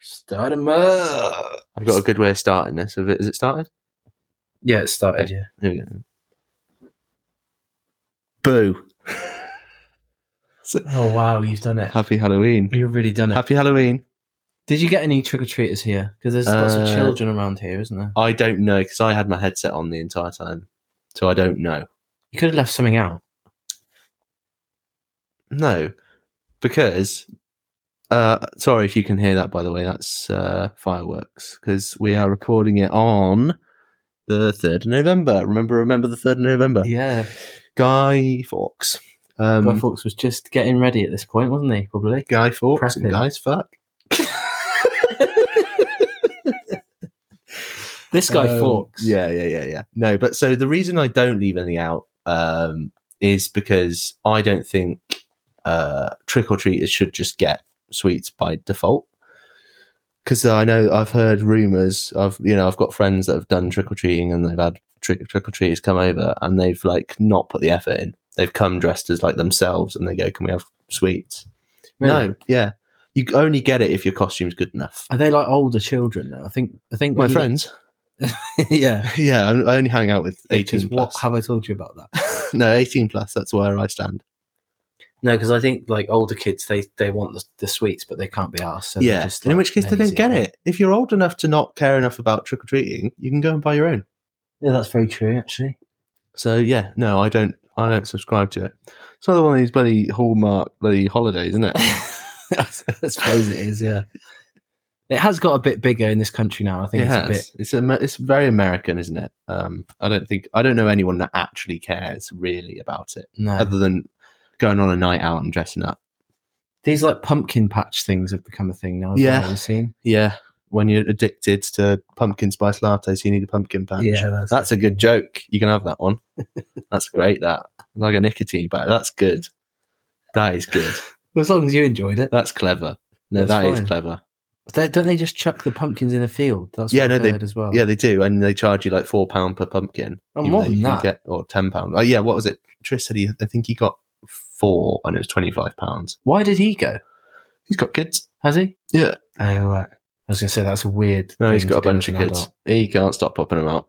Start him up. I've got a good way of starting this. Have it- Has it started? Yeah, it started. Yeah. Here we go. Boo. Oh wow, you've done it. Happy Halloween. You've really done it. Happy Halloween. Did you get any trick or treaters here? Because there's lots of Uh, children around here, isn't there? I don't know because I had my headset on the entire time, so I don't know. You could have left something out. No, because uh, sorry if you can hear that. By the way, that's uh, fireworks because we are recording it on the third of November. Remember, remember the third of November. Yeah. Guy Fawkes. Um, Guy Fawkes was just getting ready at this point, wasn't he? Probably. Guy Fawkes. and Prepping. Guys, fuck. This guy Um, Fawkes. Yeah, yeah, yeah, yeah. No, but so the reason I don't leave anything out um, is because I don't think uh, trick or treaters should just get sweets by default. Because I know I've heard rumors. I've you know I've got friends that have done trick or treating and they've had trick trick or treaters come over and they've like not put the effort in. They've come dressed as like themselves and they go, "Can we have sweets?" Really? No, yeah. You only get it if your costume's good enough. Are they like older children now? I think. I think My you- friends, yeah. yeah, I I only hang out with Because eighteen. What plus. have I told you about that? no, 18 plus. That's where I stand. No, because I think like older kids, they they want the, the sweets, but they can't be asked. So they're yeah. just, in like, which case, they don't lazy. get it. If you're old enough to not care enough about trick or treating, you can go and buy your own. Yeah, that's very true, actually. So yeah, no, I don't. I don't subscribe to it. It's another one of these bloody hallmark bloody holidays, isn't it? I suppose it is. Yeah, it has got a bit bigger in this country now. I think it it's has. a bit. It's a, it's very American, isn't it? Um, I don't think I don't know anyone that actually cares really about it, No, other than going on a night out and dressing up. these like pumpkin patch things have become a thing now. Yeah. have you seen? Yeah, when you're addicted to pumpkin spice lattes, you need a pumpkin patch. that's, That's a good joke. You can have that one. That's great. That like a nicotine but That's good. That is good. well, as long as you enjoyed it. That's clever. No, That's That's fine. clever. They- don't they just chuck the pumpkins in a field? That's Yeah, what no, I've they- heard as well. Yeah, they do, and they charge you like four pound per pumpkin. Oh, even more though than you can that. get- or ten pound. Oh yeah, what was it? Trish said he. I think he got four, and it was twenty five pounds. Why did he go? He's got kids. Has he? Yeah. Oh, right. I was gonna say that's a weird. No, he's thing got a to do bunch as of an kids. adult. He can't stop popping them out.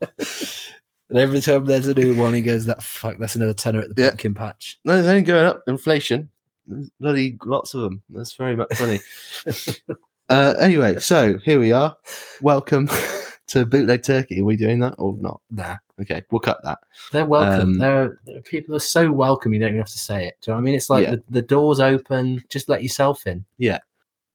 and every time there's a new one, he goes, "That fuck, that's another tenner at the Yeah. pumpkin patch." No, they're only going up. Inflation. There's Bloody lots of them. That's very much funny. uh, anyway, so here we are. Welcome to Bootleg Turkey. Are we doing that or not? Nah, Okay, we'll cut that. they're welcome. Um, they're, they're- people are so welcome. You don't even have to say it. Do you know what I mean? It's like Yeah. the, the doors open. Just let yourself in.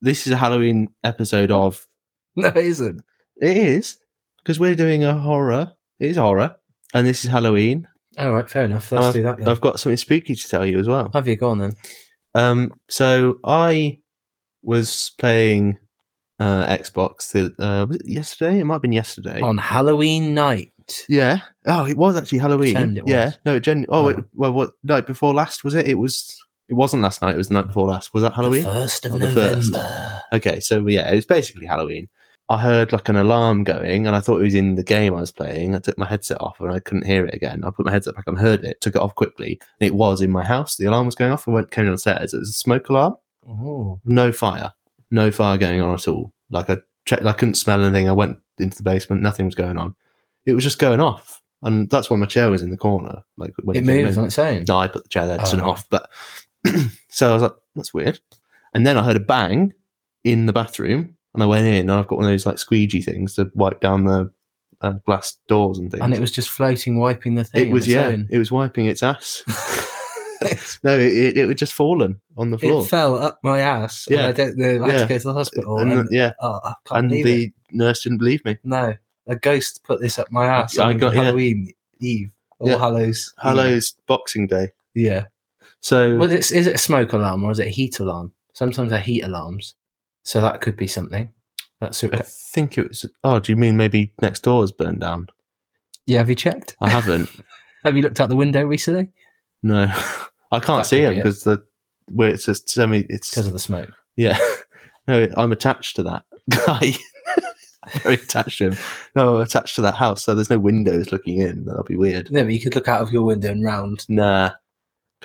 This is a Halloween episode of. No, it isn't. It is because we're doing a horror. It is horror, and this is Halloween. All right, fair enough. Let's I've- do that. Then. I've got something spooky to tell you as well. Have you gone then? Um, so I was playing uh, Xbox the, uh, was it yesterday. It might have been yesterday. On Halloween night. Yeah. Oh, it was actually Halloween. Pretend it Yeah. was. No, gen. Oh, Oh. It, well, what night before last was it? It was. It wasn't last night. It was the night before last. Was that Halloween? The first of On the first. November. Okay. So yeah, it was basically Halloween. I heard like an alarm going, and I thought it was in the game I was playing. I took my headset off, and I couldn't hear it again. I put my headset back on, heard it, took it off quickly. And it was in my house. The alarm was going off. I went came downstairs. It was a smoke alarm. Oh, No fire. No fire going on at all. Like I checked. I couldn't smell anything. I went into the basement. Nothing was going on. It was just going off, and that's why my chair was in the corner. Like when it came moves in. on its own. No, I put the chair there to turn it Oh. off. But so I was like, that's weird. And then I heard a bang in the bathroom, and I went in, and I've got one of those like squeegee things to wipe down the uh, glass doors and things. And it was just floating, wiping the thing. it was on its yeah, own. it was wiping its ass. no, it, it it had just fallen on the floor. It fell up my ass. Yeah, Yeah. I don't know. I had Yeah. to go to the hospital. and And, the- yeah, oh, I can't and believe the it. nurse didn't believe me. No, a ghost put this up my ass. I on got- yeah. Halloween Eve or Yeah. Hallows. Eve. Hallows Boxing Day. Yeah. So Well, it's, is it a smoke alarm or is it a heat alarm? Sometimes they're heat alarms, so that could be something. That's I okay. think it was. Oh, do you mean maybe next door's burned down? Yeah. Have you checked? I haven't. Have you looked out the window recently No, I can't That see could him be it. because the where it's just semi. It's because of the smoke? yeah. No, I'm attached to that guy. Very attached to him. No, I'm attached to that house, so there's no windows looking in. That'll be weird. No, but you could look out of your window and round, Nah,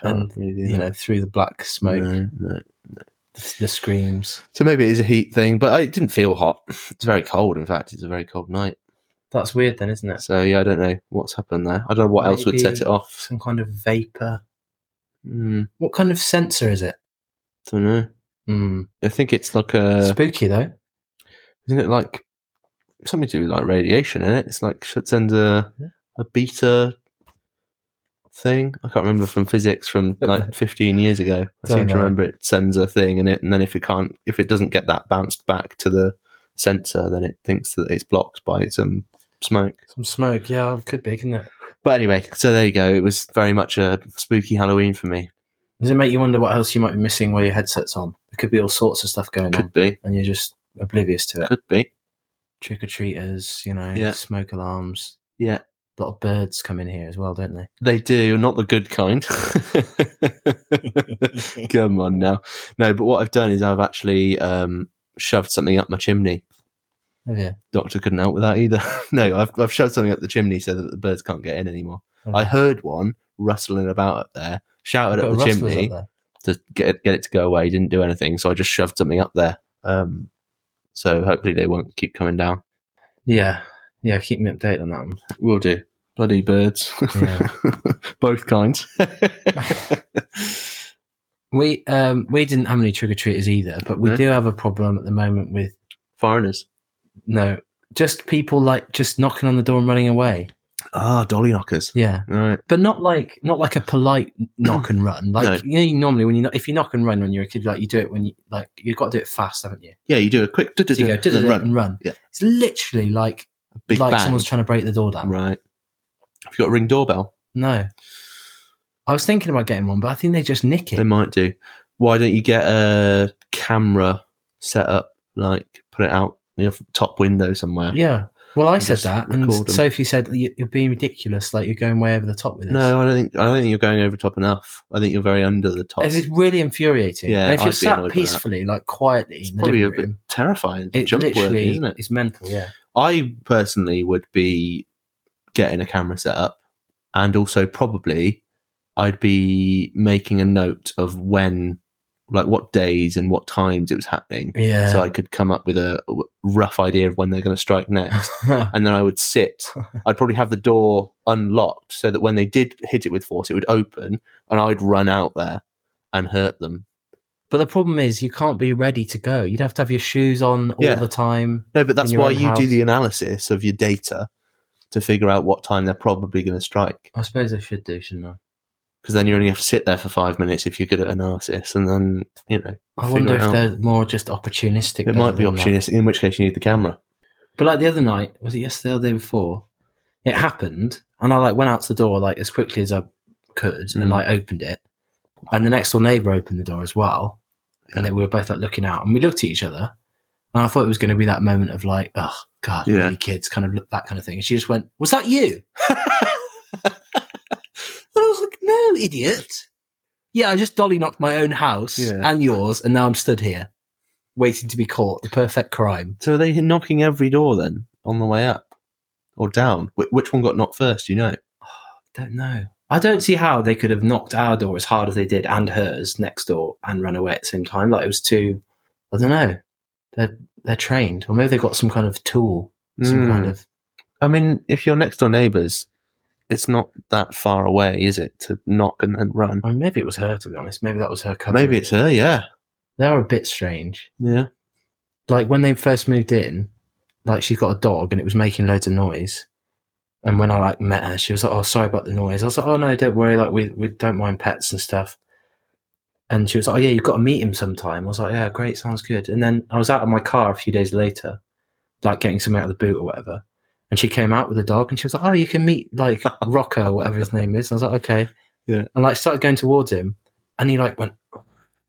And, really do you that. know, through the black smoke. No, no. the screams. So maybe it is a heat thing, but it didn't feel hot. It's very cold. In fact, it's a very cold night. That's weird, then, isn't it? So yeah, I don't know what's happened there. I don't know what else would set Maybe- it off. Some kind of vapor. Mm, What kind of sensor is it? don't know. Hmm. I think it's like a Spooky though. isn't it like something to do with like radiation in it? It's like shuts under a beta thing. I can't remember from physics from Don't like 15 years ago. I Don't seem to know. remember it sends a thing in it, and then if it can't, if it doesn't get that bounced back to the sensor, then it thinks that it's blocked by some smoke. Some smoke. Yeah, it could be, couldn't it? But anyway, so there you go. It was very much a spooky Halloween for me. Does it make you wonder what else you might be missing while your headset's on? There could be all sorts of stuff going on, Could be, and you're just oblivious to it. could be. Trick or treaters, you know, Yeah. smoke alarms. Yeah. A lot of birds come in here as well, don't they? They do, not the good kind. Come on now. No, but what I've done is I've actually um, shoved something up my chimney. Oh, yeah. Doctor couldn't help with that either. no, I've, I've shoved something up the chimney so that the birds can't get in anymore. Oh. I heard one rustling about up there, shouted Got at the rustlers up chimney there. to get, get it to go away. Didn't do anything, so I just shoved something up there. Um, so hopefully they won't keep coming down. Yeah. Yeah, keep me updated on that one. Will do. Bloody birds. Yeah. Both kinds. We um we didn't have any trick or treaters either, but we No. do have a problem at the moment with Foreigners. no just people like just knocking on the door and running away. Ah, dolly knockers. Yeah. All right. But not like not like a polite knock and run. Like No. you know, you normally when you kno- if you knock and run when you're a kid, like you do it when you like you've got to do it fast, haven't you? Yeah, you do a quick So you go and "Da-da-da," run. and run. Yeah. It's literally like Big like bang. someone's trying to break the door down. Right. Have you got a ring doorbell? No. I was thinking about getting one, but I think they just nick They it. might do. Why don't you get a camera set up, like put it out your top window somewhere? Yeah. Well, I And said just that, record and 'em. Sophie said "You- you're being ridiculous. Like you're going way over the top with this. No, I don't think I don't think you're going over top enough. I think you're very under the top. It's just really infuriating. Yeah, and if I'd you're be annoyed sat by that. peacefully, like quietly It's in the living probably a bit room, terrifying. it jump literally worthy, isn't it? it's mental. Yeah, I personally would be getting a camera set up and also probably I'd be making a note of when like what days and what times it was happening yeah. so I could come up with a w- rough idea of when they're going to strike next and then I would sit I'd probably have the door unlocked so that when they did hit it with force it would open and I'd run out there and hurt them but the problem is, you can't be ready to go. You'd have to have your shoes on Yeah. all the time. No, but that's your why own you house. do the analysis of your data to figure out what time they're probably going to strike. I suppose I should do, shouldn't I? Because then you only have to sit there for five minutes if you're good at analysis, and then you know. I wonder figure if out. they're more just opportunistic. it now might be than not. opportunistic. In which case, you need the camera. But like the other night, was it yesterday or the day before? It happened, and I like went out to the door like as quickly as I could, Mm. and like opened it. And the next door neighbor opened the door as well, and Yeah. then we were both like looking out, and we looked at each other, and I thought it was going to be that moment of like, oh god, Yeah. really kids, kind of look- that kind of thing. And she just went, "Was that you?" And I was like, "No, idiot." Yeah, I just dolly knocked my own house Yeah. and yours, and now I'm stood here, waiting to be caught. The perfect crime. so are they knocking every door then on the way up or down? Wh- which one got knocked first? do You know. don't know. I don't see how they could have knocked our door as hard as they did and hers next door and run away at the same time. Like it was too, I don't know. They're they're trained, or maybe they've got some kind of tool, some Mm. kind of. I mean, if you're next door neighbours, it's not that far away, is it, to knock and then run? Or maybe it was her. To be honest, maybe that was her. Covering. Maybe it's her. Yeah. they are a bit strange. Yeah. Like when they first moved in, like she's got a dog and it was making loads of noise. And when I like met her, she was like, "Oh, sorry about the noise." I was like, "Oh no, don't worry. Like we we don't mind pets and stuff." And she was like, "Oh yeah, you've got to meet him sometime." I was like, "Yeah, great, sounds good." And then I was out of my car a few days later, like getting something out of the boot or whatever. And she came out with a dog, and she was like, "Oh, you can meet like Rocco, or whatever his name is." And I was like, "Okay." Yeah. And like started going towards him, and he like went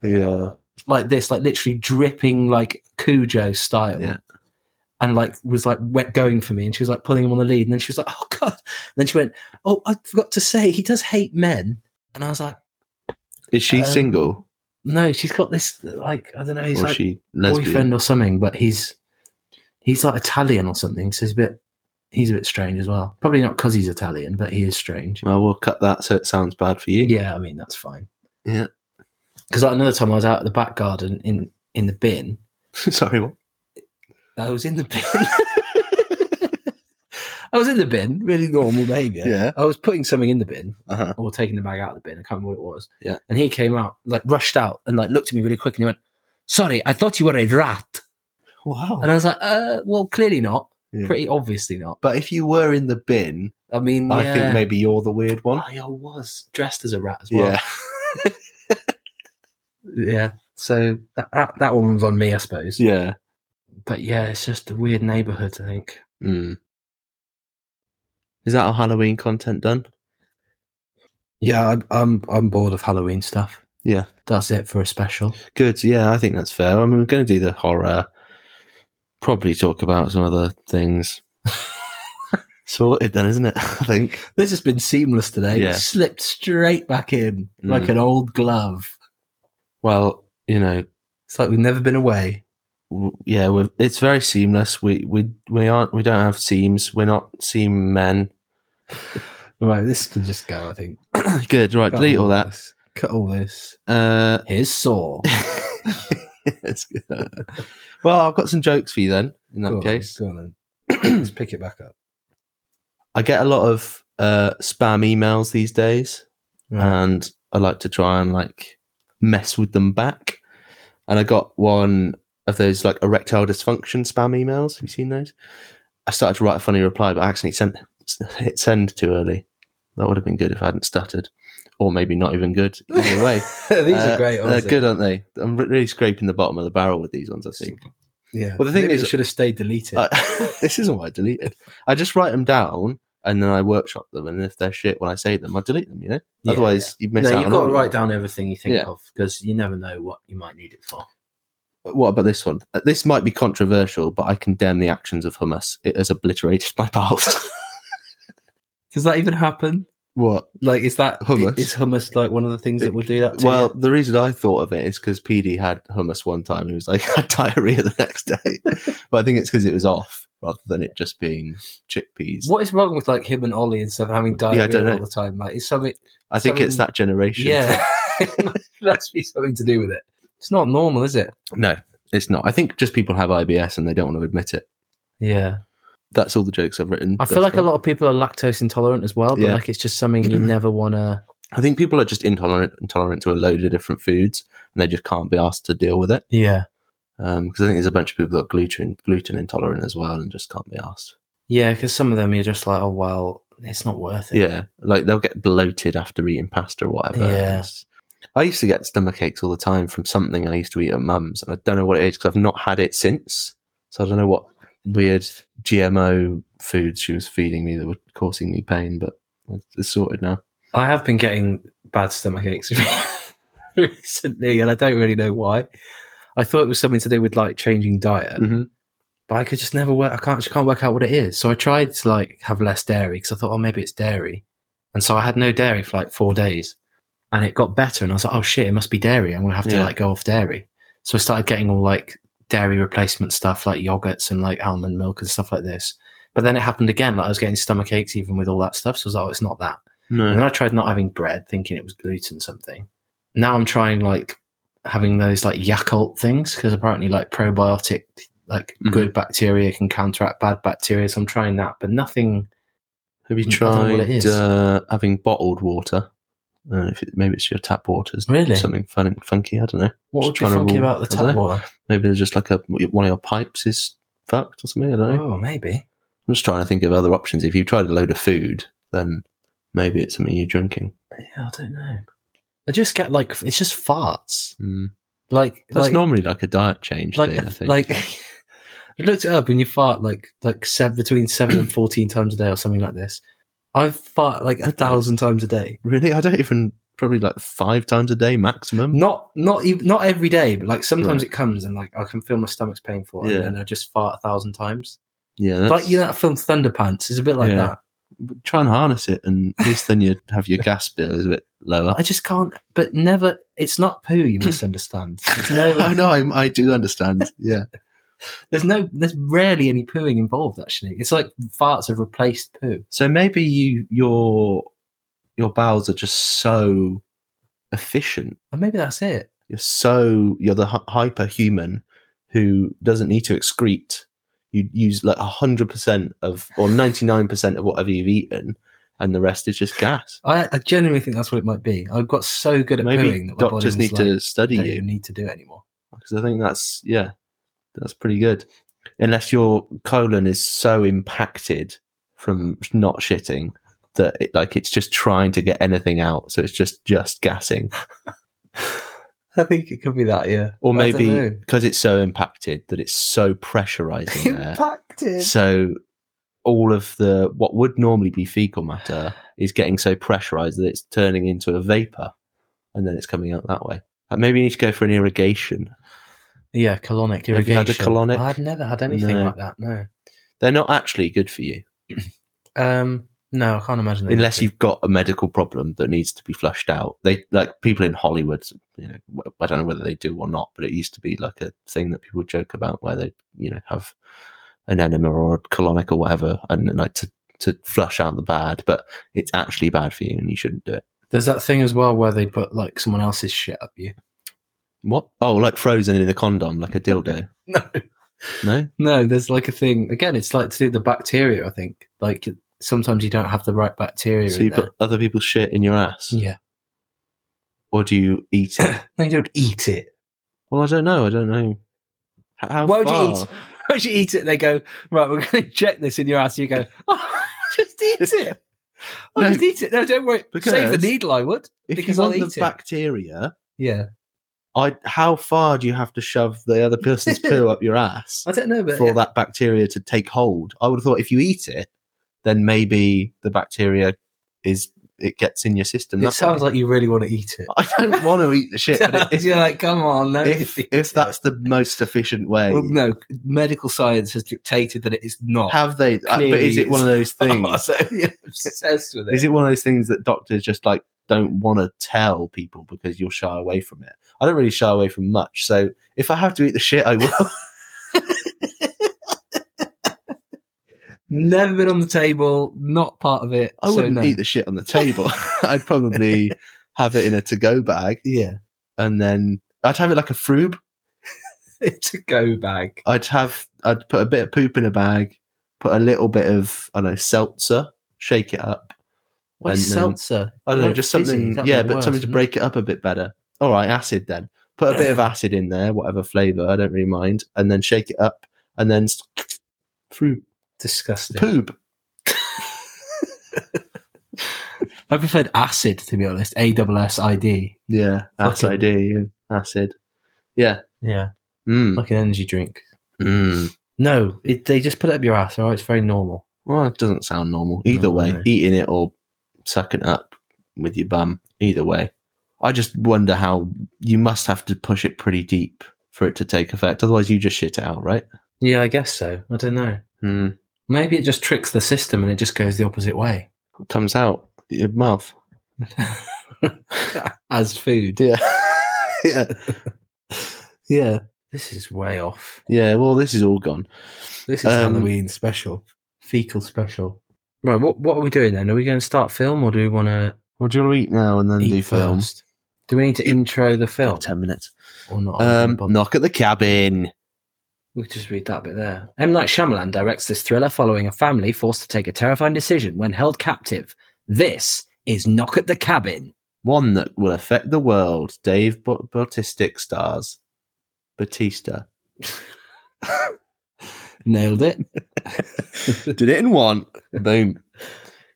Yeah. like this, like literally dripping like Cujo style. Yeah. And like was like wet going for me, and she was like pulling him on the lead, and then she was like, "Oh God!" And then she went, "Oh, I forgot to say he does hate men." And I was like, Is she Um, single "No, she's got this like I don't know, he's or is like she lesbian? boyfriend or something, but he's he's like Italian or something, so he's a bit he's a bit strange as well. Probably not because he's Italian, but he is strange. Well, we'll cut that so it sounds bad for you. Yeah, I mean that's fine. Yeah. Because like another time I was out at the back garden in in the bin. Sorry, what? I was in the bin. I was in the bin, really normal behavior. Yeah. I was putting something in the bin Uh-huh. or taking the bag out of the bin. I can't remember what it was. Yeah. And he came out, like rushed out and like looked at me really quick and he went, Sorry, I thought you were a rat. Wow. And I was like, uh, well, clearly not. Yeah. Pretty obviously not. But if you were in the bin, I mean, I think maybe you're the weird one. I was dressed as a rat as well. Yeah. Yeah. So that, that, that one was on me, I suppose. Yeah. But yeah, it's just a weird neighborhood, I think. Mm. Is that our Halloween content done? Yeah, I'm, I'm, I'm bored of Halloween stuff. Yeah. That's it for a special. Good. Yeah, I think that's fair. I mean, we're going to do the horror. Probably talk about some other things. Sorted then, isn't it? I think. This has been seamless today. Yeah. Slipped straight back in like Mm. an old glove. Well, you know, It's like we've never been away. w- yeah, we're, it's very seamless. We we we aren't. We don't have seams. We're not seam men. Right, this can just go, I think. Good. Right. Cut delete all that. this. Cut all this. Uh, Here's Saw. That's good. well, I've got some jokes for you then. In that Go on, case, go on then. Let's pick it back up. I get a lot of uh, spam emails these days, Right. and I like to try and like mess with them back. And I got one of those like erectile dysfunction spam emails. Have you seen those? I started to write a funny reply, but I accidentally sent hit send too early. That would have been good if I hadn't stuttered, or maybe not even good. Either way, These Uh, are great. they're Honestly. good, aren't they? I'm re- really scraping the bottom of the barrel with these ones. I think. Yeah. Well, the thing Maybe is- uh, it should have stayed deleted. I- this isn't what I deleted. I just write them down and then I workshop them. And if they're shit when I say them, I delete them. You know. Yeah, Otherwise, you miss no, out. you've on got all to of write them. down everything you think Yeah. of because you never know what you might need it for. What about this one? Uh, This might be controversial, but I condemn the actions of Hamas. It has obliterated my past. Does that even happen? what? Like, is that Hummus. Is hummus like one of the things that will do that? To Well, you? the reason I thought of it is because PD had hummus one time. He was like had diarrhea the next day, but I think it's because it was off rather than it just being chickpeas. what is wrong with like him and Ollie and stuff having diarrhea don't know. all the time? Like, it's something. I think it's something- that generation. Yeah, It must be something to do with it. It's not normal, is it? No, it's not. I think just people have IBS and they don't want to admit it. Yeah, that's all the jokes I've written. I feel like a lot of people are lactose intolerant as well, but Yeah. like it's just something you never want to. I think people are just intolerant intolerant to a load of different foods, and they just can't be asked to deal with it. Yeah, Because I think there's a bunch of people that are gluten gluten intolerant as well, and just can't be asked. yeah, because some of them you're just like, oh well, it's not worth it. Yeah, like they'll get bloated after eating pasta or whatever. Yeah. It's- I used to get stomach aches all the time from something I used to eat at mum's, and I don't know what it is because I've not had it since. So I don't know what weird GMO foods she was feeding me that were causing me pain, but it's sorted now. I have been getting bad stomach aches recently, and I don't really know why. I thought it was something to do with like changing diet, Mm-hmm. but I could just never work. I can't just can't work out what it is. So I tried to like have less dairy because I thought, oh, maybe it's dairy, and so I had no dairy for like four days, and it got better, and I was like, oh shit, it must be dairy. I'm gonna have to Yeah. like go off dairy. So I started getting all like dairy replacement stuff, like yogurts and like almond milk and stuff like this. But then it happened again. Like I was getting stomach aches even with all that stuff. So I was like, oh, it's not that. No. And then I tried not having bread, thinking it was gluten something. Now I'm trying like having those like Yakult things because apparently like probiotic, like Mhm. good bacteria can counteract bad bacteria. So I'm trying that, but nothing. Have you I don't know what it is. tried uh, having bottled water? I don't know if it, maybe it's your tap waters. Really? Something fun and funky. I don't know. What would Just you trying to thinking rule- about the I don't tap know. water? Maybe there's just like a one of your pipes is fucked or something. I don't know. Oh, maybe. I'm just trying to think of other options. If you've tried a load of food, then maybe it's something you're drinking. Yeah, I don't know. I just get like it's just farts. Mm. Like That's like, normally like a diet change like thing. I think. like. I looked it up and you fart like like seven, between seven and fourteen times a day or something like this. I fart like a thousand times a day. really, I don't even probably like five times a day maximum. not not even not every day but like sometimes it comes and like i can feel my stomach's painful Yeah. and then i just fart a thousand times Yeah, It's that's, like you know that film thunderpants is a bit like Yeah. that try and harness it, and at least then you'd have your gas bill is a bit lower. i just can't but never it's not poo you misunderstand It's I never- know, I, I do understand. Yeah. there's no there's rarely any pooing involved actually it's like farts have replaced poo So maybe you your your bowels are just so efficient. and maybe that's it You're so you're the hy- hyper human who doesn't need to excrete. You use like hundred percent of or ninety nine percent of whatever you've eaten, and the rest is just gas. I, I genuinely think that's what it might be. I got so good at pooing Maybe that my body doctors was need like, to study don't you even need to do it anymore. because I think that's yeah, that's pretty good. Unless your colon is so impacted from not shitting that it, like it's just trying to get anything out, so it's just just gassing, I think it could be that, yeah. or I don't maybe know. because it's so impacted that it's so pressurizing there, impacted. so all of the what would normally be fecal matter is getting so pressurized that it's turning into a vapor, and then it's coming out that way. And maybe you need to go for an irrigation. Yeah, colonic Have irrigation. you had a colonic? I've never had anything No. like that. No. They're not actually good for you. Um, no, I can't imagine. they would unless be. you've got a medical problem that needs to be flushed out. They like people in Hollywood. You know, w- I don't know whether they do or not, but it used to be like a thing that people joke about where they, you know, have an enema or a colonic or whatever, and like to to flush out the bad, but it's actually bad for you, and you shouldn't do it. There's that thing as well where they put like someone else's shit up you. What? Oh, like frozen in a condom, like a dildo. No, No, no. There's like a thing again. It's like to do with the bacteria. I think like sometimes you don't have the right bacteria. so in you put there. other people's shit in your ass, yeah. or do you eat it? No, you don't eat it. well, I don't know. I don't know. H- How Why would far? you eat? Why would you eat it? They go right. We're going to inject this in your ass. You go. Oh, just eat it. I No. just eat it. No, don't worry. Save the Because- needle. I would. If Because you I'll want eat it. the bacteria, Yeah. I how far do you have to shove the other person's poo up your ass I don't know, but for that bacteria to take hold? I would have thought if you eat it, then maybe the bacteria is it gets in your system. it sounds like you really want to eat it. I don't want to eat the shit. But it, You're like, come on, no. if if that's the most efficient way, Well, no, medical science has dictated that it is not. have they? uh, But Clearly is it one of those things? So, yeah, obsessed with it. Is it one of those things that doctors just like don't want to tell people because you'll shy away from it? I don't really shy away from much, so if I have to eat the shit, I will. Never been on the table, not part of it. I wouldn't so no. eat the shit on the table. I'd probably have it in a to-go bag, Yeah, and then I'd have it like a froob. it's a go bag. I'd have I'd put a bit of poop in a bag, put a little bit of I don't know seltzer, shake it up. What's And, um, seltzer? I don't know, Like just fizzy, something. that'd yeah, be but worse, something to wouldn't break it up a bit better. All right, acid then. Put a bit of acid in there, whatever flavor. I don't really mind, and then shake it up, and then s- through it? Disgusting. poop. I preferred acid, to be honest. A double S I D. Yeah, Fucking- acid. yeah, Acid. Yeah. Yeah, Mm. like an energy drink. Mm. No, it, they just put it up your ass. All right, it's very normal. Well, it doesn't sound normal. Either No, way, no. eating it or sucking it up with your bum. Either way. I just wonder how you must have to push it pretty deep for it to take effect. Otherwise, you just shit it out, right? Yeah, I guess so. I don't know. Mm. Maybe it just tricks the system and it just goes the opposite way Comes out your mouth. as food. Yeah. yeah. Yeah. This is way off. Yeah. Well, this is all gone. This is Um, Halloween special, fecal special. Right, what what are we doing then? Are we going to start film or do we want to What do you want to eat now and then eat do film? first? Do we need to intro the Oh, film 10 minutes. or not? Um, But knock at the cabin. We'll just read that bit there. M. Night Shyamalan directs this thriller following a family forced to take a terrifying decision when held captive. This is Knock at the Cabin. One that will affect the world. Dave Ba- Bautistick stars. Batista. Nailed it. did it in one. Boom.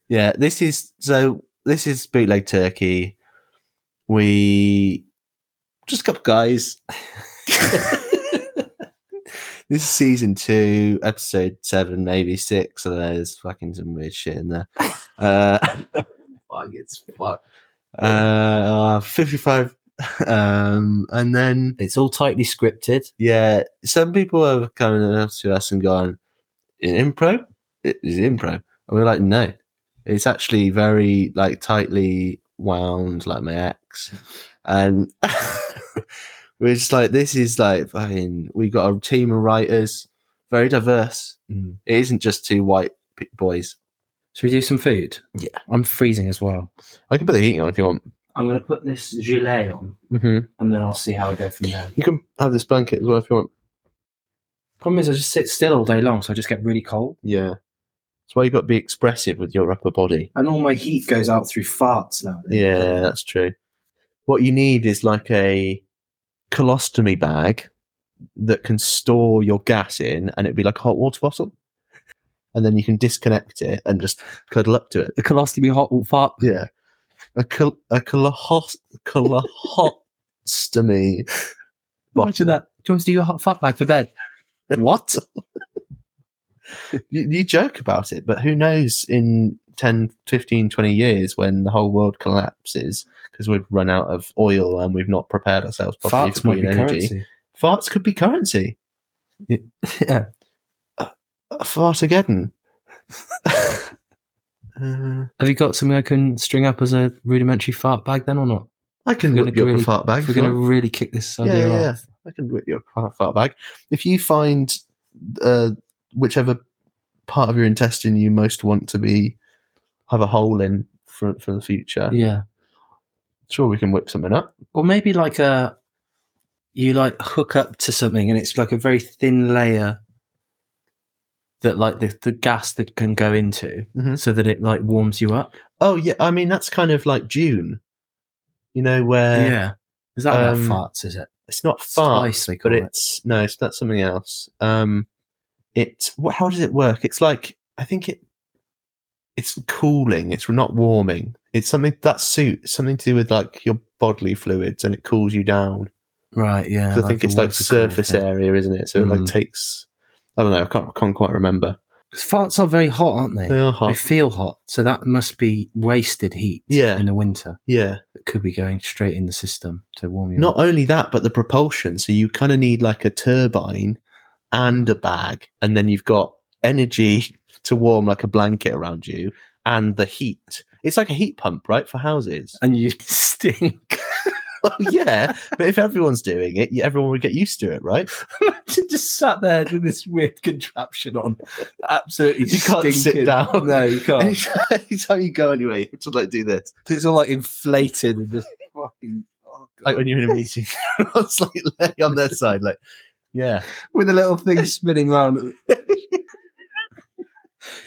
Yeah, this is so. This is bootleg turkey. We just a couple guys. this is season two, episode seven, maybe six. So there's fucking some weird shit in there. Uh, Fuck, it's fuck. uh, fifty-five, um, and then It's all tightly scripted. yeah, some people have come up to us and gone, "Is it "Impro? It is it impro." And we're like, "No, it's actually very like tightly wound, like my ex." And we're just like, "This is like fucking." We got a team of writers, very diverse. Mm. It isn't just two white p- boys. Should we do some food? Yeah. I'm freezing as well. I can put the heating on if you want. I'm going to put this gilet on Mm-hmm. and then I'll see how I go from there. You can have this blanket as well if you want. Problem is, I just sit still all day long, so I just get really cold. Yeah. That's why you've got to be expressive with your upper body. And all my heat goes out through farts now. Yeah, that's true. What you need is like a colostomy bag that can store your gas in, and it'd be like a hot water bottle. And then you can disconnect it and just cuddle up to it. The colostomy hot oh, will fart. Yeah. A, col- a colohos- colostomy. Imagine that. Do you want to do your hot fart bag for bed? What? you, you joke about it, but who knows in 10, 15, 20 years when the whole world collapses because we've run out of oil and we've not prepared ourselves properly Farts for might green be energy. currency. Farts could be currency. Yeah. Fart again. uh, Have you got something I can string up as a rudimentary fart bag then or not? I can We're whip gonna you up really- a fart bag. If we're if you going to want. really kick this yeah, idea yeah, off. yeah. I can whip you up a fart- fart bag. If you find uh, whichever part of your intestine you most want to be have a hole in for for the future, Yeah. sure we can whip something up. Or maybe like a, you like hook up to something and it's like a very thin layer that like the, the gas that can go into Mhm. so that it like warms you up. Oh yeah, I mean that's kind of like June, you know, where Is that Uh, um, about farts, is it? it's not far, Spice, they but call it. it's no, it's that's something else. Um, it wh- how does it work? It's like I think it, it's cooling. It's not warming. It's something that suit something to do with like your bodily fluids, and it cools you down. Right, yeah. 'Cause I think a it's like water cool surface thing. area, isn't it? So it like Mm. takes. I don't know. I can't, I can't quite remember. 'Cause Farts are very hot, aren't they? They are They hot. feel hot. So that must be wasted heat Yeah. in the winter Yeah. that could be going straight in the system to warm you up. Not only that, but the propulsion. So you kind of need like a turbine and a bag, and then you've got energy to warm like a blanket around you, and the heat. It's like a heat pump, right, for houses. And you stink. Well, yeah, but if everyone's doing it, everyone would get used to it, right? Imagine just sat there with this weird contraption on. Absolutely You can't sit stinking. down. No, you can't. Anytime you go anyway, you have to like do this, It's all like inflated and just fucking. oh, God. like when you're in a meeting, everyone's like laying on their side, like yeah. with a little thing spinning around.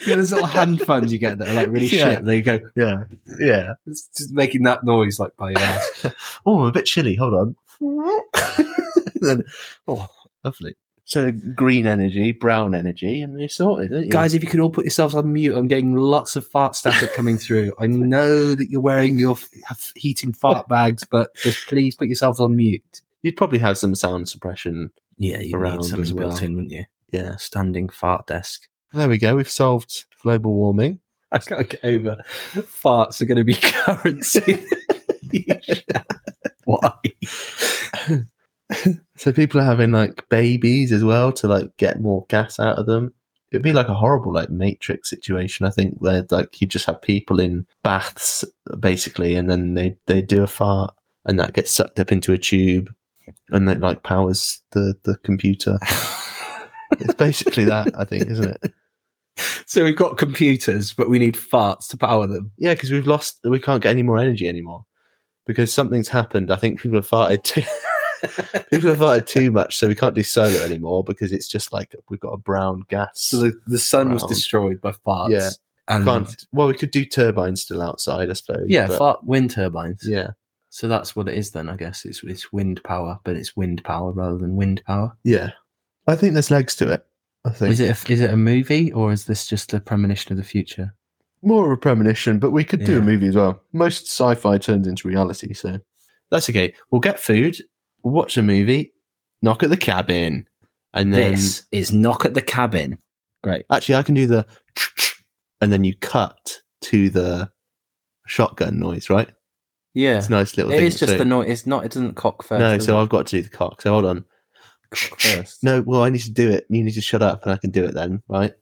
yeah, those little hand fans you get that are like really Yeah. shit. They go, Yeah, yeah. it's just making that noise like by your ass. Oh, I'm a bit chilly. Hold on. Then- oh, lovely. So green energy, brown energy, and you're sorted, aren't you? Guys, if you could all put yourselves on mute, I'm getting lots of fart static coming through. I know that you're wearing your f- heating fart bags, but just please put yourselves on mute. you'd probably have some sound suppression. Yeah, you Around as well. in, wouldn't you? Yeah. standing fart desk. There we go. We've solved global warming. I can't get over farts are going to be currency. Why? So people are having like babies as well to like get more gas out of them. It'd be like a horrible like matrix situation, I think, where like you just have people in baths basically, and then they they do a fart, and that gets sucked up into a tube, and that like powers the the computer. it's basically that, I think, isn't it? so we've got computers, but we need farts to power them. Yeah, because we've lost, we can't get any more energy anymore because something's happened. I think people have farted too. people have farted too much, so we can't do solar anymore because it's just like we've got a brown gas. So the, the sun was Round. destroyed by farts. Yeah. And can't. Well, we could do turbines still outside, I suppose. yeah, but- fart wind turbines. yeah, So that's what it is then, I guess. It's it's wind power, but it's wind power rather than wind power. yeah. I think there's legs to it. I think Is it a, is it a movie or is this just a premonition of the future? more of a premonition, but we could do Yeah. a movie as well. Most sci-fi turns into reality, so that's okay. We'll get food, we'll watch a movie, knock at the cabin, and then is knock at the cabin. Great. actually I can do the and then you cut to the shotgun noise, right? Yeah. It's a nice little It thing. is just so, the noise. It's not. It doesn't cock first. no, does so it? I've got to do the cock. So hold on. Cock first. No, well I need to do it. You need to shut up, and I can do it then, right?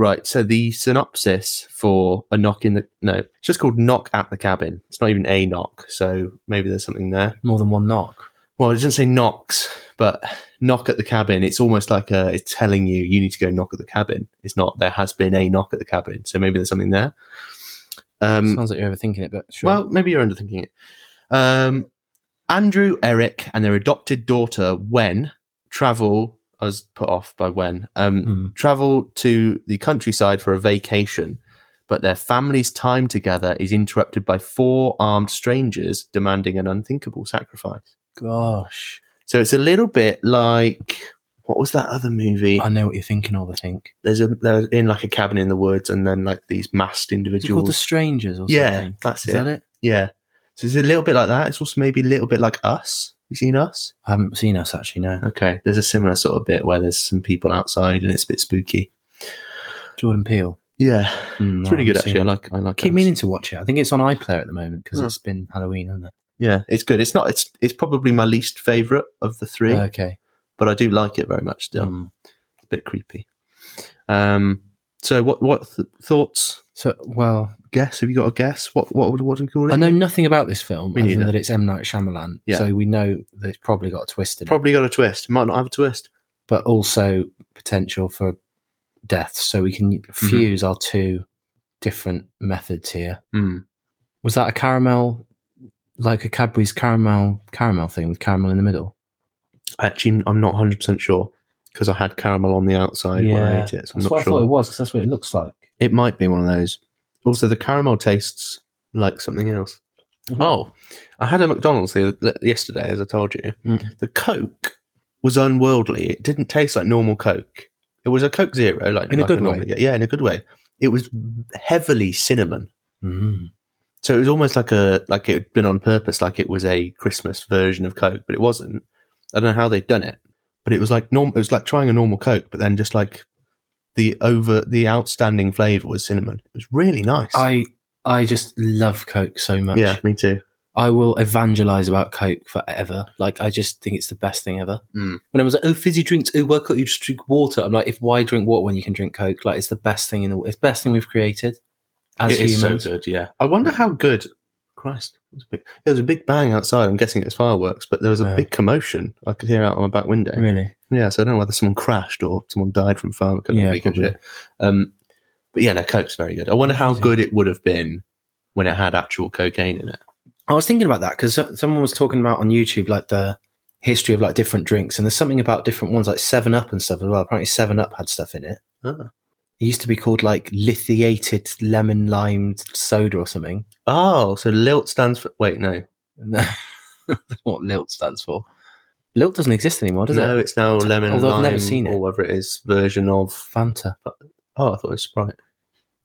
Right. So the synopsis for a knock in the no, it's just called knock at the cabin. It's not even a knock. So maybe there's something there. more than one knock. well, it doesn't say knocks, but knock at the cabin. It's almost like uh it's telling you you need to go knock at the cabin. It's not there has been a knock at the cabin, so maybe there's something there. Um, Sounds like you're overthinking it, but sure. well, maybe you're underthinking it. Um, Andrew, Eric, and their adopted daughter, Wen, travel. I was put off by Wen. Um, Hmm. Travel to the countryside for a vacation, but their family's time together is interrupted by four armed strangers demanding an unthinkable sacrifice. gosh, So it's a little bit like what was that other movie? I know what you're thinking of. I think There's a they're in like a cabin in the woods, and then like these masked is it called the individuals. Strangers or yeah, something? that's Is it. that it? Yeah. So it's a little bit like that. It's also maybe a little bit like Us. You seen Us? I haven't seen us actually. No, Okay. There's a similar sort of bit where there's some people outside and it's a bit spooky. Jordan Peele. Yeah. Mm, Hmm, It's no, really I good haven't seen actually. I it. like I like keep Us. meaning to watch it. I think it's on iPlayer at the moment because Hmm. it's been Halloween, hasn't it? Yeah, it's good. It's not it's it's probably my least favorite of the three, Okay. but I do like it very much still. Hmm. It's a bit creepy. Um so what what th- thoughts? So, well, Guess? Have you got a guess? What what would what do we call it? I know nothing about this film Me other than neither. that it's M Night Shyamalan. Yeah. So we know that it's probably got a twist in it, Probably got a twist. Might not have a twist. but also potential for death. So we can Mm-hmm. fuse our two different methods here. Hmm. Was that a caramel, like a Cadbury's caramel caramel thing with caramel in the middle? Actually, I'm not 100 percent sure because I had caramel on the outside when I Yeah, ate it. So I'm That's not what sure. I thought it was because that's what it looks like. It might be one of those. Also, the caramel tastes like something else. Mhm. Oh, I had a McDonald's the, the- yesterday, as I told you. Mm. The Coke was unworldly. It didn't taste like normal Coke. It was a Coke Zero, like In a like good way. normal- Yeah, in a good way. It was heavily cinnamon, Mm. so it was almost like a like it had been on purpose, like it was a Christmas version of Coke, but it wasn't. I don't know how they'd done it, but it was like norm. It was like trying a normal Coke, but then just like the over the outstanding flavor was cinnamon. It was really nice. I I just love Coke so much. Yeah, me too. I will evangelize about Coke forever. Like, I just think it's the best thing ever. Mm. When I was like, oh, fizzy drinks, oh, why can't you just drink water? I'm like, if why drink water when you can drink Coke? Like, it's the best thing in the world. It's the best thing we've created as It is so humans. good. Yeah, I wonder how good. Christ, it was a big, there was a big bang outside. I'm guessing it's fireworks, but there was a Yeah. big commotion I could hear out my back window. Really? Yeah, so I don't know whether someone crashed or someone died from fire. Yeah, Yeah, probably. shit. Um, but yeah, no, coke's very good. I wonder how Amazing. good it would have been when it had actual cocaine in it. I was thinking about that because someone was talking about on YouTube, like, the history of like different drinks. And there's something about different ones, like 7 Up and stuff as well. Apparently, 7 Up had stuff in it. Ah. It used to be called like lithiated lemon limed soda or something. Oh, so lilt stands for. Wait, no, No. what Lilt stands for. Lilt doesn't exist anymore, does no, it? it's now lemon. Although I've never lime, seen it. or whether it is version of. Fanta. Oh, I thought it was Sprite.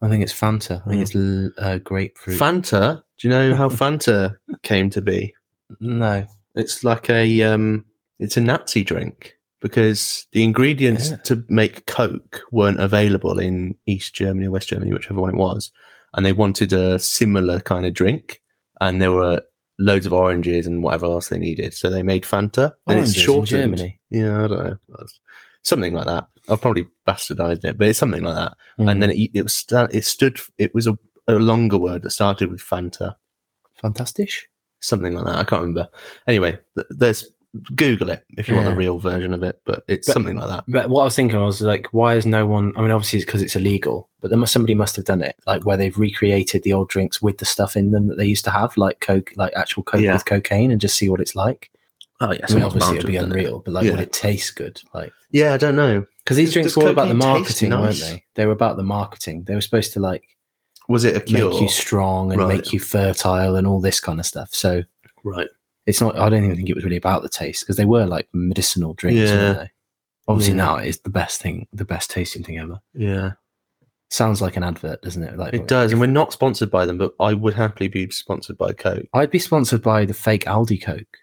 I think it's Fanta. I think Mm. it's l- uh, grapefruit. Fanta. Do you know how Fanta came to be? no. It's like a um, it's a Nazi drink because the ingredients Yeah. to make Coke weren't available in East Germany or West Germany, whichever one it was, and they wanted a similar kind of drink, and there were loads of oranges and whatever else they needed, so they made Fanta, and Oranges it's in shortened. Germany. Yeah, I don't know, That's- something like that. I've probably bastardized it, but it's something like that. Mm. And then it it was sta- it stood it was a, a longer word that started with Fanta Fantastic. something like that. I can't remember. Anyway, th- there's Google it if you want Yeah. the real version of it, but it's But- something like that. But what I was thinking was like, why is no one? I mean, obviously it's because it's illegal, but there must somebody must have done it, like where they've recreated the old drinks with the stuff in them that they used to have, like coke, like actual coke Yeah. with cocaine, and just see what it's like. Oh yeah, I mean, obviously it'd be unreal, but like, would Yeah. it taste good? Like, Yeah, I don't know. because these Does- drinks does were all about the cocaine taste marketing, nice? weren't they? They were about the marketing. They were supposed to like Was it a cure? make you strong and Right. make you fertile and all this kind of stuff. So right. it's not i don't even think it was really about the taste because they were like medicinal drinks Yeah. weren't they? obviously Yeah. now it's the best thing the best tasting thing ever Yeah, sounds like an advert doesn't it like it does, and we're not sponsored by them, but I would happily be sponsored by Coke. i'd be sponsored by the fake aldi coke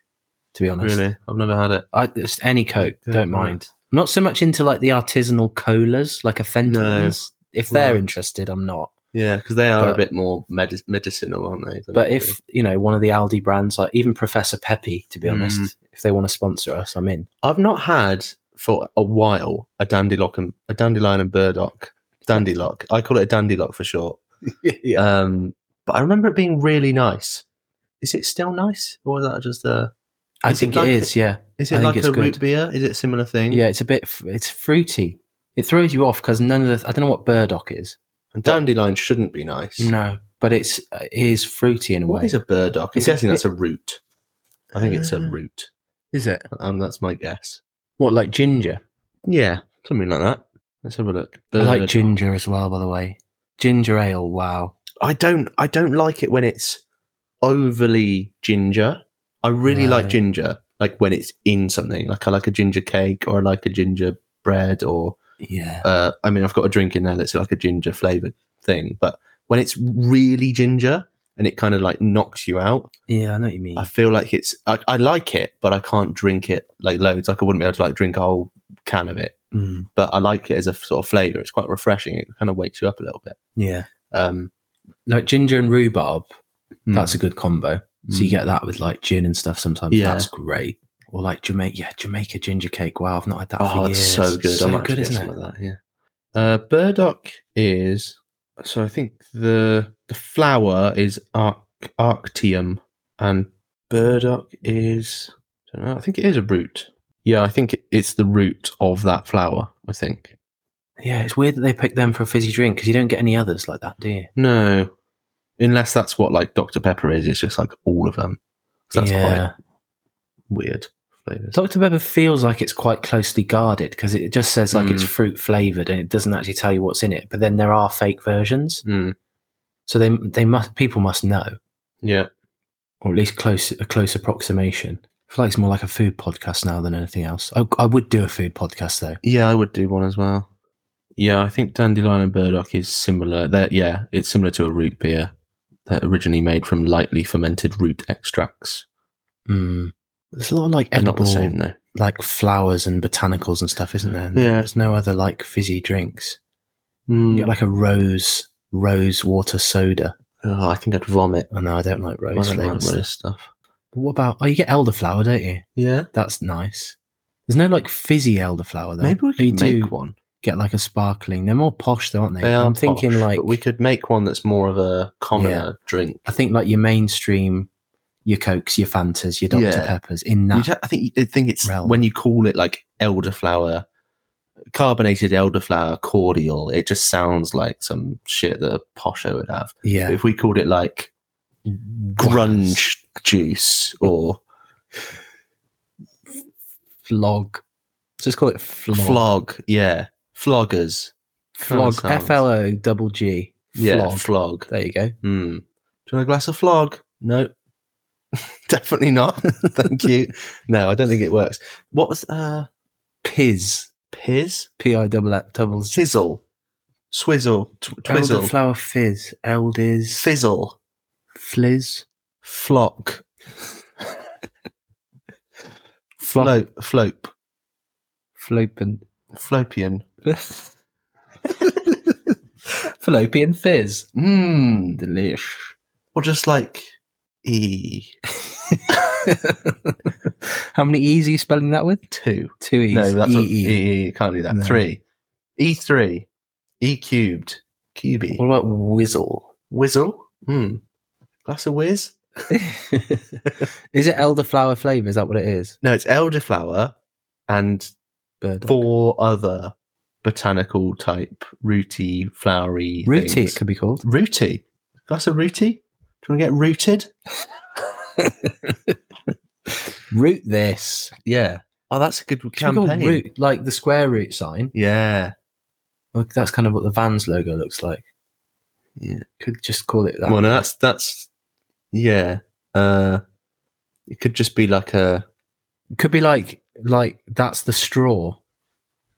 to be honest Really, I've never had it. I, just any coke Yeah, don't right. mind I'm not so much into like the artisanal colas like a fenton's if they're Right. interested i'm not Yeah, because they are But- a bit more medi- medicinal, aren't they? than but the- if you know one of the aldi brands like even professor peppy to be honest Mm. if they want to sponsor us i'm in I've not had for a while a dandelion and a dandelion and burdock dandylock. I call it a dandylock for short. yeah Um, but I remember it being really nice. Is it still nice, or is that just a? i Is it think like- it Mm. is yeah Is I it think like a it's root good. beer? Is it a similar thing? Yeah, it's a bit. f- It's fruity. It throws you off because none of the. I don't know what burdock is. And dandelion shouldn't be nice. No, but it's uh, it is fruity in a What way. is a burdock? I'm Is it- guessing that's a root. I think it's a Ah. root. Is it Um, that's my guess. what like ginger? Yeah, something like that. Let's have a look. I like Burdock. ginger as well, by the way. Ginger ale, wow. I don't. I don't like it when it's overly ginger. I really like Right. ginger, like when it's in something. Like I like a ginger cake, or I like a ginger bread, or Yeah, uh, I mean, I've got a drink in there that's like a ginger flavored thing. But when it's really ginger and it kind of like knocks you out, yeah, I know what you mean. I feel like it's I, I like it, but I can't drink it like loads. Like I wouldn't be able to like drink a whole can of it. Mm, But I like it as a sort of flavour. It's quite refreshing. It kind of wakes you up a little bit. yeah, Um like ginger and rhubarb. That's a good combo. So you Mm. get that with like gin and stuff sometimes. Yeah. That's great. Or like Jamaica, yeah, Jamaica ginger cake. Wow, I've not had that Oh, for it's years. so good. So I might good, actually isn't get it? some of that, yeah. Uh burdock is so I think the the flower is arc arctium and burdock is I don't know, I think it is a root. Yeah, I think it- it's the root of that flower, I think. Yeah, it's weird that they picked them for a fizzy drink because you don't get any others like that, do you? No, unless that's what like Dr Pepper is. It's just like all of them. So that's quite weird flavors. Dr. Pepper feels like it's quite closely guarded because it just says like it's Mm. fruit flavored and it doesn't actually tell you what's in it. But then there are fake versions. Mm, So they they must people must know, yeah, or at least close a close approximation. I feel like it's more like a food podcast now than anything else. I, I would do a food podcast though. yeah, I would do one as well. Yeah, I think dandelion and burdock is similar. That yeah, it's similar to a root beer. They're originally made from lightly fermented root extracts. Mm. There's a lot of like They're not the edible same though. like flowers and botanicals and stuff, isn't there? Yeah. There's no other like fizzy drinks. You Mm. get like a rose rose water soda. Oh, I think I'd vomit. Oh no, I don't like I rose don't like flavored all this stuff. But what about? Oh, you get elderflower, don't you? Yeah, That's nice. There's no like fizzy elderflower though. maybe we You could do make one. get like a sparkling. They're more posh though, aren't they? They are I'm thinking posh, like but we could make one that's more of a commoner drink. I think like your mainstream, your cokes, your fantas, your Dr Yeah. Peppers in that. You'd ha- I think I think it's realm. when you call it like elderflower, carbonated elderflower cordial. It just sounds like some shit that a posho would have. yeah, If we called it like grunge juice or flog. Let's just call it flog. flog, yeah, floggers, flog. Kinda sounds- F L O double G. yeah, Flog. flog. flog. There you go. Hmm. Do you want a glass of flog? No. Definitely not. Thank you. No, I don't think it works. What was uh Piz. piz? P I double F double Z. Sizzle. Swizzle. Tw- twizzle. Elderflower fizz. Elders. Fizzle. Fliz. Flock. Flop. Float. Flope. Flopin. Flopian. Fallopian fizz. Mmm. Delish. Or just like E How many E's are you spelling that with? two. Two E's. No, that's E not E. E. E. Can't do that. No. Three. E three. E cubed. QB. What about Whizzle? Whizzle. Hmm. Glass of whiz. is it elderflower flavour? Is that what it is? No, it's elderflower and Bird. four other botanical type rooty, flowery. Rooty, things. it could be called. Rooty. That's a rooty. Do you want to get rooted? Root this. Yeah. Oh, that's a good Should we call campaign. Root, like the square root sign. Yeah. Well, that's kind of what the Vans logo looks like. Yeah. Could just call it that. Well, no, that's that's yeah. Uh, it could just be like a could be like like that's the straw.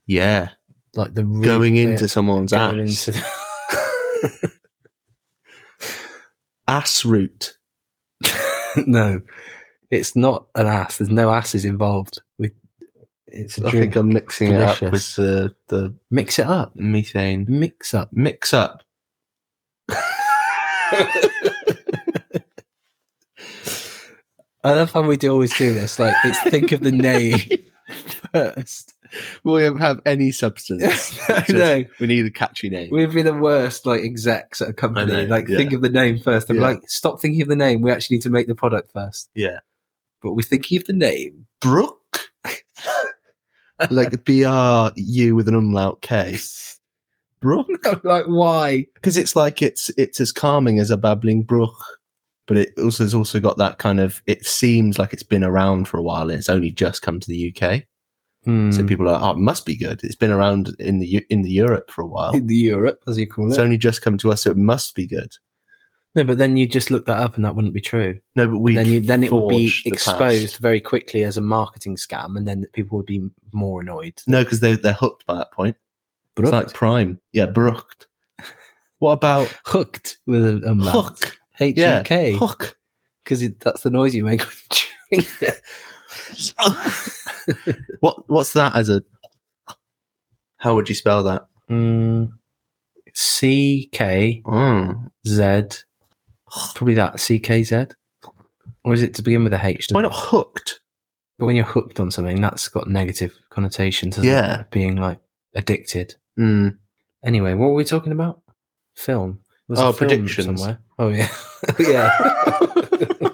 yeah Like the root going bit into someone's ass. going into the- ass root. no, it's not an ass. There's no asses involved. We, it's a I think drink. I'm mixing it up with Delicious. the the Mix it up. methane Mix up. mix up. I love how we do always do this. Like, it's think of the name first. We don't have any substance. I know. We need a catchy name. We'd be the worst, like execs at a company. I know, like, yeah. think of the name first. I'm Yeah. like, stop thinking of the name. We actually need to make the product first. yeah, But we're thinking of the name. Brook. like B R U with an umlaut K. brook I'm like, why? because it's like it's it's as calming as a babbling brook, but it also has also got that kind of. It seems like it's been around for a while and it's only just come to the UK. Hmm. Mm. So people are, like, oh, it must be good. It's been around in the U- in the Europe for a while. In the Europe, as you call it. It's only just come to us, so it must be good. no, but then you just look that up, and that wouldn't be true. No, but we then you, then it would be forged the past. exposed very quickly as a marketing scam, and then people would be more annoyed. No, because they they're hooked by that point. But It's like Prime, yeah, brooked. What about hooked with a um, hook? H Yeah, U K hook. because that's the noise you make. when you drink. what what's that as a? How would you spell that? Mm, C K Mm. Z, probably that C K Z, or is it to begin with a H? Why not hooked? But when you're hooked on something, that's got negative connotations. hasn't it? Yeah. being like addicted. Mm. Anyway, what were we talking about? Film. There was a Oh, film predictions. somewhere. Oh yeah, yeah.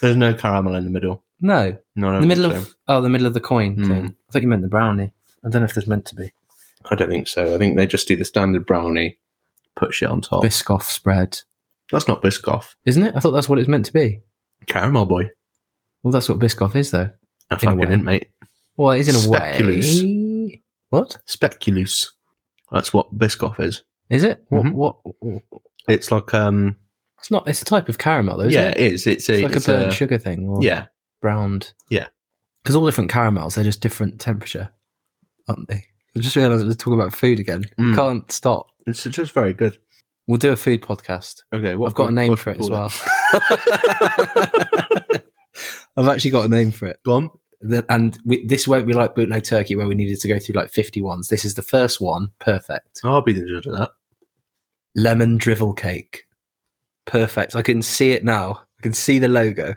There's no caramel in the middle. no, No, the middle of oh, the middle of the coin Hmm. thing. I thought you meant the brownie. I don't know if there's meant to be I don't think so. I think they just do the standard brownie, put shit on top. Biscoff spread, that's not Biscoff. isn't it? I thought that's what it's meant to be. Caramel boy. Well, that's what Biscoff is, though. I a fucking way. didn't, mate. Well, it is in a way. Speculoos. What Speculus. That's what Biscoff is. is it? What, Mhm. what, what- It's like um It's not. It's a type of caramel, though. Isn't yeah, Oh, it? it is. It's a it's like it's a burnt a- sugar thing. Or Yeah. browned. Yeah. Because all different caramels, they're just different temperature, aren't they? I just realised we're talking about food again. Mm. Can't stop. It's just very good. We'll do a food podcast. Okay, what I've got a name what- for it as what- well. I've actually got a name for it. Go on. The- And we, this won't be like bootleg turkey where we needed to go through like 50 ones. This is the first one. Perfect. I'll be the judge of that. Lemon drivel cake. Perfect. I can see it now. I can see the logo.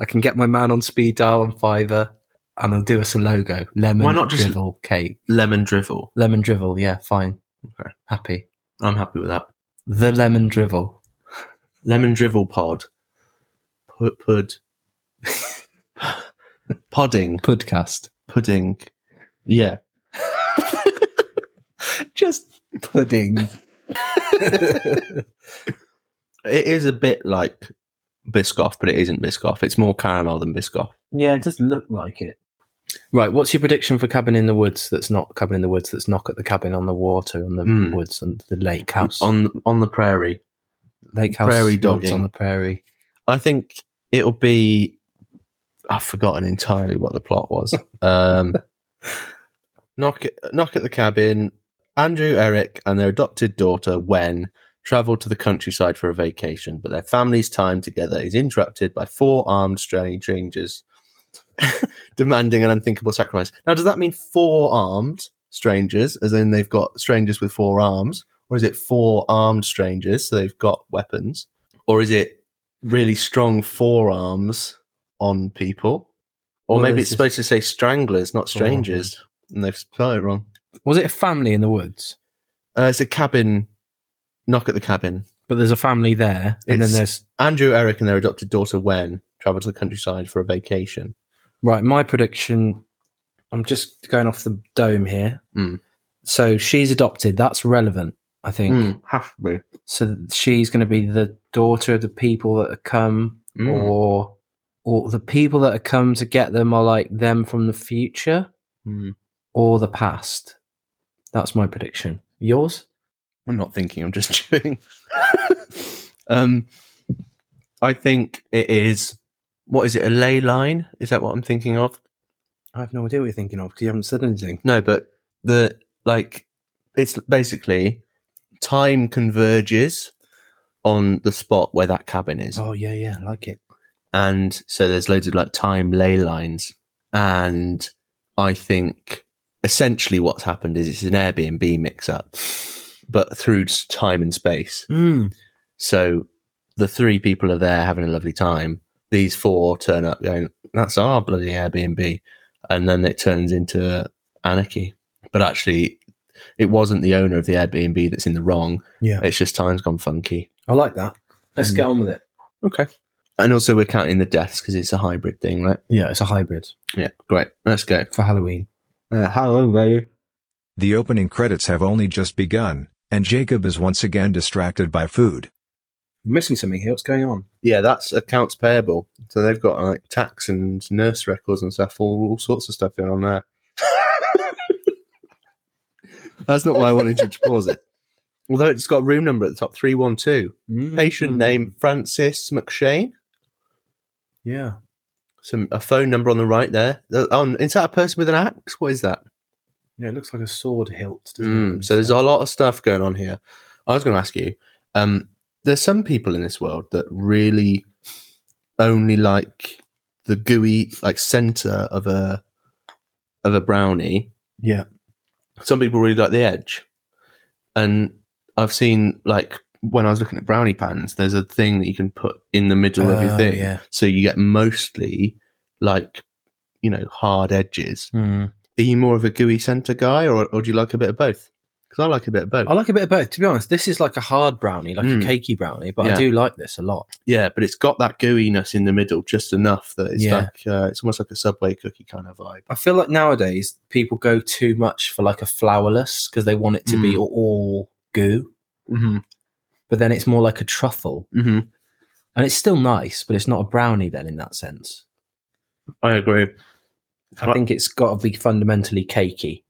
I can get my man on speed dial on Fiverr and he'll do us a logo. Lemon Why not just- drivel cake. Lemon drivel. Lemon drivel. Yeah, fine. Okay. Happy. I'm happy with that. The lemon drivel. Lemon drivel pod. Pud pud. Podding. Podcast. Pudding. Yeah. Just pudding. It is a bit like Biscoff, but it isn't Biscoff. It's more caramel than Biscoff. Yeah, it does look like it. Right, what's your prediction for cabin in the woods that's not cabin in the woods that's knock at the cabin on the water on the Hmm. woods and the lake house On on the prairie, lake house prairie woods dogging. on the prairie. I think it'll be. I've forgotten entirely what the plot was. Um, knock at- knock at the cabin. Andrew, Eric, and their adopted daughter Wen travel to the countryside for a vacation, but their family's time together is interrupted by four armed strangers demanding an unthinkable sacrifice. Now, does that mean four armed strangers, as in they've got strangers with four arms, or is it four armed strangers, so they've got weapons, or is it really strong forearms on people? Or Well, maybe there's it's this- supposed to say stranglers, not Four armed. strangers, Oh, and they've spelled it wrong. Was it a family in the woods? Uh, it's a cabin. Knock at the cabin. But there's a family there and then It's- there's Andrew, Eric, and their adopted daughter Wen travel to the countryside for a vacation. right, my prediction I'm just going off the dome here. Hmm. So she's adopted, that's relevant, I think. have to be. So she's going to be the daughter of the people that have come, Mm. or or the people that have come to get them are like them from the future hmm. Mm. or the past. That's my prediction. Yours? I'm not thinking. I'm just chewing. um, I think it is. What is it? A ley line? Is that what I'm thinking of? I have no idea what you're thinking of because you haven't said anything. No, but the like, it's basically time converges on the spot where that cabin is. Oh yeah, yeah, I like it. and so there's loads of like time ley lines and i think essentially what's happened is it's an airbnb mix up but through s- time and space Hmm. so the three people are there having a lovely time these four turn up going that's our bloody airbnb and then it turns into anarchy but actually it wasn't the owner of the airbnb that's in the wrong Yeah. it's just time's gone funky I like that. Let's Mm. get on with it. okay and also we're counting the deaths because it's a hybrid thing right Yeah, it's a hybrid yeah, great. Let's go. for Halloween. Uh, hello, The opening credits have only just begun, and Jacob is once again distracted by food. missing something here. What's going on? Yeah, that's accounts payable. So they've got like tax and nurse records and stuff, all, all sorts of stuff going on there. that's not why I wanted to pause it. Although it's got room number at the top, 312. Patient name Francis McShane. Yeah. Some a phone number on the right there. Uh, On is that a person with an axe? What is that? Yeah, it looks like a sword hilt. Mm, so there's a lot of stuff going on here. I was going to ask you. Um, there's some people in this world that really only like the gooey like center of a of a brownie. Yeah. Some people really like the edge, and I've seen like when I was looking at brownie pans, there's a thing that you can put in the middle of your Oh, thing, yeah. so you get mostly like you know hard edges. Are you more of a gooey center guy, or, or do you like a bit of both? Because I like a bit of both. I like a bit of both. To be honest, this is like a hard brownie, like Mm. a cakey brownie, but Yeah. I do like this a lot. Yeah, but it's got that gooiness in the middle just enough that it's Yeah. like uh, it's almost like a subway cookie kind of vibe. I feel like nowadays people go too much for like a flourless because they want it to Mm. be all goo, Mm-hmm. but then it's more like a truffle, Mm-hmm. and it's still nice, but it's not a brownie then in that sense. I agree. I think it's got to be fundamentally cakey.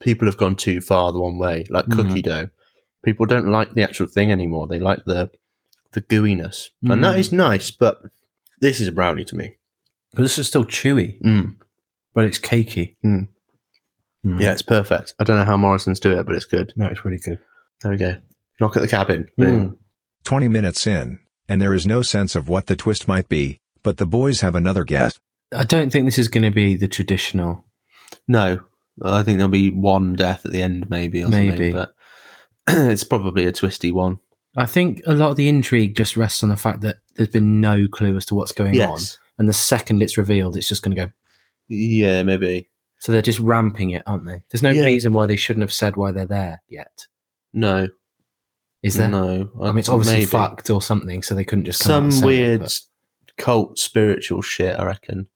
people have gone too far the one way, like Mhm. cookie dough. People don't like the actual thing anymore. They like the the gooiness, and that Mm. is nice. But this is a brownie to me. But this is still chewy, Mm. but it's cakey. Mm. Mm. Yeah, it's perfect. I don't know how Morrison's do it, but it's good. no, it's really good. Mm. There we go. Knock at the cabin. Boom. 20 minutes in, and there is no sense of what the twist might be, but the boys have another guess. I don't think this is going to be the traditional. No, I think there'll be one death at the end, maybe. Or Maybe. something, but it's probably a twisty one. I think a lot of the intrigue just rests on the fact that there's been no clue as to what's going on. And the second it's revealed, it's just going to go. Yeah, maybe. So they're just ramping it, aren't they? There's no Yeah. reason why they shouldn't have said why they're there yet. No, Is there? no. I mean, it's obviously maybe. fucked or something, so they couldn't just come out and Some say it, weird but- cult spiritual shit. I reckon.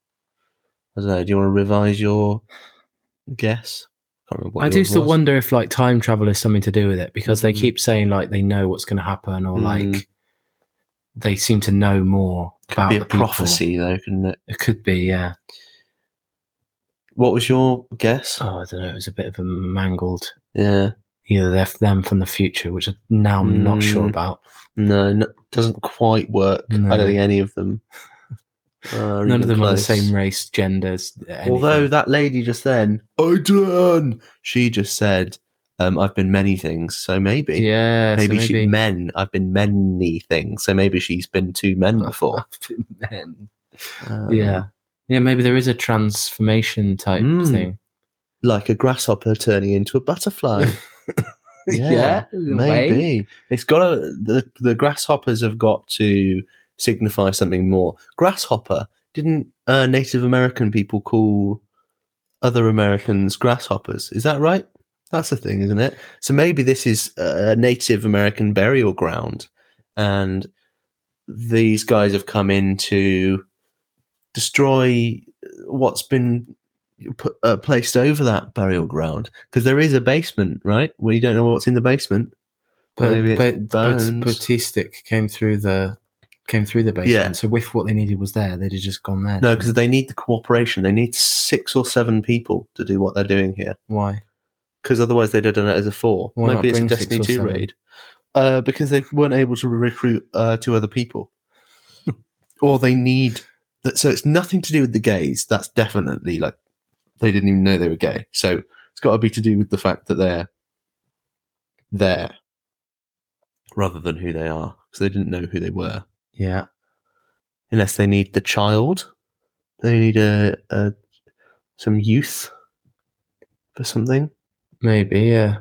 I don't know. Do you want to revise your guess? Can't remember what I do yours still was. wonder if like time travel is something to do with it because they Mm. keep saying like they know what's going to happen or Mm. like they seem to know more Could about be a the people. prophecy, though, couldn't it? It could be, yeah. What was your guess? Oh, I don't know. It was a bit of a mangled. Yeah, Either they're f- them from the future, which I- now I'm not sure Mm. about. no, no doesn't quite work. I No. don't think any of them. are None even of them close. are the same race, genders. anything. Although that lady just then, Adrian, she just said, um, "I've been many things, so maybe." yeah, so maybe, she maybe- men. I've been many things, so maybe she's been two men before. Men. Um, yeah, yeah. Maybe there is a transformation type Mm. thing. like a grasshopper turning into a butterfly. maybe it's got to, the the grasshoppers have got to signify something more. Grasshopper didn't uh, Native American people call other Americans grasshoppers? Is that right? That's the thing, isn't it? So maybe this is a Native American burial ground, and these guys have come in to destroy what's been put, uh, placed over that burial ground because there is a basement, right? Where you don't know what's in the basement. But, Maybe it's but, but bones. Batistic came through the came through the basement. Yeah. So if what they needed was there, they'd have just gone there. No, because they need the cooperation. They need six or seven people to do what they're doing here. why? Because otherwise, they'd have done it as a four. Why not Maybe it's a bring six Destiny or Two seven? raid. Uh, because they weren't able to recruit uh, two other people, or they need. That, so it's nothing to do with the gays. That's definitely like they didn't even know they were gay. So it's got to be to do with the fact that they're there, rather than who they are, because they didn't know who they were Yeah. unless they need the child. They need a, a some youth for something. Maybe. Yeah.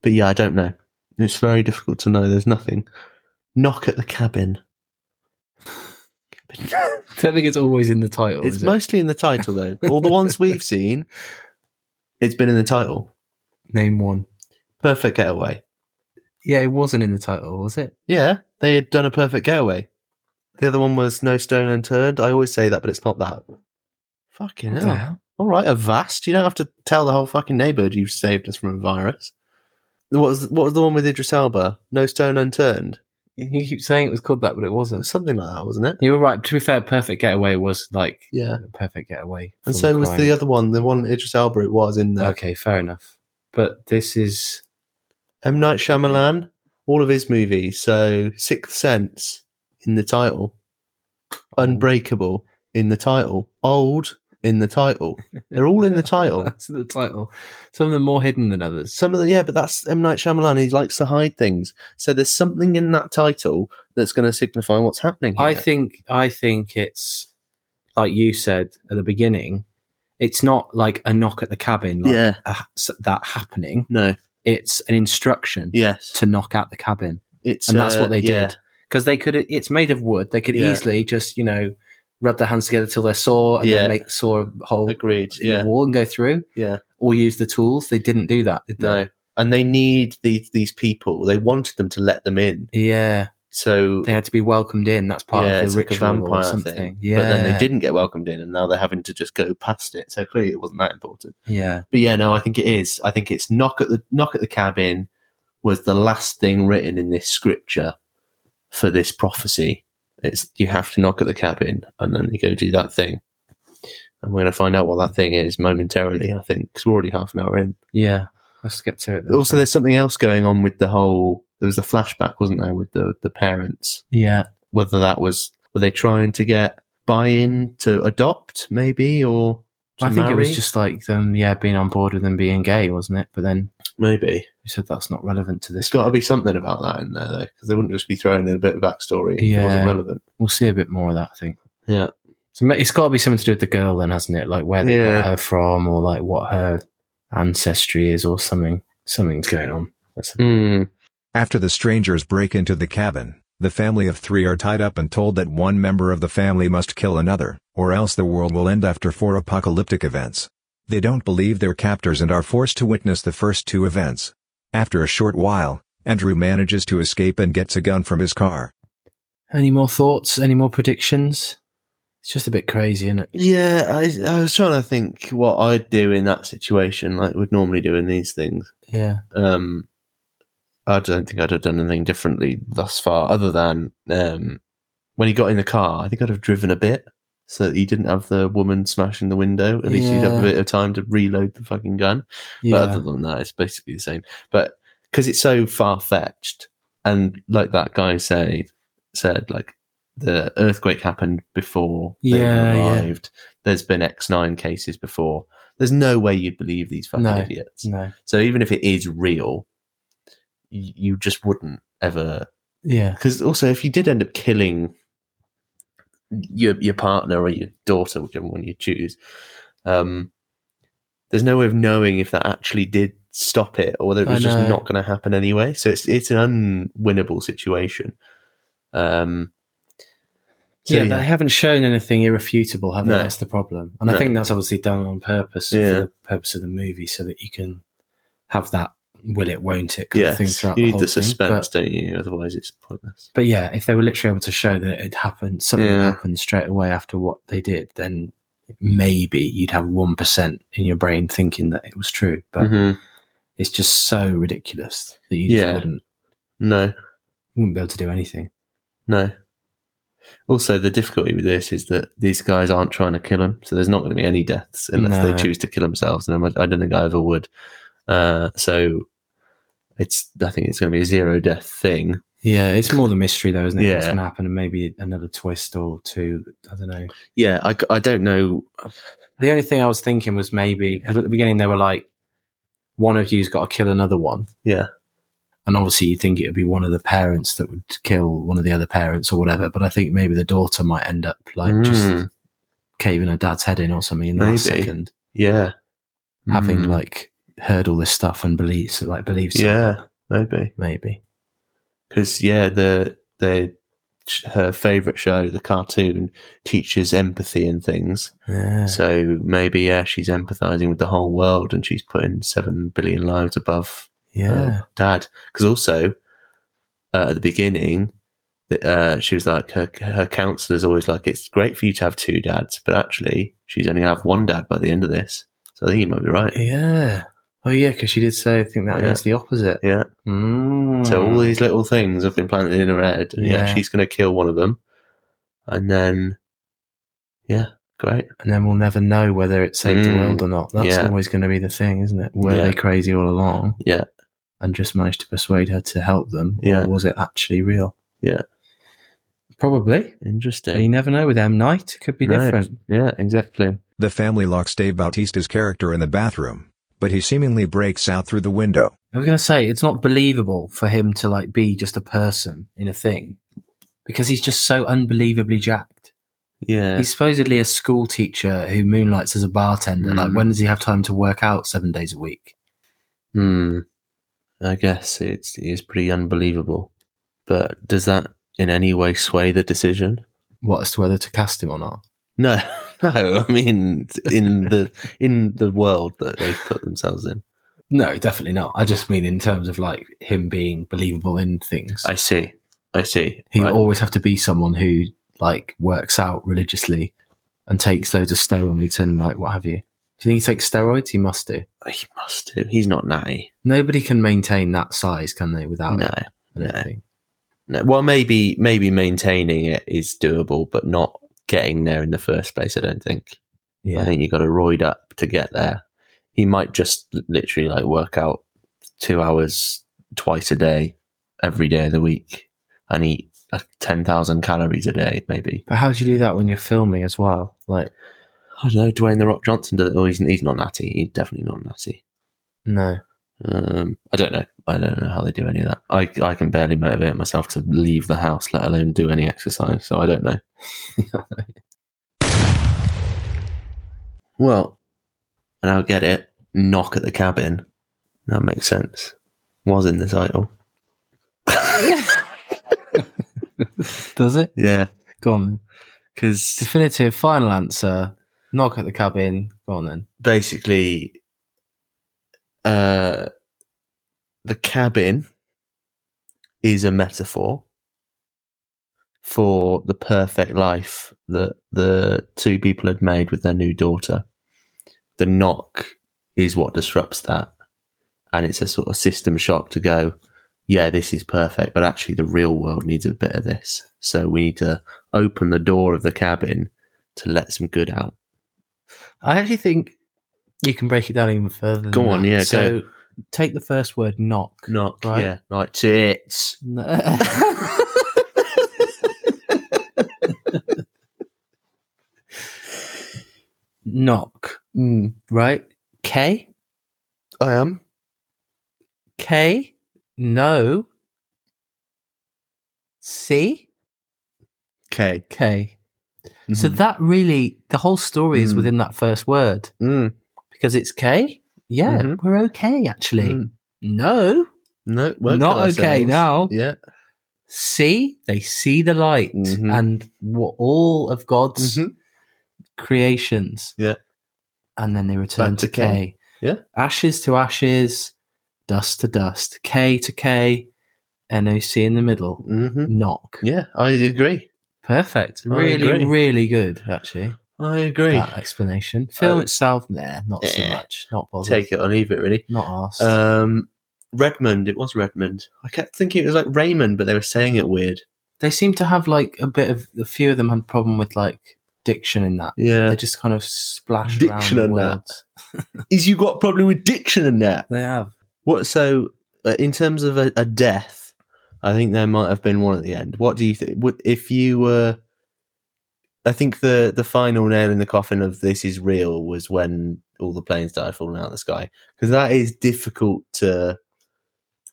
But yeah, I don't know. It's very difficult to know. There's nothing. Knock at the cabin. I don't think it's always in the title. Oh, it's is it? mostly in the title though. All the ones we've seen, it's been in the title. Name one. Perfect getaway. Yeah, it wasn't in the title, was it? Yeah, they had done a perfect getaway. The other one was no stone unturned. I always say that, but it's not that. Fucking What hell. the hell? All right, a vast. You don't have to tell the whole fucking neighborhood you've saved us from a virus. What was what was the one with Idris Elba? No stone unturned. You keep saying it was called that, but it It was wasn't. something like that, wasn't it? You were right. To be fair, Perfect Getaway was like Yeah. a perfect getaway. from And so was crime. the other one, the one Idris Elba. It was in there. Okay, fair enough. But this is M Night Shyamalan, all of his movies. So Sixth Sense in the title, Unbreakable in the title, Old in the title. They're all in the title. that's the title. Some of them more hidden than others. Some of the yeah, but that's M Night Shyamalan. He likes to hide things. So there's something in that title that's going to signify what's happening. I here. think I think it's like you said at the beginning. It's not like a knock at the cabin, like yeah. a- s- that happening. No. It's an instruction Yes. to knock out the cabin, It's and that's uh, what they yeah. did because they could. It's made of wood. They could Yeah. easily just you know rub their hands together till they're sore and Yeah. then make the sore hole Agreed. in the Yeah. wall and go through. Yeah. Or use the tools. They didn't do that. Did they? No. And they need these these people. They wanted them to let them in. Yeah. So they had to be welcomed in. That's part yeah, of it's the like a ritual or vampire something. thing. Yeah, But then they didn't get welcomed in, and now they're having to just go past it. So clearly, it wasn't that important. Yeah, But yeah, no, I think it is. I think it's knock at the knock at the cabin was the last thing written in this scripture for this prophecy. It's you have to knock at the cabin, and then you go do that thing. And we're going to find out what that thing is momentarily. I think 'cause we're already half an hour in. yeah. I skipped to it. then. Also, there's something else going on with the whole. There was a flashback, wasn't there, with the the parents yeah, whether that was were they trying to get buy-in to adopt maybe or to I think it was marry? just like them. Yeah, being on board with them being gay, wasn't it? But then maybe you said that's not relevant to there's this. got to be something about that in there though because they wouldn't just be throwing in a bit of backstory if it Yeah. wasn't relevant We'll see a bit more of that. I think. Yeah. So ma- it's got to be something to do with the girl, then, hasn't it? Like where they Yeah. got her from, or like what her ancestry is, or something. Something's going on. That's- Hmm. After the strangers break into the cabin, the family of three are tied up and told that one member of the family must kill another, or else the world will end after four apocalyptic events. They don't believe their captors and are forced to witness the first two events. After a short while, Andrew manages to escape and gets a gun from his car. Any more thoughts? Any more predictions? It's just a bit crazy, isn't it? yeah I, I was trying to think what i'd do in that situation like would normally do in these things Yeah. um i don't think i'd have done anything differently thus far other than um when he got in the car i think i'd have driven a bit so that he didn't have the woman smashing the window at least you'd have a Yeah. bit of time to reload the fucking gun Yeah. but other than that it's basically the same but because it's so far-fetched and like that guy say said like the earthquake happened before they Yeah, yeah. arrived there's been x9 cases before there's no way you'd believe these fucking No. idiots no. so even if it is real, y- you just wouldn't ever. Yeah. Because also, if you did end up killing your your partner or your daughter, whichever one you choose, um, there's no way of knowing if that actually did stop it or whether it I was just know. not going to happen anyway. So it's it's an unwinnable situation. Um, so yeah, they haven't shown anything irrefutable, have they? No. That's the problem. And I No. think that's obviously done on purpose Yeah. for the purpose of the movie so that you can have that will it, won't it kind of yeah, thing throughout you the need whole the thing. suspense, But, don't you? Otherwise, it's pointless. but yeah, if they were literally able to show that it happened, something Yeah. happened straight away after what they did, then maybe you'd have 1% in your brain thinking that it was true. But Mhm. it's just so ridiculous that you just Yeah. wouldn't, No, wouldn't be able to do anything. No. Also, the difficulty with this is that these guys aren't trying to kill him, so there's not going to be any deaths unless No. they choose to kill themselves, and I'm- I don't think I ever would. Uh, so it's I think it's going to be a zero death thing. Yeah, it's more the mystery though, isn't it? What's Yeah. going to happen and maybe another twist or two. I don't know. Yeah, I, c- I don't know. The only thing I was thinking was maybe 'cause at the beginning they were like, one of you's got to kill another one, Yeah, and obviously you think it would be one of the parents that would kill one of the other parents or whatever. But I think maybe the daughter might end up like just Mm, caving her dad's head in or something in the last Maybe. second, yeah, having Mm, like heard all this stuff and believes like believes yeah, maybe maybe because yeah, the the her favorite show, the cartoon, teaches empathy and things. yeah So maybe yeah, she's empathizing with the whole world, and she's putting seven billion lives above uh, yeah dad. Because also uh, at the beginning, that, uh, she was like her her counselor's always like it's great for you to have two dads, but actually she's only gonna have one dad by the end of this. So I think you might be right. Yeah. Oh yeah, because she did say I think that Yeah. was the opposite. Yeah. Mm. So all these little things have been planted in her head. And yeah, Yeah. she's gonna kill one of them, and then yeah, great. and then we'll never know whether it saved the Mm. world or not. That's Yeah. always going to be the thing, isn't it? Were Yeah. they crazy all along? Yeah. And just managed to persuade her to help them, Yeah. or was it actually real? Yeah. Probably. You Interesting. never know with M Night; it could be No. different. Yeah, exactly. The family locks Dave Bautista's character in the bathroom, but he seemingly breaks out through the window. I was going to say it's not believable for him to like be just a person in a thing because he's just so unbelievably jacked. Yeah. He's supposedly a school teacher who moonlights as a bartender. Like, Mm. when does he have time to work out seven days a week? Hmm. I guess it's it's pretty unbelievable. But does that in any way sway the decision? What as to whether to cast him or not? No, no. I mean, in the in the world that they put themselves in. No, definitely not. I just mean in terms of like him being believable in things. I see. I see. He'll Right. always have to be someone who like works out religiously and takes loads of steroids and like what have you. Do you think he takes steroids? He must do. he must do. He's not natty. Nobody can maintain that size, can they? Without No, it, I don't no. think. no. Well, maybe maybe maintaining it is doable, but not getting there in the first place. I don't think. I Yeah, think you got to roid up to get there. He might just l- literally like work out two hours twice a day, every day of the week, and eat like ten thousand calories a day, maybe. but how do you do that when you're filming as well? Like, I don't know. Dwayne the Rock Johnson did it. Oh, he's, he's not natty. He's definitely not natty. no, Um, I don't know. I don't know how they do any of that. I I can barely motivate myself to leave the house, let alone do any exercise. So I don't know. Well, and I'll get it. Knock at the cabin. That makes sense. Was in the title. does it? yeah, Go on. then. because Definitive final answer. Knock at the cabin. Go on then. basically, uh, the cabin is a metaphor for the perfect life that the two people had made with their new daughter. The knock is what disrupts that. And it's a sort of system shock to go, yeah, this is perfect, but actually the real world needs a bit of this. So we need to open the door of the cabin to let some good out. I actually think you can break it down even further. than Go on, that. yeah, So take the first word, knock. Knock, Right. yeah, like tits. knock, Mm, right? K, I am. K, no. C, Okay. K. Mm-hmm. So that really, the whole story is Mm. within that first word Mm-hmm. because it's K. Yeah, Mhm. we're okay actually. Mm. No, Mm-hmm. No, won't not kill okay ourselves. now. Yeah. See, they see the light Mhm. and what all of God's creations. Mm-hmm. Yeah. And then they return Back to to K. K. Yeah. Ashes to ashes, dust to dust, K to K, NOC in the middle, hmm knock. Yeah, I agree. Perfect. I Really, agree. really good, actually. I agree. That explanation. Film Uh, itself, nah, not so eh. much. Not bothered. Take it or leave it, really. Not asked. Um, Redmond. It was Redmond. I kept thinking it was like Raymond, but they were saying it weird. they seem to have like a bit of a few of them had problem with like diction in that. Yeah. They just kind of splash Diction around and the that. words. Is you got a problem with diction in that? They have. What? So, uh, in terms of a, a death, I think there might have been one at the end. What do you think? Would if you were? I think the the final nail in the coffin of this is real was when all the planes started falling out of the sky because that is difficult to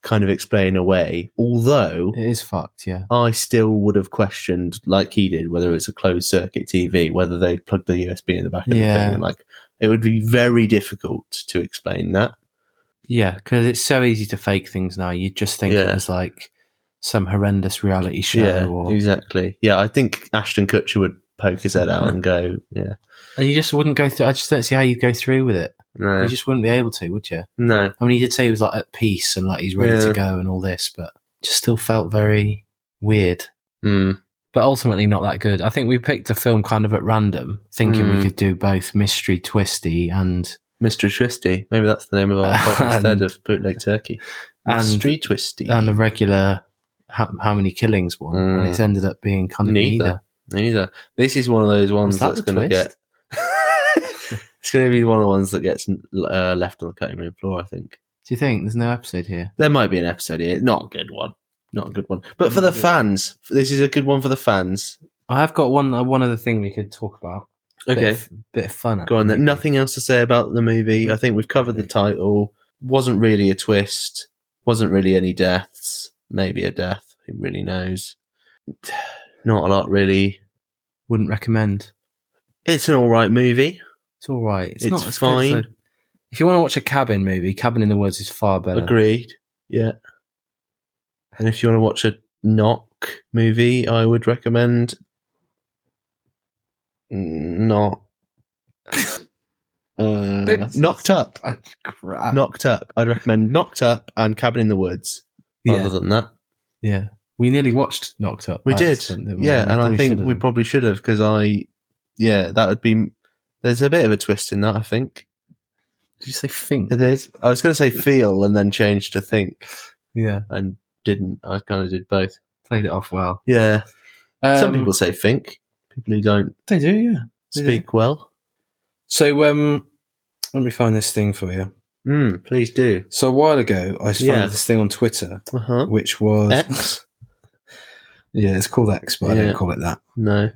kind of explain away. Although It is fucked, yeah. I still would have questioned, like he did, whether it's a closed circuit TV, whether they plugged the USB in the back of the Yeah. thing. and, Like it would be very difficult to explain that. Yeah, because it's so easy to fake things now. You just think it Yeah. was like some horrendous reality show, Yeah, or exactly. Yeah, I think Ashton Kutcher would poke his head out and go, "Yeah, and you just wouldn't go through. I just don't see how you go through with it. no, You just wouldn't be able to, would you? no, I mean, he did say he was like at peace and like he's ready Yeah. to go and all this, but just still felt very weird. Mm. but ultimately not that good. I think we picked a film kind of at random, thinking Mm. we could do both mystery twisty and Mr. Twisty. Maybe that's the name of our podcast instead of bootleg turkey. and- Mr. Twisty. and the regular how, how many killings one, and Mm. it's ended up being kind of Neither. neither. Neither. This is one of those ones Was that that's the going to get. twist? it's going to be one of the ones that gets uh, left on the cutting room floor. I think Do you think there's no episode here? there might be an episode here. Not a good one. Not a good one. But Not for the a good- fans, this is a good one for the fans. I have got one uh, one other thing we could talk about. Okay, bit of, bit of fun. go on actually. then. Nothing else to say about the movie. I think we've covered the title. Wasn't really a twist. Wasn't really any deaths. Maybe a death. Who really knows? Not a lot, really. Wouldn't recommend. It's an all right movie. It's all right. It's, It's not as fine. good for- If you want to watch a cabin movie, Cabin in the Woods is far better. Agreed. Yeah. And if you want to watch a knock movie, I would recommend not uh, knocked up. Crap. Knocked up. I'd recommend knocked up and cabin in the woods. yeah. Other than that, yeah. We nearly watched Knocked Up. we by did. accident, didn't we? Yeah, and I probably think should've we done. probably should have because I, yeah, that would be. There's a bit of a twist in that. I think Did you say think? it is. I was going to say feel and then change to think Yeah. and didn't. I kind of did both. Played it off well. Yeah. Some Um, people say think. People who don't They do, yeah. They do. speak well. So um, let me find this thing for you. Mm, please do. So a while ago, I found Yeah. this thing on Twitter, Uh huh. which was X. yeah, it's called X, but I Yeah. don't call it that. No.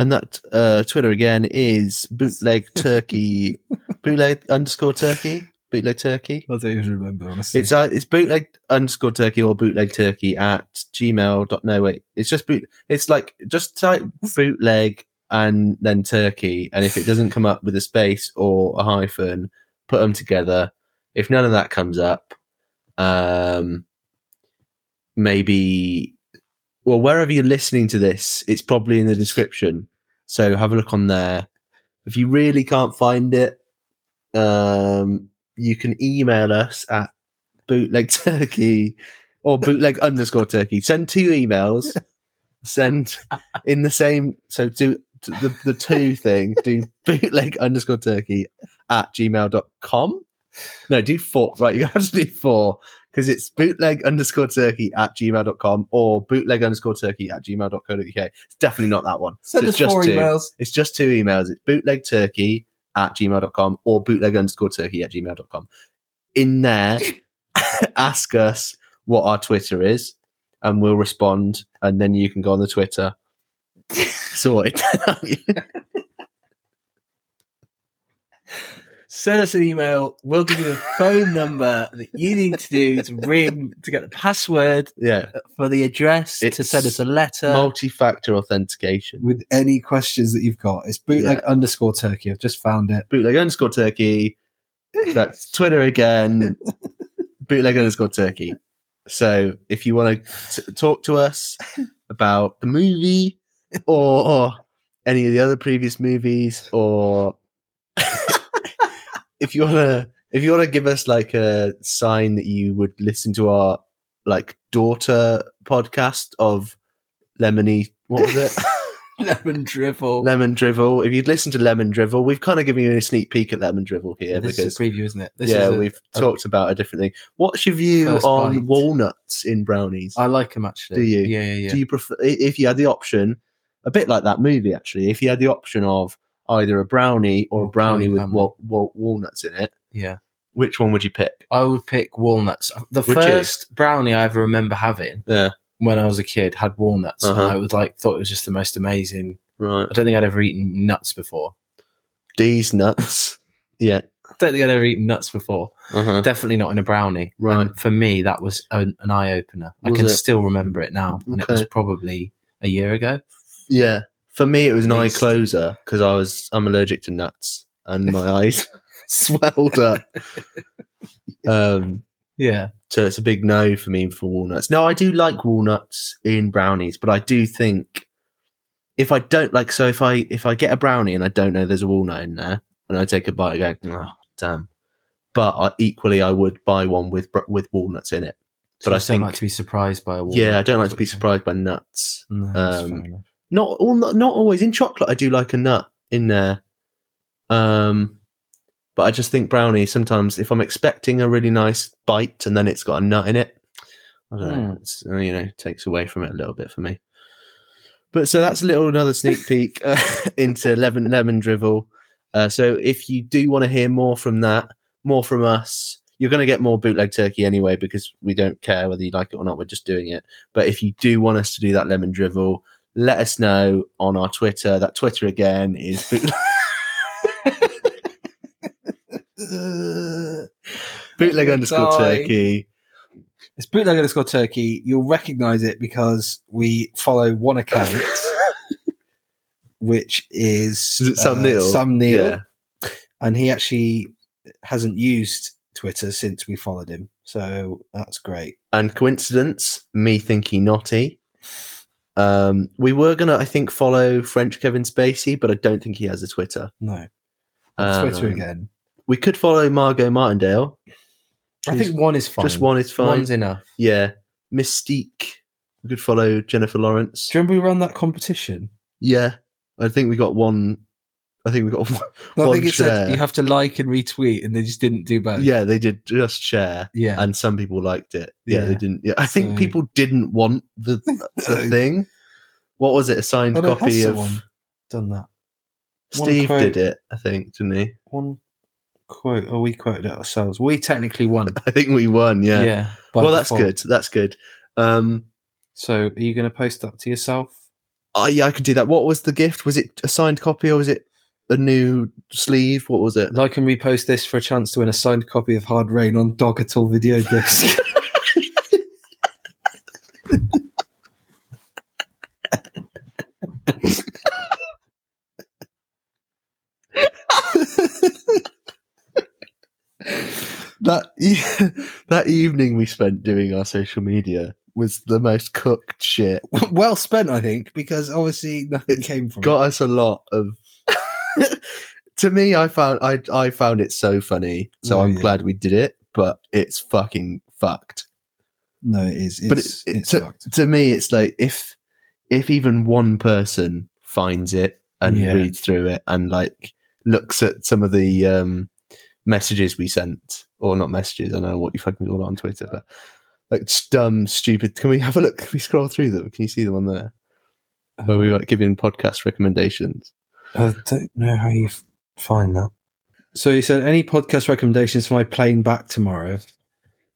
And that uh, Twitter again is bootleg turkey, bootleg underscore turkey, bootleg turkey. I don't even remember. Honestly, It's uh, it's bootleg underscore turkey or bootleg turkey at gmail. dot- No wait, it's just boot. It's like just type bootleg and then turkey, and if it doesn't come up with a space or a hyphen, put them together. If none of that comes up, um, maybe well wherever you're listening to this, it's probably in the description. So have a look on there. If you really can't find it, um, you can email us at bootleg turkey or bootleg underscore turkey. Send two emails. Send in the same. So do t- the, the two thing. Do bootleg underscore turkey at gmail.com. No, do four. Right. You have to do four because it's bootleg underscore turkey at gmail.com or bootleg underscore turkey at gmail.co.uk. It's definitely not that one. So it's just two. It's just two emails. It's bootleg turkey at gmail.com or bootleg underscore turkey at gmail.com. In there, ask us what our Twitter is and we'll respond. And then you can go on the Twitter. Sorted. Send us an email. We'll give you the phone number that you need to do to ring to get the password yeah. for the address to It's send us a letter. Multi factor authentication. with any questions that you've got, it's bootleg underscore turkey. I've just found it. Bootleg underscore turkey. That's Twitter again. bootleg underscore turkey. So if you want to talk to us about the movie or, or any of the other previous movies, or if you wanna if you wanna give us like a sign that you would listen to our like daughter podcast of Lemony, what was it? Lemon drivel. Lemon Drivel. If you'd listen to Lemon Drivel, we've kind of given you a sneak peek at Lemon Drivel here this because is a preview, isn't it? This yeah, is a- we've a- talked about a different thing. What's your view First on bite. walnuts in brownies? I like them actually. Do you? Yeah, yeah, yeah. Do you prefer i- if you had the option, a bit like that movie actually? If you had the option of either a brownie or a Or brownie with cauliflower. wa- wa- walnuts in it, yeah. which one would you pick? I would pick walnuts. The Would you? first brownie I ever remember having Yeah, when I was a kid had walnuts. Uh-huh. And I was like, thought it was just the most amazing. right. I don't think I'd ever eaten nuts before. These nuts. yeah. I don't think I'd ever eaten nuts before. Uh-huh. Definitely not in a brownie. Right. And for me, that was an, an eye opener. I Was can it? still remember it now, and it was Okay. probably a year ago. Yeah. For me, it was an eye Least. closer because I was I'm allergic to nuts and my eyes swelled up. Um, Yeah, so it's a big no for me for walnuts. No, I do like walnuts in brownies, but I do think if I don't like, so if I if I get a brownie and I don't know there's a walnut in there, and I "Ah, take a bite, I go, oh damn. But I, equally, I would buy one with br- with walnuts in it So But you I just don't think- like to be surprised by a walnut. Yeah, I don't like to be sort of surprised by nuts. thing. No, that's um, fair enough. Not all, not, not always in chocolate. I do like a nut in there. Um, but I just think brownie. Sometimes if I'm expecting a really nice bite and then it's got a nut in it, I don't know. Hmm. It's, uh, you know, takes away from it a little bit for me. But so that's a little another sneak peek uh, into lemon lemon drivel. Uh, so if you do want to hear more from that, more from us, you're going to get more bootleg turkey anyway because we don't care whether you like it or not. We're just doing it. But if you do want us to do that lemon drivel, let us know on our Twitter. That Twitter again is bootleg, bootleg underscore Die. turkey. It's bootleg underscore turkey. You'll recognize it because we follow one account, which is, uh, Is it Sam Neill? Sam Neill. Yeah. And he actually hasn't used Twitter since we followed him. So that's great. and coincidence, me thinking naughty. Um, we were gonna, I think, follow French Kevin Spacey, but I don't think he has a Twitter. No. Um, Twitter again. We could follow Margot Martindale. I think one is fine. Just one is fine. One's enough. yeah, Mystique. We could follow Jennifer Lawrence. Do you remember we ran that competition? Yeah, I think we got one. I think we got one. No, I one think it said share. you have to like and retweet, and they just didn't do both. Yeah, they did just share, Yeah. and some people liked it. Yeah, they Yeah. didn't. Yeah, I think So- people didn't want the, the thing. What was it? A signed Oh, no, has copy of someone done that. One Steve quote- did it, I think, didn't he? One quote, or we quoted it ourselves. We technically won. I think we won. Yeah. by well, that's default. good. That's good. Um, So, are you going to post that to yourself? I yeah, I could do that. What was the gift? Was it a signed copy or was it a new sleeve? What was it? Like and repost this for a chance to win a signed copy of Hard Rain on Dogatal video disc. that e- that evening we spent doing our social media was the most cooked shit. well spent, I think, because obviously nothing came from Got us a lot of. to me, I found I I found it so funny. So Oh, I'm yeah. glad we did it, but it's fucking fucked. it. No, it is. It's, But it- it it's took- fucked. to me it's like if if even one person finds it and Yeah. reads through it and like looks at some of the um messages we sent or not messages i don't know what you fucking call it on twitter but like s- dumb stupid can we have a look can we scroll through them can you see them on there where we were giving podcast recommendations I don't know how you f- find that. So he said, any podcast recommendations for my plane back tomorrow? He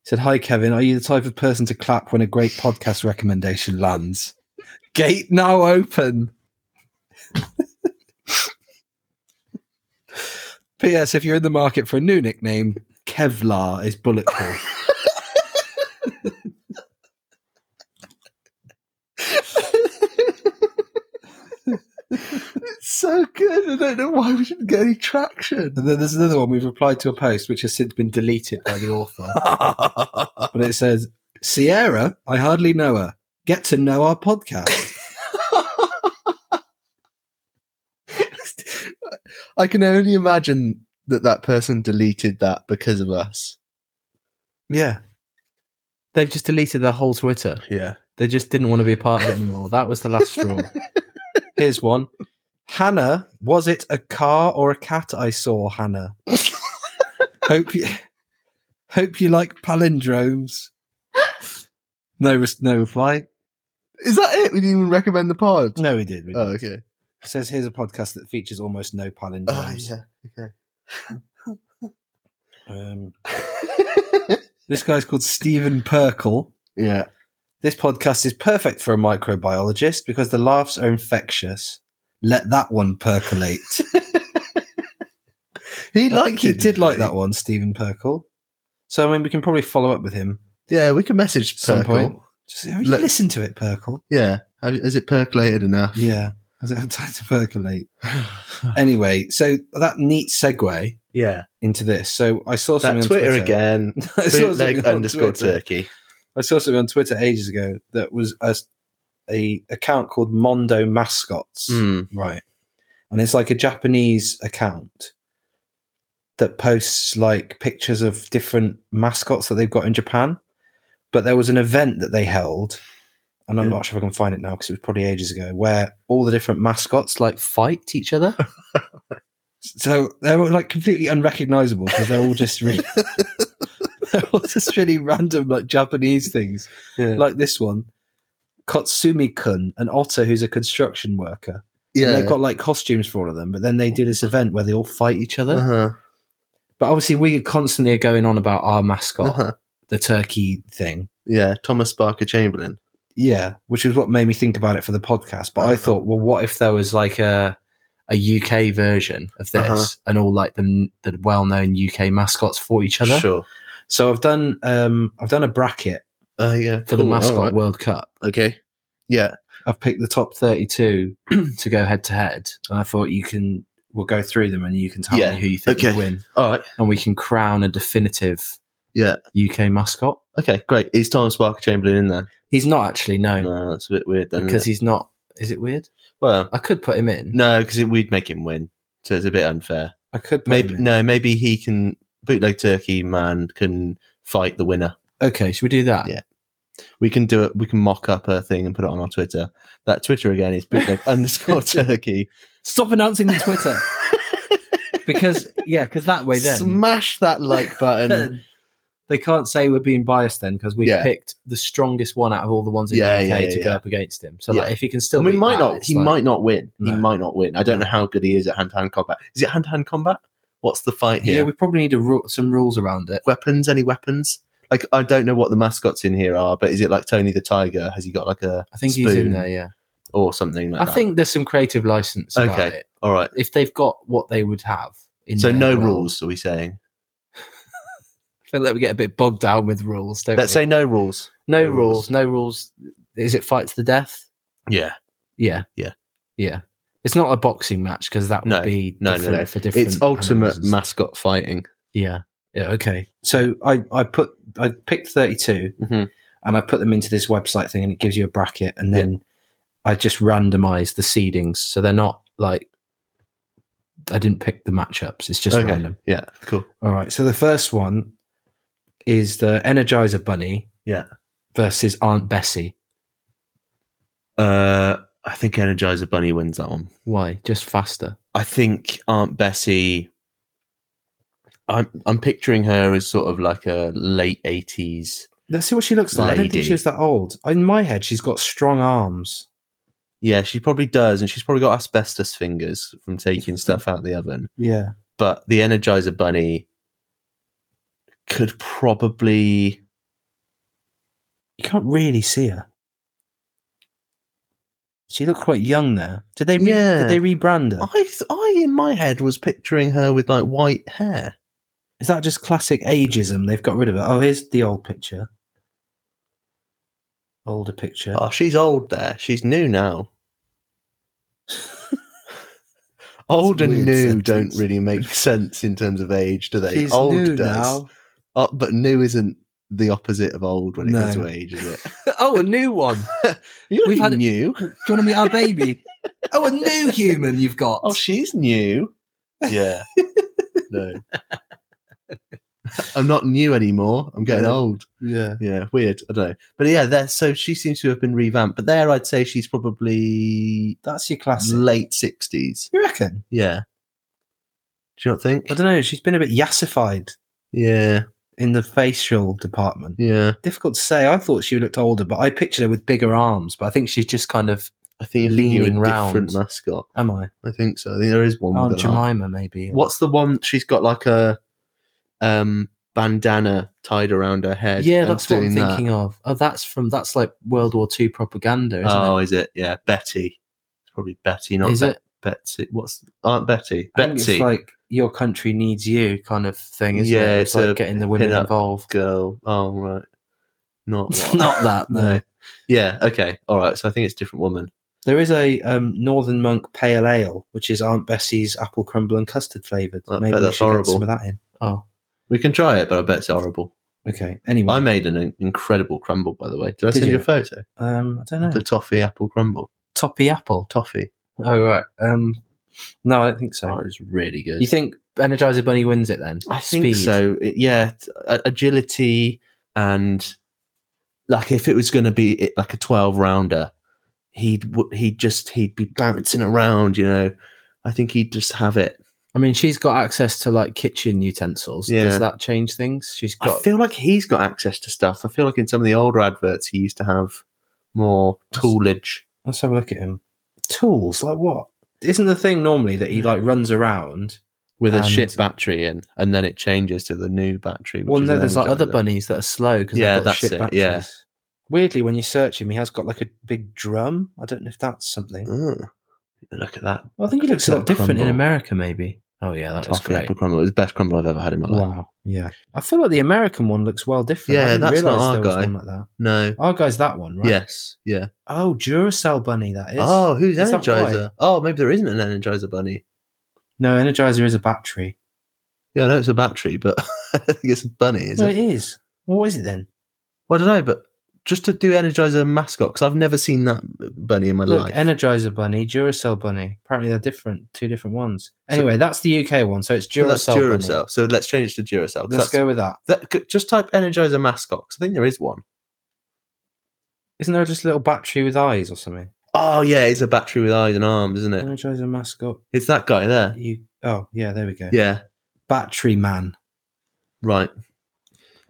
said, hi, Kevin. Are you the type of person to clap when a great podcast recommendation lands? Gate now open. P.S. If you're in the market for a new nickname, Kevlar is bulletproof. it's so good i don't know why we didn't get any traction and then there's another one we've replied to a post which has since been deleted by the author. but it says Sierra, I hardly know her. Get to know our podcast. I can only imagine that that person deleted that because of us. yeah, They've just deleted their whole Twitter. Yeah. They just didn't want to be a part of it anymore. That was the last straw. here's one. Hannah, was it a car or a cat I saw, Hannah? hope you hope you like palindromes. No, res- no reply. Is that it? We didn't even recommend the pod. No, he did. we Oh, did. okay. Uh, It says here's a podcast that features almost no Oh, palindromes. yeah. um, this guy's called Stephen Perkle. Yeah. This podcast is perfect for a microbiologist because the laughs are infectious. Let that one percolate. he liked like he it, did didn't like he? that one, Stephen Perkle. So I mean, we can probably follow up with him Yeah, we can message at some Perkle. point. Just have you Let- listen to it, Perkle. Yeah. Have- Has it percolated enough? Yeah, I don't have time to percolate. anyway, so that neat segue yeah. into this. So I saw something That on Twitter again. I saw something Bootleg on underscore Twitter. turkey. I saw something on Twitter ages ago that was a, a account called Mondo Mascots. Hmm. Right. And it's like a Japanese account that posts like pictures of different mascots that they've got in Japan. But there was an event that they held, and I'm Yeah. not sure if I can find it now because it was probably ages ago, where all the different mascots like fight each other. so they were like completely unrecognizable because they're all just really, they're all just really random like Japanese things, Yeah. like this one. Kotsumi Kun, an otter who's a construction worker. And yeah. they've got like costumes for all of them, but then they do this event where they all fight each other. uh-huh. But obviously, we constantly are going on about our mascot, Uh-huh. the turkey thing. Yeah, Thomas Barker Chamberlain. Yeah, which is what made me think about it for the podcast. But I Uh-huh. thought, Well, what if there was like a a UK version of this, Uh-huh. and all like the the well known UK mascots fought each other? Sure. so I've done um I've done a bracket. Uh, yeah. For the cool, mascot alright. World Cup, Okay. Yeah. I've picked the top top thirty-two to go head to head, and I thought you can we'll go through them and you can tell Yeah, me who you think okay. will win. All right. and we can crown a definitive Yeah. UK mascot. Okay. Great. Is Thomas Barker Chamberlain in there? He's not actually no, No, that's a bit weird. Then, because isn't it? he's not. Is it weird? well, I could put him in. no, because we'd make him win, so it's a bit unfair. I could put Maybe them in. no, maybe he can bootleg turkey man can fight the winner. Okay, should we do that? Yeah. We can do it. We can mock up a thing and put it on our Twitter. That Twitter again is bootleg underscore turkey. Stop announcing the Twitter because yeah, because that way then Smash that like button. they can't say we're being biased then because we Yeah. picked the strongest one out of all the ones in Yeah, the UK yeah, yeah, to go yeah. up against him. So Yeah. like, if he can I still, mean, beat might that, not. it's He like- might not win. He No. might not win. I don't know how good he is at hand to hand combat. Is it hand to hand combat? What's the fight Yeah, here? we probably need a ru- some rules around it. weapons? Any weapons? Like I don't know what the mascots in here are, but is it like Tony the Tiger? Has he got like a I think he's in Spoon. there. Yeah, or something like I that? think there's some creative license. About Okay. it. All right. if they've got what they would have. In So their no role. rules. Are we saying? I feel like we get a bit bogged down with rules. Don't Let's we? say no rules. no no rules. rules. No rules. Is it fight to the death? Yeah. Yeah. Yeah. Yeah. It's not a boxing match because that would No, be no, no, different no. for different. It's ultimate animals. mascot fighting. yeah. Yeah. Okay. So I I put I picked 32 Mm-hmm. Mhm. and I put them into this website thing and it gives you a bracket and then I just randomized the seedings, so they're not like I didn't pick the matchups. It's just Okay. random. Yeah. Cool. All right. So the first one is the Energizer Bunny. Yeah. Versus Aunt Bessie. Uh, I think Energizer Bunny wins that one. Why? Just faster. I think Aunt Bessie. I'm I'm picturing her as sort of like a late eighties. Let's see what she looks like. I don't think Lady. she was that old. In my head, she's got strong arms. Yeah, she probably does, and she's probably got asbestos fingers from taking stuff out the oven. Yeah. But the Energizer Bunny could probably. You can't really see her. She looked quite young there. Did they? Re- Yeah. Did they rebrand her? I th- I in my head was picturing her with like white hair. Is that just classic ageism? They've got rid of it. Oh, here's the old picture. Older picture. Oh, she's old there. She's new now. old That's a and weird new sentence. don't really make sense in terms of age, do they? She's old new does. now. Oh, but new isn't the opposite of old when it comes No. to age, is it? oh, a new one. We've You're We've had- new. Do you want to meet our baby? oh, a new human you've got. Oh, she's new. Yeah. no. I'm not new anymore. I'm getting Yeah. old. Yeah. Yeah, weird. I don't know. But yeah, there. So she seems to have been revamped. But there, I'd say she's probably That's your classic. late 60s. you reckon? Yeah. Do you not think? I don't know. She's been a bit yassified Yeah. in the facial department. Yeah. Difficult to say. I thought she looked older, but I pictured her with bigger arms. but I think she's just kind of. I think you're Leaning thinking of a round. different mascot. Am I? I think so. I think there is one. with Aunt an arm. Jemima, maybe. What's the one she's got like a um bandana tied around her head? Yeah, and that's what I'm doing that? thinking of. Oh, that's from that's like World War II propaganda, isn't Oh, is it? Yeah, Betty. It's probably Betty, it? not Is Bet- it? Betsy. What's Aunt Betty? I think Betsy, It's like your country needs you Kind of thing, isn't Yeah, it? it's a like getting the women pin-up. involved. girl. Oh right, not what? Not that, no. no. Yeah. Okay. All right. So I think it's a different woman. There is a um, Northern Monk Pale Ale, which is Aunt Bessie's apple crumble and custard flavored. I bet Maybe we that's should get horrible. some of that in. Oh, We can try it, but I bet it's horrible. Okay. Anyway, I made an in- incredible crumble, by the way. Did I Did send you a you? photo? um, I don't know. The toffee apple crumble. Toppy Apple. Toffee. Oh right. Um, no, I don't think so. Oh, it's really good. You think Energizer Bunny wins it then? I think so. It- Yeah, t- a- agility and like if it was going to be it- like a 12 rounder he'd w- he'd just he'd be bouncing around you know i think he'd just have it I mean, she's got access to like kitchen utensils. Yeah. Does that change things? She's i got. feel like he's got access to stuff i feel like in some of the older adverts he used to have more toolage Let's have a look at him. Tools like what? Isn't the thing normally that he like runs around? with And- a shit battery in and then it changes to the new battery which Well, is no, then there's like got other the- bunnies that are slow because Yeah, got that's shit it, yeah. batteries. Weirdly, when you search him, he has got like a big drum. I don't know if that's something. Mm. look at that I think he looks a lot Top different in crumble. America, maybe. Oh yeah, that was toffee great. apple crumble it was the best crumble i've ever had in my life Wow. Yeah. I feel like the American one looks well different. Yeah, I didn't that's not realise our there was guy. one like that. no Our guy's that one, right? yes yeah Oh, Duracell bunny that is. oh who's is that energizer oh maybe there isn't an energizer bunny No, Energizer is a battery. Yeah, I know it's a battery, but I think it's a bunny, is no, it? it is. What is it then? Well, I don't know, but just to do Energizer mascot, because I've never seen that bunny in my Look, life. Energizer bunny, Duracell bunny. Apparently they're different, two different ones. Anyway, that's the UK one, so it's So Duracell. that's bunny. Duracell. So let's change to Duracell. 'cause Let's that's- go with that. that- c- just type Energizer mascot, 'cause I think there is one. Isn't there just a little battery with eyes or something? Oh, yeah, it's a battery with eyes and arms, isn't it? Energizer mascot. It's that guy there. You. Oh yeah, there we go. Yeah, Battery man. right.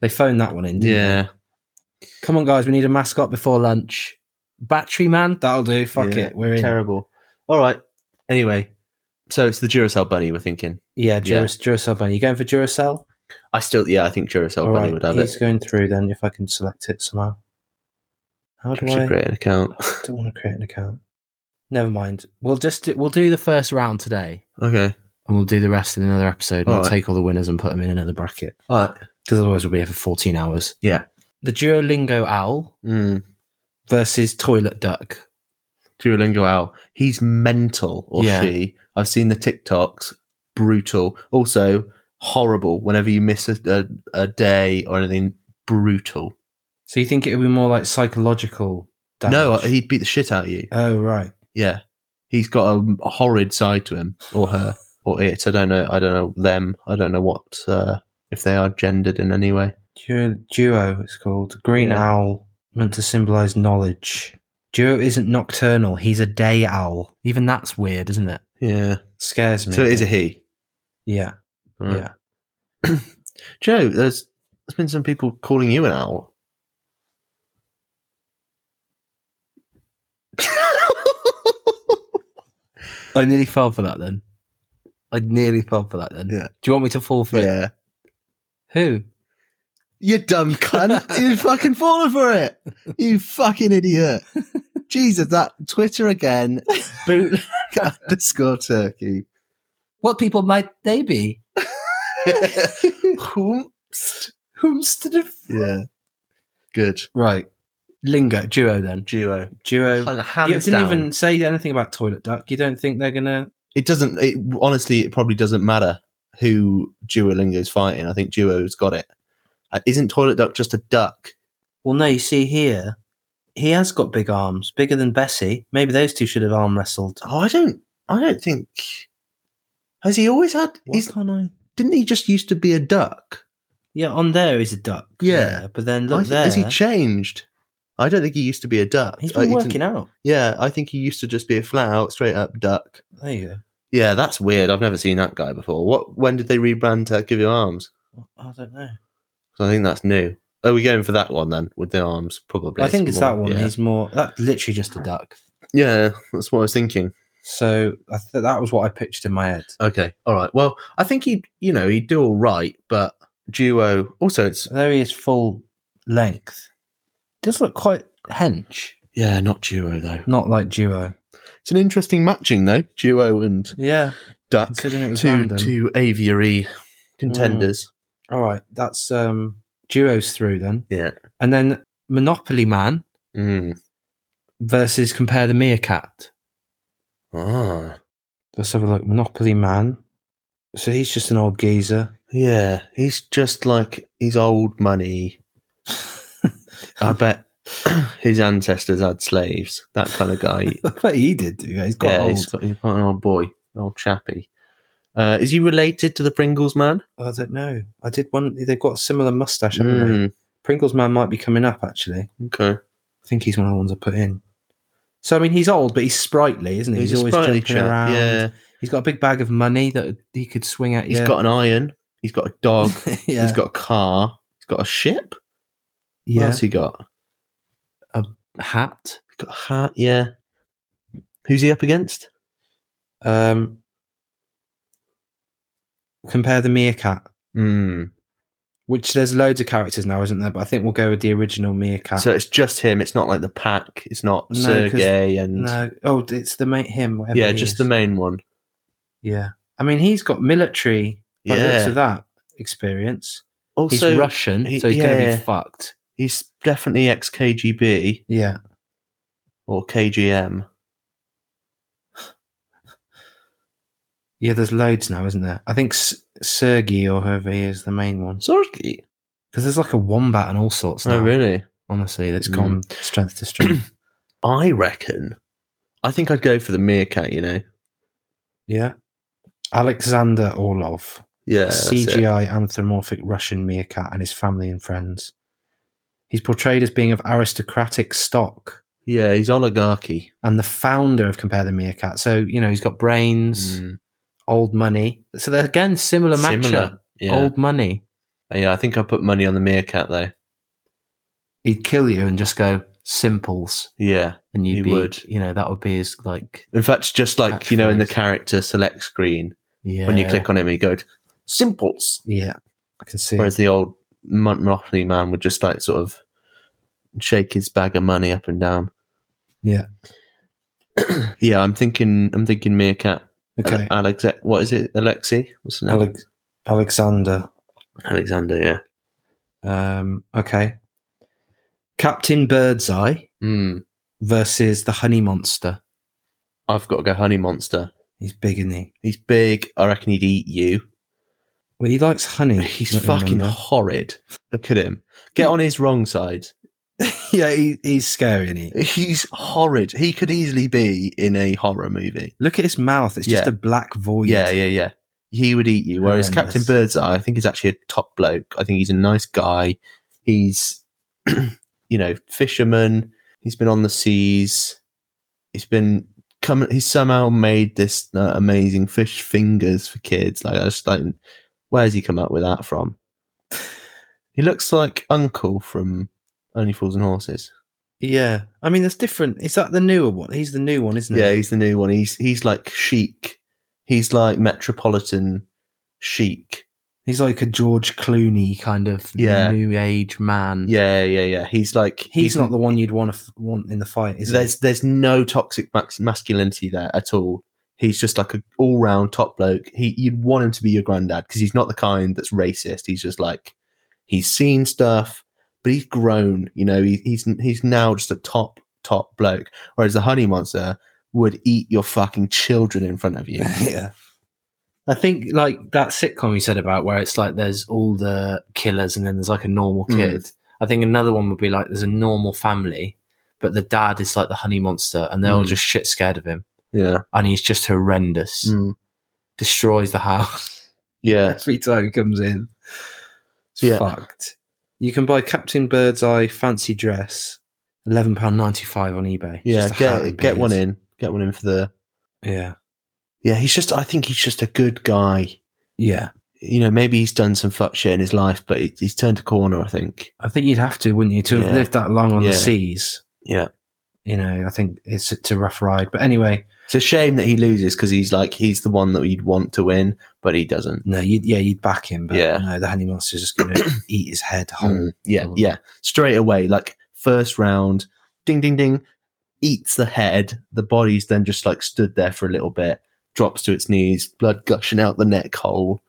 They phoned that one in. Didn't They? Yeah. Come on, guys, we need a mascot before lunch. Battery man, that'll do. Fuck Yeah, it, we're in. Terrible. All right. Anyway, so it's the Duracell bunny we're thinking. Yeah, Yeah. Duras- Duracell bunny. You going for Duracell? I still, yeah, Oh, I think Duracell All bunny right, would have he's it. going through then. If I can select it somehow. How do Should I? create an account. Don't want to create an account. Never mind. We'll just do, we'll do the first round today, okay. and we'll do the rest in another episode. All And I'll right. take all the winners and put them in another bracket All right. because otherwise we'll be here for fourteen hours. Yeah. The Duolingo owl Mm. versus toilet duck. Duolingo owl. He's mental or Yeah. she. I've seen the TikToks. Brutal. Also horrible. Whenever you miss a, a, a day or anything, brutal. So you think it would be more like psychological? Damage? No, uh, he'd beat the shit out of you. Oh right. Yeah, he's got a, a horrid side to him or her or it. I don't know. I don't know them. I don't know what uh, if they are gendered in any way. Duo, duo it's called. Green Yeah. owl, meant to symbolize knowledge. Duo isn't nocturnal, he's a day owl. Even that's weird, isn't it? Yeah. Scares me. So it is a he. Yeah. Right. Joe, there's there's been some people calling you an owl. I nearly fell for that then. I nearly fell for that then. Yeah. Do you want me to fall for it? yeah. Who? You dumb cunt. You've fucking fallen for it. You fucking idiot. Jesus, that Twitter again. Boot underscore turkey. What people might they be? Whomst. Yeah. Good. Right. Lingo, duo then. Duo. Duo. Hands You didn't down. even say anything about toilet duck. You don't think they're gonna It doesn't, it, honestly, it probably doesn't matter who Duolingo's fighting. I think Duo's got it. Uh, isn't Toilet Duck just a duck? Well, no, you see here, he has got big arms, bigger than Bessie. Maybe those two should have arm wrestled. Oh, I don't, I don't think. Has he always had? What He's, can I? didn't he just used to be a duck? Yeah, on there is a duck. Yeah. but then I look thi- there. Has he changed? I don't think he used to be a duck. he's Uh, been he didn't- working out. Yeah, I think he used to just be a flat out, straight up duck. There you go. Yeah, that's weird. I've never seen that guy before. What? When did they rebrand to Give You Arms? I don't know. 'Cause I think that's new. Are we going for that one then with the arms? Probably. I think it's more- that one. Yeah. He's more. That's literally just a duck. Yeah, that's what I was thinking. So I th- that was what I pictured in my head. Okay, all right. Well, I think he, would you know, he'd do all right, but duo. Also, it's There he is, full length. Does look quite hench, yeah, not duo though. not like duo. It's an interesting matching though, duo and Yeah, duck. considering it was Two random. two aviary contenders. All right, that's um duos through then. Yeah. And then Monopoly Man Mm. versus Compare the Meerkat. Ah, Let's have a look. Monopoly Man. So he's just an old geezer. yeah. He's just like he's old money. I bet his ancestors had slaves. That kind of guy. I bet he did do that. He's got yeah, old. he's, he's quite an old boy, an old chappy. Uh, is he related to the Pringles man? I don't know. I did one. They've got a similar mustache, haven't they? Mm, Pringles Man might be coming up actually. Okay. I think he's one of the ones I put in. So I mean, he's old, but he's sprightly, isn't he? He's, a always sprightly jumping chap, around. Yeah. He's got a big bag of money that he could swing at. He's you. got an iron. He's got a dog. yeah, He's got a car. He's got a ship. What yeah. else he got? Hat. He's got a hat. Yeah. Who's he up against? Um, compare the meerkat, Hmm, Mm. which there's loads of characters now, isn't there? But I think we'll go with the original meerkat. So it's just him. It's not like the pack. It's not No, 'cause- Sergey and no, oh, it's the mate him. Whatever yeah, he just is. the main one. yeah. I mean, he's got military. By yeah. looks Yeah. of that experience. He's Also, he's, Russian, he- so he's gonna yeah. be fucked. definitely ex KGB Yeah. or KGM. Yeah, there's loads now, isn't there? I think S- Sergey or whoever he is the main one. Sorry. Because there's like a wombat and all sorts now. Oh, really? Honestly, that's Mm. gone strength to strength. I reckon. I think I'd go for the meerkat. You know. yeah. Alexander Orlov, Yeah. Uh, that's it. CGI anthropomorphic Russian meerkat and his family and friends. He's portrayed as being of aristocratic stock Yeah, he's oligarchy. and the founder of Compare the Meerkat. So, you know, he's got brains, Hmm. Mm. old money. So they're again similar matchup. Similar. Yeah. Oh. Old money. yeah, I think I put money on the meerkat though. He'd kill you and just go simples, Yeah. and you'd He be, would. you know, that would be his like. In fact, just like you know, in the Catchphrase. character select screen, Yeah. when you click on him, he goes simples. Yeah. I can see. it. Whereas the old Mon- Monopoly man would just like sort of shake his bag of money up and down. Yeah. yeah, I'm thinking. I'm thinking meerkat. Okay. Alex. What is it? Alexi. What's the name? Alex- Alexander. Alexander. Yeah. Um, okay. Captain Birdseye Mm. versus the Honey Monster. I've got to go. Honey monster. He's big, isn't he? He's big. I reckon he'd eat you. Well, he likes honey. He's don't you fucking remember? horrid. Look at him. Get on his wrong side. yeah, he, he's scary, isn't he? He's horrid. He could easily be in a horror movie. Look at his mouth. It's just Yeah. a black void. Yeah, yeah, yeah. He would eat you. Whereas Captain Horrendous. Birdseye, I think he's actually a top bloke. I think he's a nice guy. He's, you know, fisherman. He's been on the seas. He's been come. He's somehow made this uh, amazing fish fingers for kids. Like I just like, where's he come up with that from? He looks like Uncle from Only Fools and Horses. Yeah. I mean, that's different. Is that the newer one? He's the new one, isn't he? Yeah, he's the new one. He's he's like chic. He's like metropolitan chic. He's like a George Clooney kind of. Yeah. New age man. Yeah, yeah, yeah. He's like He's, not the one you'd want to f- want in the fight, is there's there's no toxic max- masculinity there at all. He's just like a all round top bloke. He you'd want him to be your granddad because he's not the kind that's racist. He's just like he's seen stuff, but he's grown. You know, he, he's he's now just a top top bloke. Whereas the honey monster would eat your fucking children in front of he? you. yeah. I think like that sitcom you said about where it's like there's all the killers and then there's like a normal Mm. kid. I think another one would be like there's a normal family, but the dad is like the honey monster and they're all Mm. just shit scared of him. Yeah, And he's just horrendous. Mm. Destroys the house. yeah. Every time he comes in. It's Yeah. fucked. You can buy Captain Birdseye fancy dress, eleven pound ninety five on eBay. Yeah, Just a hat get and get one beads. in. Get one in for the. Yeah, Yeah, he's just. I think he's just a good guy. yeah. You know, maybe he's done some fuck shit in his life, but he, he's turned a corner. I think. I think you'd have to, wouldn't you, to Yeah. have lived that long on Yeah. the seas? Yeah, You know, I think it's it's a rough ride. But anyway, it's a shame that he loses because he's like he's the one that you'd want to win, but he doesn't. no, you'd, yeah, you'd back him, but Yeah. no, the honey monster's just going to eat his head whole. Mm, yeah, Mm. yeah. Straight away, like first round, ding, ding, ding, eats the head. The body's then just like stood there for a little bit, drops to its knees, blood gushing out the neck hole,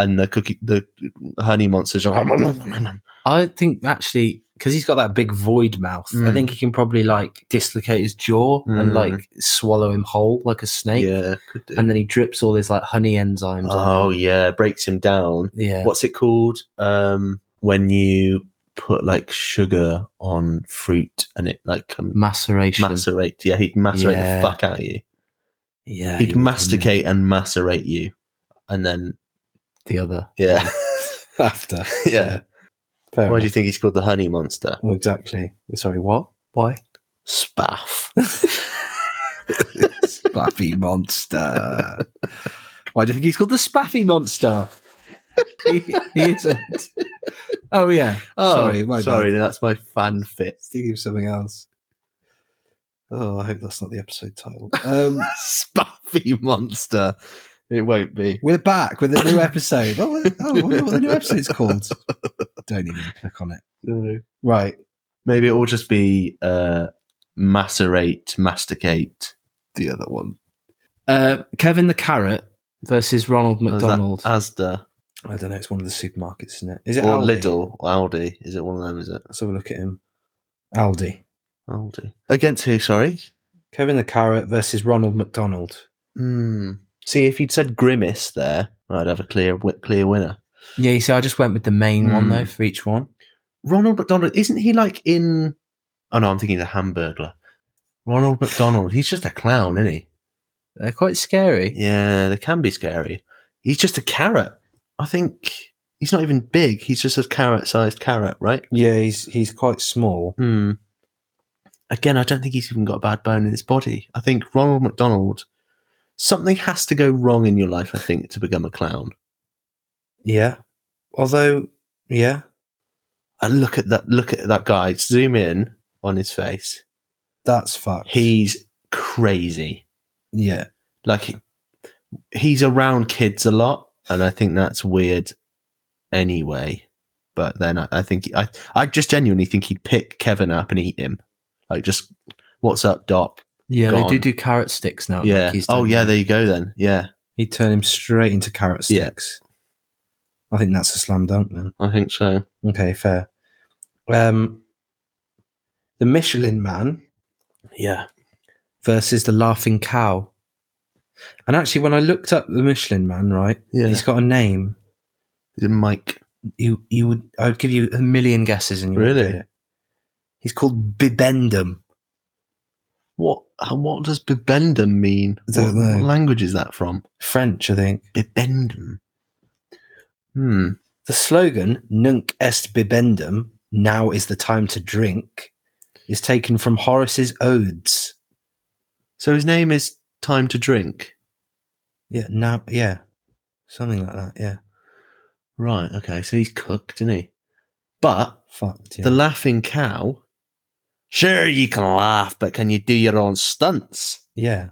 and the cookie, the honey monster's like, I think actually because he's got that big void mouth, I Mm. think he can probably like dislocate his jaw and Mm. like swallow him whole like a snake. yeah, could do. And then he drips all his like honey enzymes. on Oh him. yeah, breaks him down. yeah. What's it called? Um, when you put like sugar on fruit and it like um, Maceration. macerate. Yeah, he'd macerate Yeah. the fuck out of you. yeah. He'd he would, wouldn't masticate and macerate you, and then he? the other. yeah, After, yeah. Fair Why do you enough. think he's called the honey monster? Well, exactly. Sorry, what? Why? Spaff. Spaffy monster. Why do you think he's called the Spaffy monster? he, he isn't. Oh yeah. Oh, Sorry, my bad. sorry, that's my fan fit. Thinking of something else. Oh, I hope that's not the episode title. Um, Spaffy monster. It won't be. we're back with a new episode. Oh, oh I wonder what the new episode's called. Don't even click on it. No. Right. Maybe it will just be uh, macerate, masticate. The other one. Uh, Kevin the Carrot versus Ronald Or is that McDonald. Asda I don't know. It's one of the supermarkets, isn't it? Is it or Aldi? Lidl or Aldi. Is it one of them? Is it Let's have a look at him. Aldi. Aldi against who? Sorry. Kevin the Carrot versus Ronald McDonald. Hmm. See, if you'd said grimace there, I'd have a clear, wi- clear winner. yeah, you see, I just went with the main one though Mm. for each one. Ronald McDonald, isn't he like in? Oh no, I'm thinking the Hamburglar. Ronald McDonald, he's just a clown, isn't he? They're quite scary. Yeah, they can be scary. He's just a carrot. I think he's not even big. He's just a carrot-sized carrot, right? Yeah, he's he's quite small. Hmm. Again, I don't think he's even got a bad bone in his body. I think Ronald McDonald, something has to go wrong in your life, I think, to become a clown. Yeah. Although, yeah, And look at that look at that guy. Zoom in on his face. that's fucked. He's crazy. yeah. Like he- he's around kids a lot, and I think that's weird anyway. But then I, I think I I just genuinely think he'd pick Kevin up and eat him. Like just what's up, Doc? Yeah, they do Gone. do carrot sticks now. at yeah. Mackey's, Oh don't yeah, they? there you go then. Yeah. He'd turn him straight into carrot Yeah. sticks. I think that's a slam dunk then. I think so. Okay, fair. Um The Michelin man Yeah. versus the laughing cow. And actually when I looked up the Michelin man, right, Yeah. he's got a name. Mike. You you would I would give you a million guesses and you wouldn't Really? get it. He's called Bibendum. What uh, what does bibendum mean? I don't what, know. what language is that from? French, I think. Bibendum. Hmm. The slogan, Nunc est bibendum, now is the time to drink, is taken from Horace's Odes. So his name is Time to Drink. Yeah, now, yeah, something like that. Yeah, Right, okay. So he's cooked, isn't he? But fucked. Yeah. the laughing cow. Sure you can laugh, but can you do your own stunts? yeah,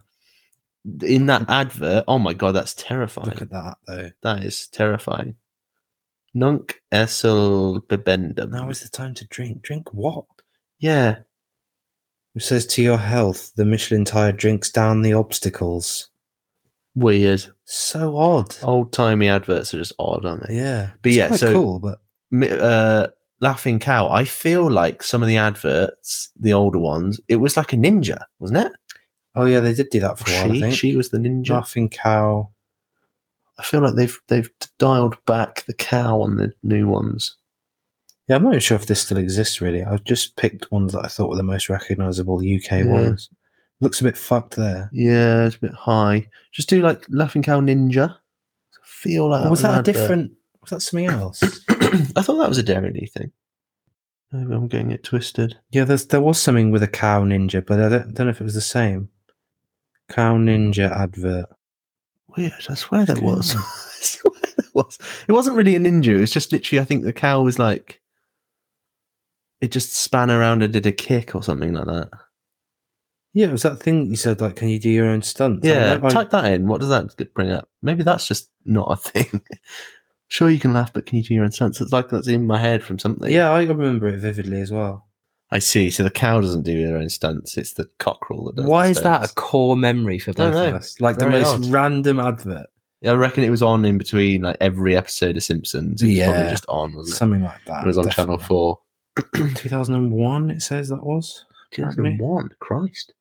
In that advert, oh my god, that's terrifying. look at that though. that is terrifying. Nunc essel bibendum. Now is the time to drink. Drink what? yeah. It says to your health, the Michelin tire drinks down the obstacles. Weird. So odd. Old timey adverts are just odd, aren't they? Yeah, Oh. But It's yeah, quite so- cool. But mi- uh, Laughing Cow, I feel like some of the adverts, the older ones, it was like a ninja, wasn't it? oh yeah, they did do that for a while. I She, think. she was the ninja. Laughing cow. I feel like they've they've dialed back the cow on the new ones. Yeah, I'm not even sure if this still exists really. I've just picked ones that I thought were the most recognizable UK Yeah. ones. Looks a bit fucked there. Yeah, it's a bit high. Just do like Laughing Cow Ninja. I feel like Or Oh, was that a an advert. different? Was that something else? I thought that was a Dairy thing. Maybe I'm getting it twisted. yeah, there's, there was something with a cow ninja, but I don't, don't know if it was the same. Cow ninja advert. Weird. I swear that was. I swear that was. It wasn't really a ninja. It was just literally. I think the cow was like. It just span around and did a kick or something like that. Yeah, it was that thing you said like, can you do your own stunts? I Yeah, remember I- type that in. What does that g- bring up? Maybe that's just not a thing. sure, you can laugh, but can you do your own stunts? It's like that's in my head from something. yeah, I remember it vividly as well. I see. So the cow doesn't do her own stunts. It's the cockerel that does. the Why is that a stunts. core memory for Don't both of know. us? Like the Very most odd. random advert, I reckon it was on in between like every episode of Simpsons. It was Yeah. probably just on. Wasn't something like it? that. it was on Channel definitely. Four. 2001. It says that was. Probably. 2001. Christ.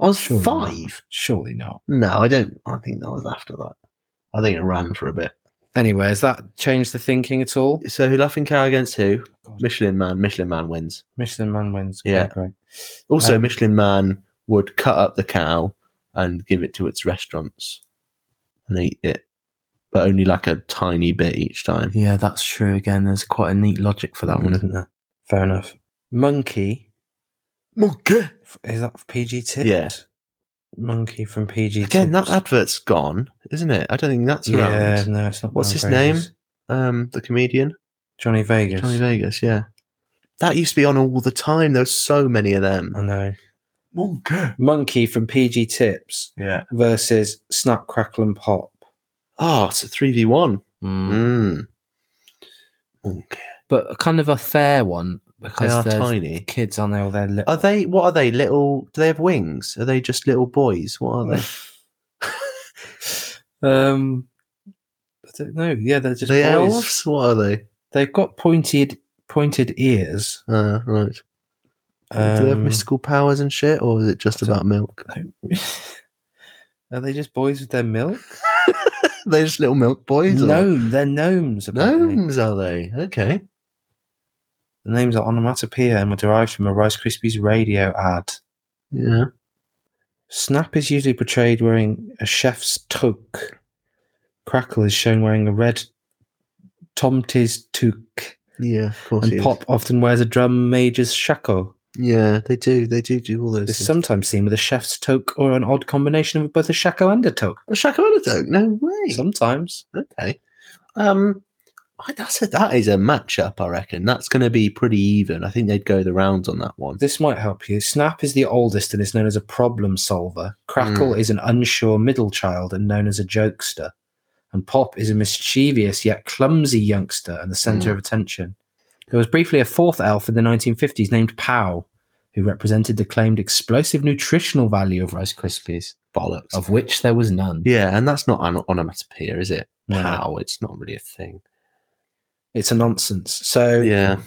I was Surely not. five. Surely not. No, I don't. I think that was after that. I think it ran for a bit. Anyway, has that changed the thinking at all? So who laughing cow against who? God. Michelin Man. Michelin Man wins. Michelin Man wins. Yeah. Okay, great. Also, Um, Michelin Man would cut up the cow and give it to its restaurants and eat it. but only like a tiny bit each time. Yeah, that's true. Again, there's quite a neat logic for that one, isn't there? Fair enough. Monkey Monkey. is that PG tips? Yeah. Monkey from PG. Again, that tips. advert's gone, isn't it? I don't think that's around. Yeah, no, it's not. What's Brown his Vegas. name? Um, the comedian Johnny Vegas. Johnny Vegas. Yeah, that used to be on all the time. There's so many of them. I know. Monkey. Monkey from PG Tips Yeah. versus Snap Crackle and Pop. Oh, it's a three v one. Mm. Mm. Monkey. But kind of a fair one They because are there's tiny. kids on there. Now they're little. Are they? What are they? Little? Do they have wings? Are they just little boys? What are they? um, I don't know. Yeah, they're Are just they boys. elves? What are they? They've got pointed pointed ears. Uh, right. Do they have Um, mystical powers and shit, or is it just I don't- about milk? Are they just boys with their milk? They're just little milk boys. or- No, they're gnomes. Apparently. gnomes are they? Okay. The names are onomatopoeia and were derived from a Rice Krispies radio ad. Yeah. Snap is usually portrayed wearing a chef's toque. Crackle is shown wearing a red Tomty's toque. Yeah. Of course. it And is. Pop often wears a drum major's shako. Yeah, they do. They do do all those. It's Things. sometimes seen with a chef's toque or an odd combination of both a shako and a toque. a shakamanadoke. No way. Sometimes. okay. Um, I- that's a, that is a matchup. I reckon that's going to be pretty even. I think they'd go the rounds on that one. This might help you. Snap is the oldest and is known as a problem solver. Crackle is an unsure middle child and known as a jokester. And Pop is a mischievous yet clumsy youngster and the center Mm. of attention. There was briefly a fourth elf in the 1950s named Pow, who represented the claimed explosive nutritional value of Rice Krispies, Bollocks. Of which there was none. yeah, and that's not an onomatopoeia, is it? No. Pow, it's not really a thing. It's a nonsense. So, Yeah,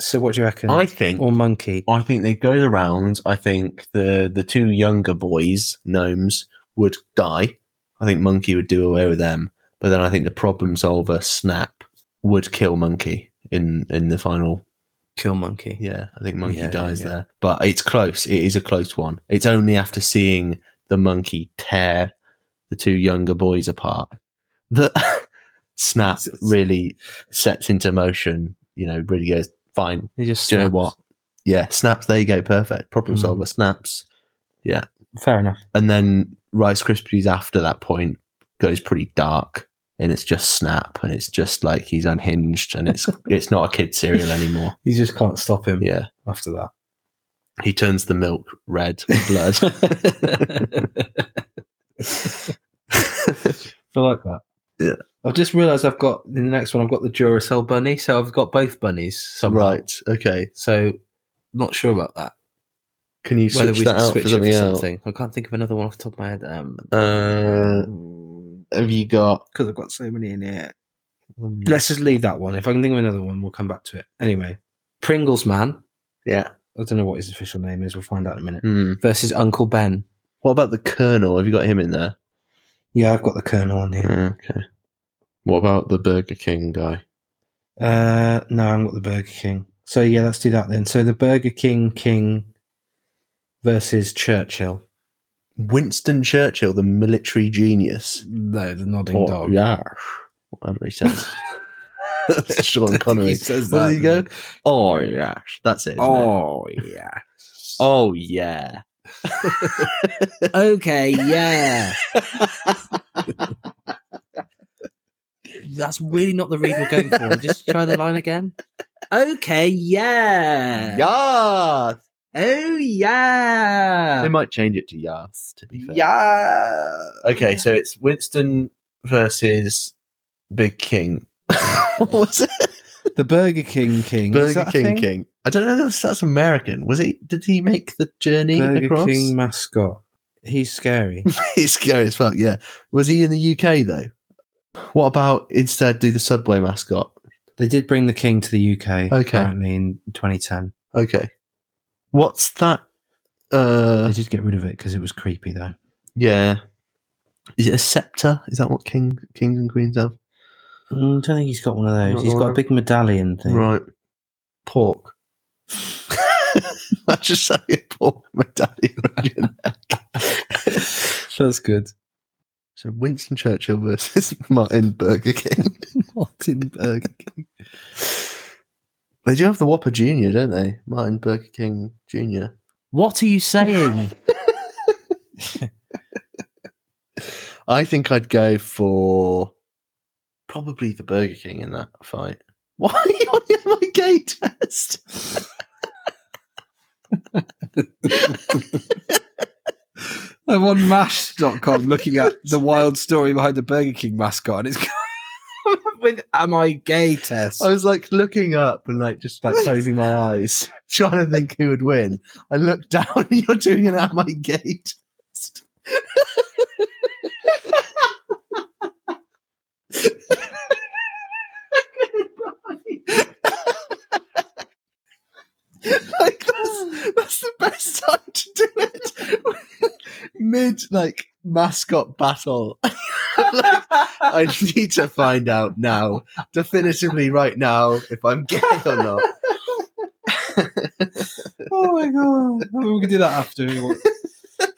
so what do you reckon? I think or monkey? I think they'd go the rounds. I think the the two younger boys, gnomes, would die. I think Monkey would do away with them. But then I think the problem solver, Snap, would kill Monkey in in the final. Kill monkey. Yeah, I think Monkey Yeah, dies yeah. there. But it's close. It is a close one. It's only after seeing the monkey tear the two younger boys apart that Snap really sets into motion. You know, really goes fine. They just Do you know snaps. what? Yeah, snaps. There you go. Perfect. Problem Mm. solver. Snaps. Fair enough. And then Rice Krispies after that point goes pretty dark, and it's just snap, and it's just like he's unhinged, and it's it's not a kid cereal anymore. You just can't stop him Yeah, after that. he turns the milk red with blood. I like that. Yeah. I've just realised I've got in the next one. I've got the Duracell bunny, so I've got both bunnies. Somehow. right. Okay. So, not sure about that. Can you Whether switch we that out switch for it something for else? something. I can't think of another one off the top of my head. Um, Uh, have you got? Because I've got so many in here. Let's just leave that one. If I can think of another one, we'll come back to it. Anyway, Pringles man Yeah. I don't know what his official name is. We'll find out in a minute. Hmm. versus Uncle Ben. What about the Colonel? Have you got him in there? Yeah, I've got the Colonel on here. Okay. What about the Burger King guy? Uh, no, I haven't got the Burger King. So yeah, let's do that then. So the Burger King King versus Churchill. Winston Churchill, the military genius. No, the nodding Or- dog. Oh, yeah. Whatever he says. That's Sean Connery. says Where does he go? Oh, yeah. That's it. isn't it? Oh yeah. Oh, yeah. okay, yeah. That's really not the read we're going for. Just try the line again. Okay, yeah. Yas. Oh yeah. They might change it to Yas, to be fair. yeah. Okay, so it's Winston versus Big King. what was it? The Burger King King. Burger Is that a King thing? King. I don't know if that's American. Was he? Did he make the journey Burger across? King mascot. He's scary. He's scary as fuck. Yeah. Was he in the UK though? What about instead do the subway mascot? they did bring the King to the UK. Okay. Apparently in 2010. Okay. What's that? Uh, They did get rid of it because it was creepy though. yeah. Is it a scepter? Is that what king kings and queens have? Mm, I don't think he's got one of those. Not he's the got a one- big medallion thing. Right. Pork. I just say a pork medallion. That's good. So Winston Churchill versus Martin Burger King. Martin Burger King. They do have the Whopper Junior, don't they? Martin Burger King Junior. What are you saying? I think I'd go for probably the Burger King in that fight. Why are you on your- my gay test? I'm on mash.com looking at the wild story behind the Burger King mascot. And it's Oh, with Am I gay test? I was like looking up and like just like closing my eyes, trying to think who would win. I looked down and you're doing it at my gay test. like that's, that's the best time to do it. Mid like mascot battle. Like, I need to find out now, definitively right now, if I'm gay or not. Oh my god. Oh, we can do that after.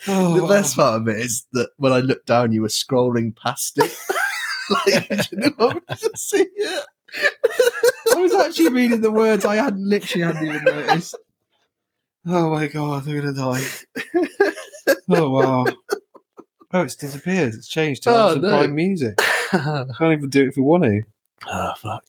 Oh, the best part of it is that when I looked down, you were scrolling past it. like, you didn't want me to see it. I was actually reading the words I hadn't literally hadn't even noticed. Oh my god, I'm gonna die. Oh wow. Oh, it's disappeared. It's changed to Oh, oh, no. prime music. Oh, I can't even do it if we want to. oh, fuck.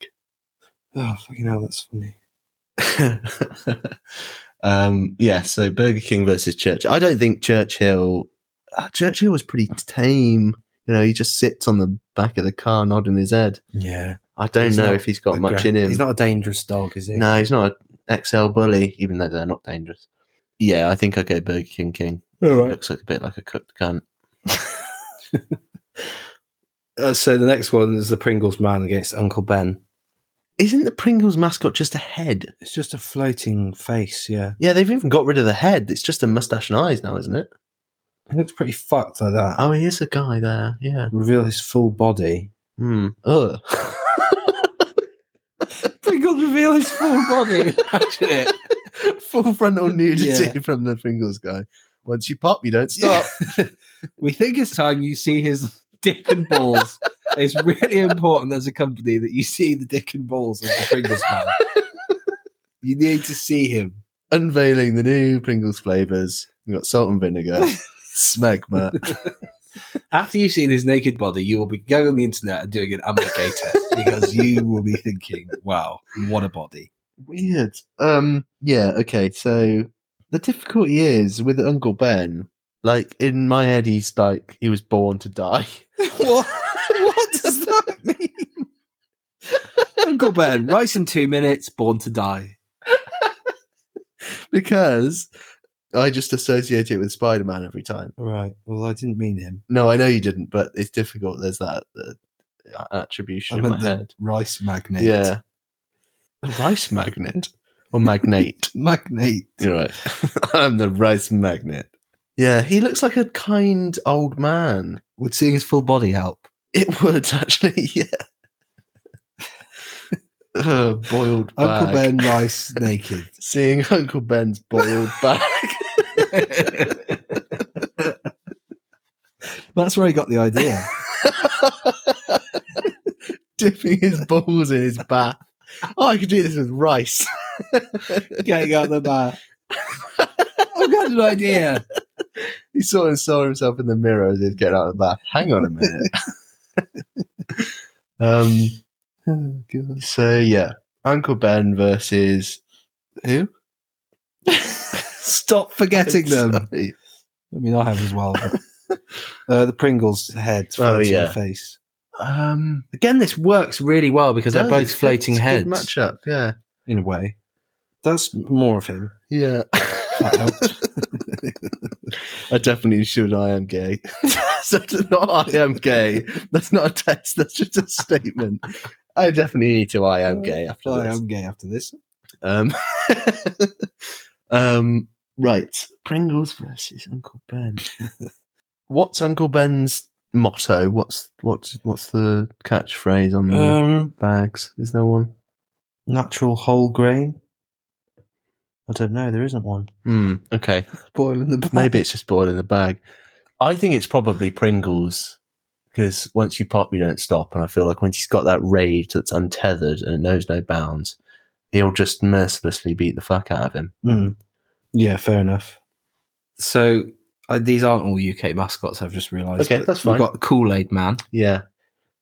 Oh fucking hell, that's funny. um, yeah, so Burger King versus Churchill. I don't think Churchill. Uh, Churchill was pretty tame. You know, he just sits on the back of the car nodding his head. yeah. I don't He's know not if he's got much in him. He's not a dangerous dog, is he? no, he's not an XL bully, even though they're not dangerous. Yeah, I think I go Burger King King. Looks like a bit like a cooked cunt. Uh, so the next one is the Pringles man against Uncle Ben. Isn't the Pringles mascot just a head? It's just a floating face, yeah. Yeah, they've even got rid of the head. It's just a mustache and eyes now, isn't it? It looks pretty fucked like that. Oh, he is a guy there. Yeah. Reveal his full body. Hmm. Ugh. Pringles reveal his full body. Imagine it. Full frontal nudity Yeah. from the Pringles guy. Once you pop, you don't stop. Stop. we think it's time you see his dick and balls. it's really important as a company that you see the dick and balls of the Pringles man. You need to see him. Unveiling the new Pringles flavors. We've got salt and vinegar, smegma. After you've seen his naked body, you will be going on the internet and doing an am I gay test because you will be thinking, wow, what a body. Weird. Um. Yeah. Okay. So the difficulty is with Uncle Ben. Like in my head, he's like he was born to die. What? What does that mean? Uncle Ben, rice in two minutes, born to die. because I just associate it with Spider Man every time. Right. Well, I didn't mean him. No, I know you didn't, but it's difficult. There's that uh, I attribution in my meant the head. rice magnet. Yeah. A rice magnet or magnate. Magnate. You're right. I'm the rice magnet. Yeah, he looks like a kind old man. Would seeing his full body help? It would actually, yeah. Uh, boiled bag. Uncle Ben Rice naked. Seeing Uncle Ben's boiled bag. That's where he got the idea. dipping his balls in his bath. Oh, I could do this with rice. Getting out the bath. I've got an idea. He sort of saw himself in the mirror as he was getting out of the bath. Hang on a minute. um, Oh, so yeah, Uncle Ben versus who? Stop forgetting them. Sorry. uh, I mean, I have as well. but- Uh, the Pringles head. Oh, floating yeah. Face. Um, Again, this works really well because they're no, both it's- floating it's a heads. good Matchup, yeah, In a way. That's more of him. yeah. That helped. I definitely should. I am gay. so it's not I am gay. That's not a test. That's just a statement. I definitely need to. I am gay. After I this. am gay after this. Um, um, right. Pringles versus Uncle Ben. what's Uncle Ben's motto? What's what's what's the catchphrase on the Um, bags? Is there one? natural whole grain. I don't know. There isn't one. Hmm. okay, Boiling the maybe it's just boiling the bag. I think it's probably Pringles because once you pop, you don't stop. And I feel like once he's got that rage that's untethered and it knows no bounds, he'll just mercilessly beat the fuck out of him. Yeah, fair enough. So uh, these aren't all UK mascots. I've just realised. Okay, but that's fine. We've got Kool Aid Man Yeah.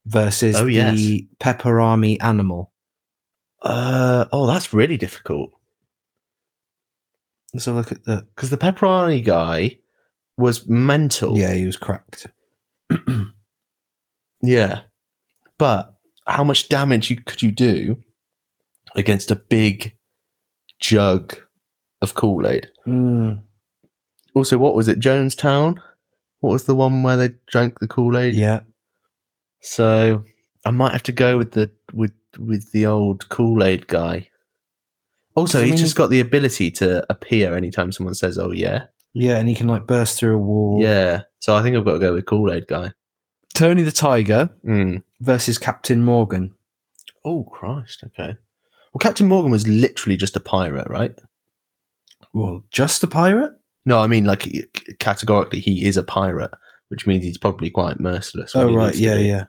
versus Oh, yes. the Pepperami Animal. Uh, oh, that's really difficult Let's have a look at the. because the pepperoni guy was mental. Yeah, he was cracked. Yeah. But how much damage you, could you do against a big jug of Kool Aid? Also, what was it? Jonestown? What was the one where they drank the Kool Aid? Yeah, So I might have to go with the with with the old Kool Aid guy. Also, I he's mean- just got the ability to appear anytime someone says, "Oh yeah, yeah, and he can like burst through a wall. yeah." So I think I've got to go with Kool Aid guy. Tony the Tiger Mm. versus Captain Morgan. Oh Christ! Okay. Well, Captain Morgan was literally just a pirate, right? Well, just a pirate. No, I mean like c- categorically, he is a pirate, which means he's probably quite merciless. when Oh he right, needs to yeah, be. yeah,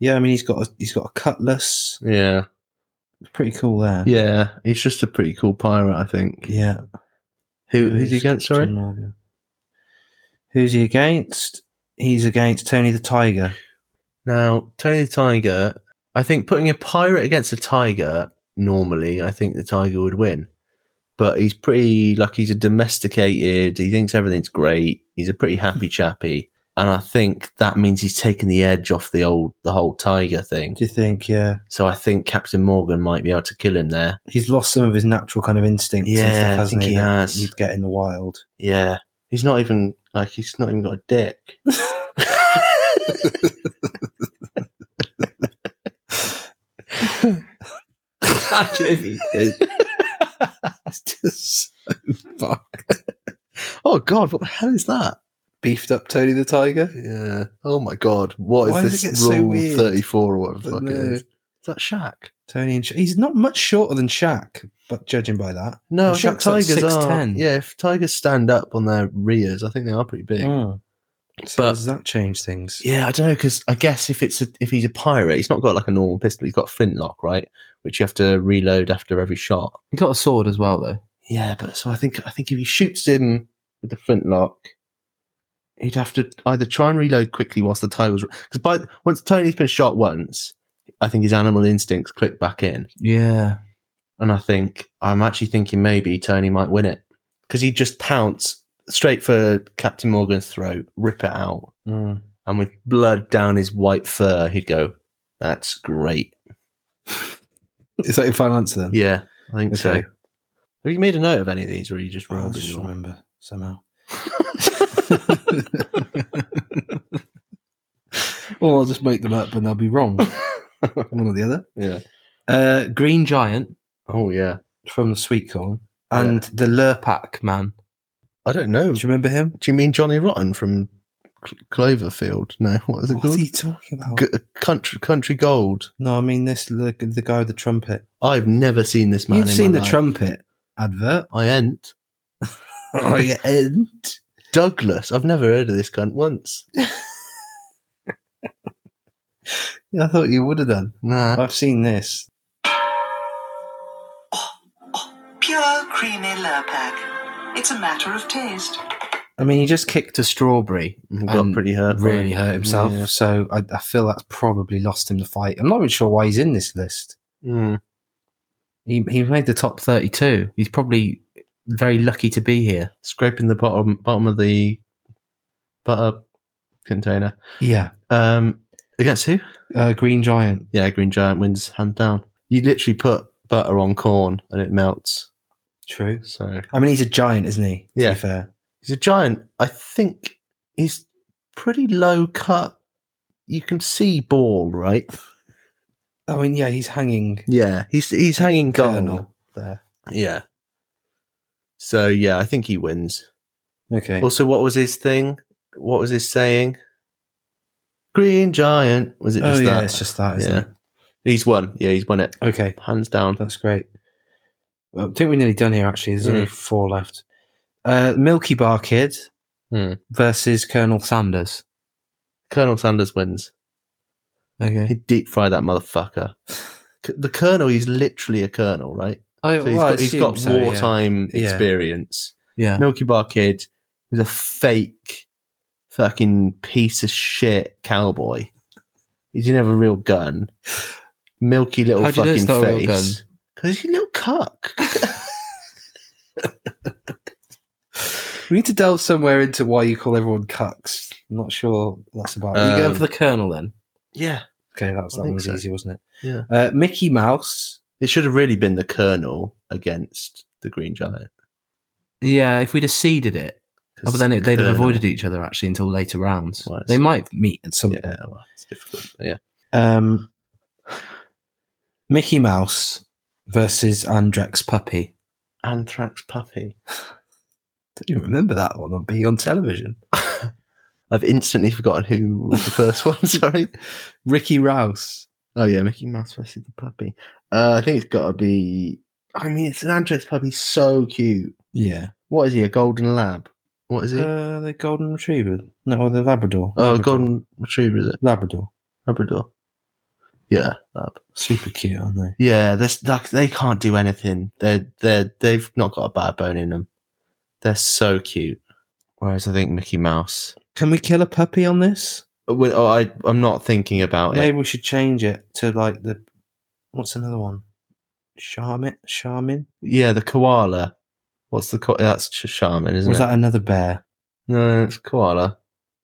yeah. I mean, he's got a, he's got a cutlass. yeah, Pretty cool there. yeah. He's just a pretty cool pirate, I think. yeah. Who, who's he against? Sorry. Captain Morgan. Who's he against? He's against Tony the Tiger. Now, Tony the Tiger, I think putting a pirate against a tiger, normally, I think the tiger would win. But he's pretty, like, he's a domesticated, he thinks everything's great, he's a pretty happy chappy. And I think that means he's taken the edge off the old, the whole tiger thing. Do you think? Yeah, So I think Captain Morgan might be able to kill him there. he's lost some of his natural kind of instincts. and Yeah, stuff, I hasn't think he that has. You'd get in the wild. Yeah. He's not even, like, he's not even got a dick. Imagine if he did. It's just oh, God, what the hell is that? beefed up Tony the Tiger. Yeah. Oh my God. What is Why does it this get so rule weird? 34 or whatever the But fuck it no. is? Is that Shaq? Tony and Sha- he's not much shorter than Shaq, but judging by that, No, Well, I think Shaq's like tigers are. 6'10". Yeah, if tigers stand up on their rears, I think they are pretty big. Mm. So But- does that change things? Yeah, I don't know because I guess if it's a, if he's a pirate, he's not got like a normal pistol. He's got a flintlock, right? Which you have to reload after every shot. He got a sword as well, though. Yeah, but so I think I think if he shoots him with the flintlock, he'd have to either try and reload quickly whilst the tiger's because by once Tony's been shot once, I think his animal instincts click back in. Yeah. and I think I'm actually thinking maybe Tony might win it because he'd just pounce straight for Captain Morgan's throat, rip it out, Mm. and with blood down his white fur, he'd go, "That's great." Is that your final answer then? Yeah, I think so. Okay. Have you made a note of any of these, or are you just Oh, I rolled? just in your- remember somehow. or I'll just make them up and they'll be wrong. One or the other. Yeah. Uh, Green Giant Oh yeah. from the sweet corn and the Lurpak man. I don't know. Do you remember him? Do you mean Johnny Rotten from Cl- Cloverfield? No, what is it What are called? you talking about? G- uh, country Country Gold. No, I mean this the, the guy with the trumpet. I've never seen this man. You've in seen my the life. trumpet advert. I ain't. Oh, yeah. and Douglas. I've never heard of this cunt once. Yeah, I thought you would have done. Nah. I've seen this. Pure creamy Lurpak. It's a matter of taste. I mean, he just kicked To strawberry. got and pretty hurt. by Really it. hurt himself, Yeah. so I, I feel that's probably lost him the fight. I'm not even sure why he's in this list. Hmm. Mm. He, he made the top 32. He's probably very lucky to be here. Scraping the bottom bottom of the butter container. Yeah, Um, against who? uh, Green Giant. Yeah, Green Giant wins hand down. You literally put butter on corn and it melts. True. So I mean, he's a giant, isn't he? To Yeah. Be fair. he's a giant. I think he's pretty low cut. You can see ball, right? I mean, yeah, he's hanging. Yeah, he's he's hanging goal. Colonel there. Yeah. So yeah, I think he wins. Okay. Also, what was his thing? What was his saying? Green Giant. Was it oh just yeah, that? it's just that, isn't yeah. it? He's won. Yeah, he's won it. Okay, Hands down. that's great. Well, I think we're nearly done here. Actually, there's only four left. Uh, Milky Bar Kid Hmm. versus Colonel Sanders. Colonel Sanders wins. Okay. He deep fried that motherfucker. C- The colonel, he's literally a colonel, right? I, So he's Oh, well, I got, he's assume got so, yeah. wartime Yeah. experience. Yeah. Milky Bar Kid is a fake fucking piece of shit cowboy. He didn't have a real gun. Milky little How do you know fucking it's not a real face. Because he's a little cuck. We need to delve somewhere into why you call everyone cucks. I'm not sure what that's about. Are you going Um, for the Colonel then? yeah. okay, that was I that think one was so. easy, wasn't it? Yeah. Uh, Mickey Mouse. It should have really been the colonel against the green giant. Yeah, if we'd have seeded it. Oh, 'Cause but then it, they'd have Colonel- avoided each other actually until later rounds. Well, it's- They might meet at some Yeah, well, it's difficult. Yeah. Um, Mickey Mouse versus Andrex Puppy. Anthrax puppy. Do you remember that one on being on television? I've instantly forgotten who was the first one. Sorry. Ricky Rouse. Oh yeah, Mickey Mouse versus the puppy. Uh, I think it's got to be. I mean, it's an Antrax puppy, so cute. Yeah. What is he? A golden lab? What is he? Uh, the Golden Retriever. No, the Labrador. oh, a Labrador. golden retriever. Is it Labrador. Labrador? Yeah, lab. Super cute, aren't they? Yeah, this like, they can't do anything. They they they've not got a bad bone in them. They're so cute. Whereas I think Mickey Mouse. Can we kill a puppy on this? Uh, well, Oh, I I'm not thinking about it. Maybe we should change it to like the what's another one? Charmin, Charmin. Yeah, the koala. What's the ko- that's Sh- shaman, isn't Was it? that another bear? no, it's koala.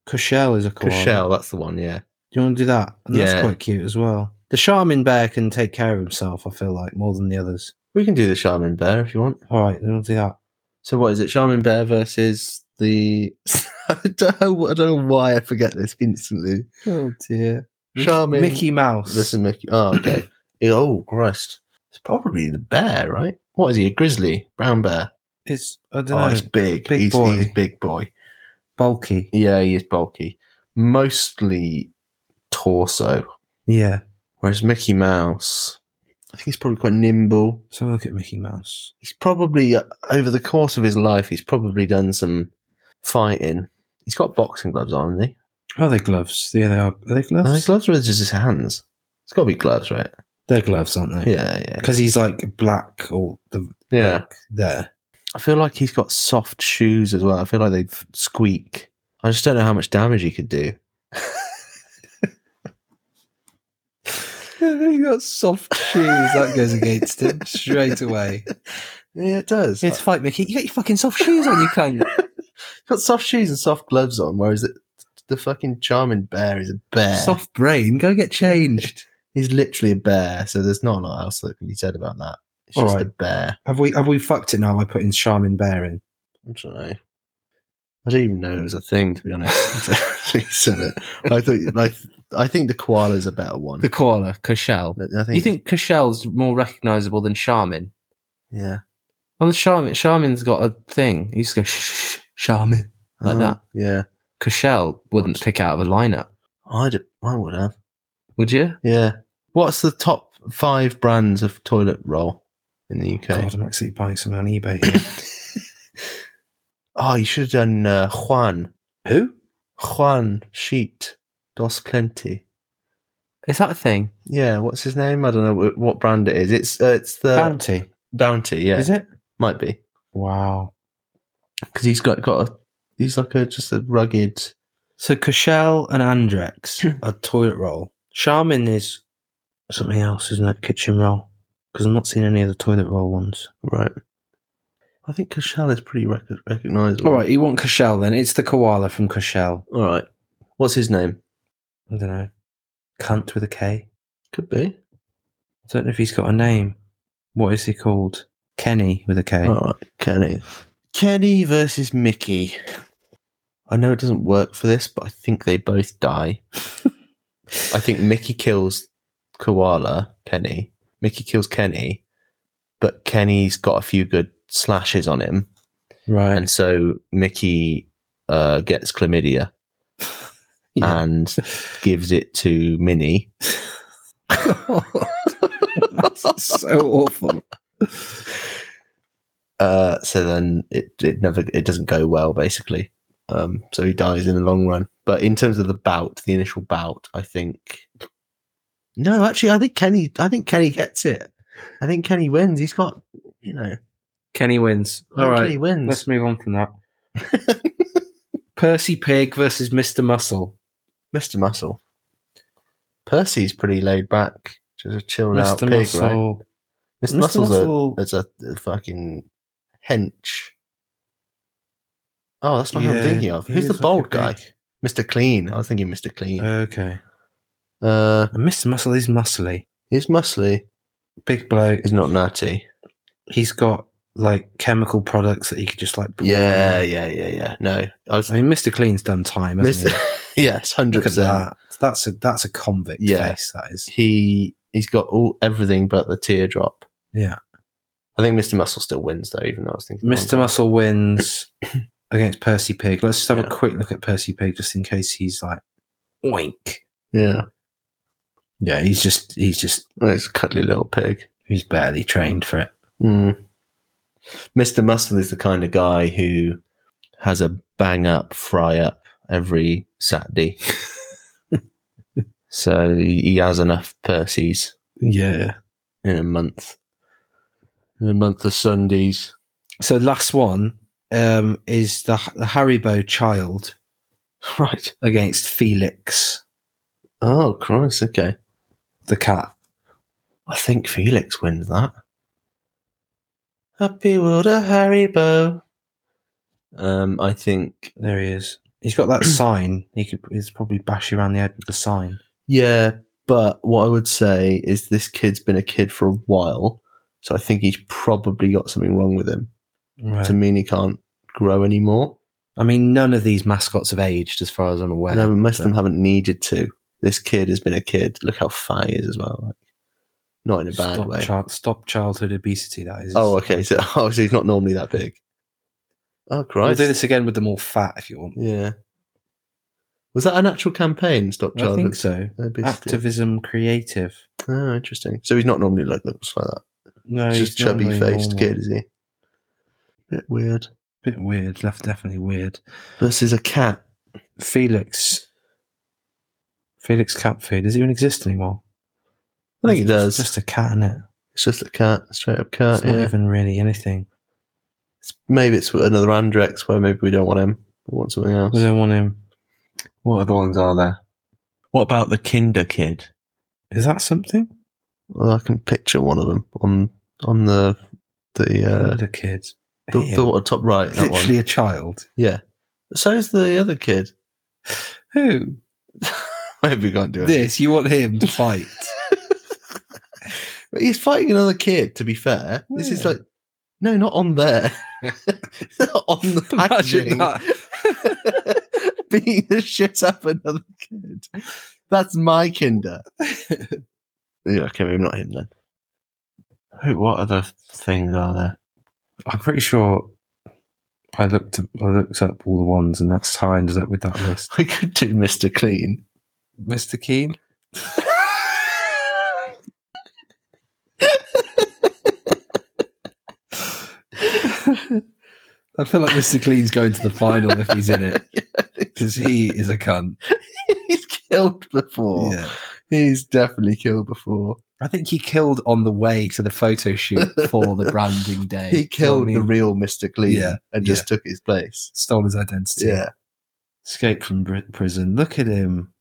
Cushell is a koala. Koala. That's the one. Yeah. Do you want to do that? And Yeah. That's quite cute as well. The Charmin bear can take care of himself. I feel like more than the others. We can do the Charmin Bear if you want. All right, then we'll do that. So what is it? Charmin Bear versus the I don't know, I don't know why I forget this instantly. Oh dear, Charmin Mickey Mouse. versus Mickey. Oh okay. Yeah, oh Christ. It's probably the bear, right? What is he? A grizzly? Brown bear. It's I don't Oh, know. he's big. Big he's, boy. he's big boy. bulky. Yeah, he is bulky. Mostly torso. Yeah. Whereas Mickey Mouse, I think he's probably quite nimble. So look at Mickey Mouse. he's probably uh, over the course of his life he's probably done some fighting he's got boxing gloves on hasn't he Are they Oh, gloves? Yeah, they are. Are they gloves? no, his gloves are just his hands it's got to be gloves right They're gloves, aren't they? yeah yeah Because he's like black or the yeah there. i feel like he's got soft shoes as well i feel like they f- squeak i just don't know how much damage he could do he got soft shoes. That goes against him straight away. yeah it does It's fight, Mickey. You got your fucking soft shoes on, you cunt. got soft shoes and soft gloves on whereas the, the fucking charming bear is a bear Soft brain. Go get changed. he's literally a bear so there's not a lot else that can be said about that it's All just a right. bear Have we have we fucked it now by putting Charmin Bear in? I don't know. I didn't even know it was a thing, to be honest. He said it. I thought, like, I think the koala's a better one. The koala, Cushell. I think, You think Cushel's more recognizable than Charmin? Yeah, Well, Charmin, Charmin's got a thing. He used to go, shh, shh, Charmin, like Uh, that. Yeah, Cushell wouldn't pick out of a lineup, I'd, I would have. would you? Yeah. What's the top five brands of toilet roll in the UK? God, I'm actually buying some on eBay. Here. oh, you should have done uh, Juan, Who? Juan Sheet Dos Plenty. Is that a thing? Yeah, what's his name? I don't know wh- what brand it is. It's uh, it's the Bounty. Bounty. Yeah, Is it? might be. Wow. because he's got got a he's like a just a rugged So Cushell and Andrex are toilet roll. Charmin is something else, isn't it? Kitchen roll. Because I'm not seeing any of the toilet roll ones. right. I think Cashel is pretty rec- recognizable. All right, you want Cushell then? It's the koala from Cushell. all right. What's his name? I don't know. Cunt with a K. Could be. I don't know if he's got a name. What is he called? Kenny with a K. All right, Kenny. Kenny versus Mickey. I know it doesn't work for this, but I think they both die. I think Mickey kills Koala Kenny. Mickey kills Kenny, but Kenny's got a few good slashes on him. right. and so Mickey uh, gets chlamydia Yeah. and gives it to Minnie. so awful. Uh, so then it, it never it doesn't go well basically. Um, so he dies in the long run. But in terms of the bout, the initial bout, I think No, actually, I think Kenny. I think Kenny gets it. I think Kenny wins. He's got, you know, Kenny wins. I All think right, Kenny wins. let's move on from that. Percy Pig versus Mr. Muscle. Mr. Muscle. Percy's pretty laid back, just a chilled out Mr. pig, right? Muscle. Mr. Mr. Muscle's Muscle- a, is a, a fucking hench. Oh, that's not who I'm Yeah, thinking of. he Who's the is like a bald guy? pig. Mr. Clean. I was thinking Mr. Clean. Okay. Uh, And Mr. Muscle is muscly. he's muscly. Big bloke. He's not natty. He's got like chemical products that he could just like. Yeah, yeah, yeah, yeah. No, I was. I mean, Mr. Clean's done time, hasn't Mr. he? yes, hundred Look at percent. that. That's a that's a convict Yeah. face. That is. He he's got all everything but the teardrop. Yeah. I think Mr. Muscle still wins though, even though I was thinking oh, Mr. Muscle wins against Percy Pig. Let's just have Yeah. a quick look at Percy Pig just in case he's like oink. Yeah, Yeah, he's just he's just it's a cuddly little pig. he's barely trained for it. Mm. Mr. Muscle is the kind of guy who has a bang up, fry up every Saturday. so he has enough Percy's Yeah. in a month. In a month of Sundays. So last one um is the, the Haribo child Right. against Felix Oh, Christ. Okay. the cat. I think Felix wins that. Happy World of Haribo. Um, I think There he is. He's got that sign. He could he's probably bash you around the head with the sign. Yeah, but what I would say is this kid's been a kid for a while, so I think he's probably got something wrong with him Right. to mean he can't grow anymore. I mean, none of these mascots have aged, as far as I'm aware. no, most of but- them haven't needed to. This kid has been a kid. Look how fat he is as well. Like, not in a bad stop, way. child, stop childhood obesity. That is. oh, okay. So, oh, so he's not normally that big. Oh, We'll Christ. do this again with them all fat if you want. Yeah. Was that an actual campaign? Stop I think childhood. so. obesity? Activism creative. Oh, interesting. So he's not normally like looks like that. No, He's he's just chubby faced normally kid, normal. is he? Bit weird. Bit weird. Left definitely weird. Versus a cat. Felix. Felix cat food. Does it even exist anymore? I think it does. It's just a cat in it. It's just a cat, straight up cat. It's not yeah. even really anything. It's- maybe it's another Andrex where maybe we don't want him. We want something else. We don't want him. What other ones are there? What about the Kinder Kid? Is that something? Well, I can picture one of them on on the the uh, the kids. the, the one top right. That Literally one. a child. Yeah. So is the other kid. Who? maybe we can't do it. This. You want him to fight. But he's fighting another kid. To be fair, this is Yeah. like no, not on there. Not on the packaging. Imagine that. beating the shit up another kid. That's my kinder. yeah, okay, maybe not him then. Who? What other things are there? I'm pretty sure I looked I looked up all the ones, and that's how I ended up with that list. I could do Mister Clean. Mr. Keane. I feel like Mr. Clean's going to the final if he's in it because he is a cunt. he's killed before. Yeah. He's definitely killed before. I think he killed on the way to the photo shoot for the branding day. He killed the real Mister Clean Yeah, and just took his place. stole his identity. Yeah, escaped from br- prison. Look at him.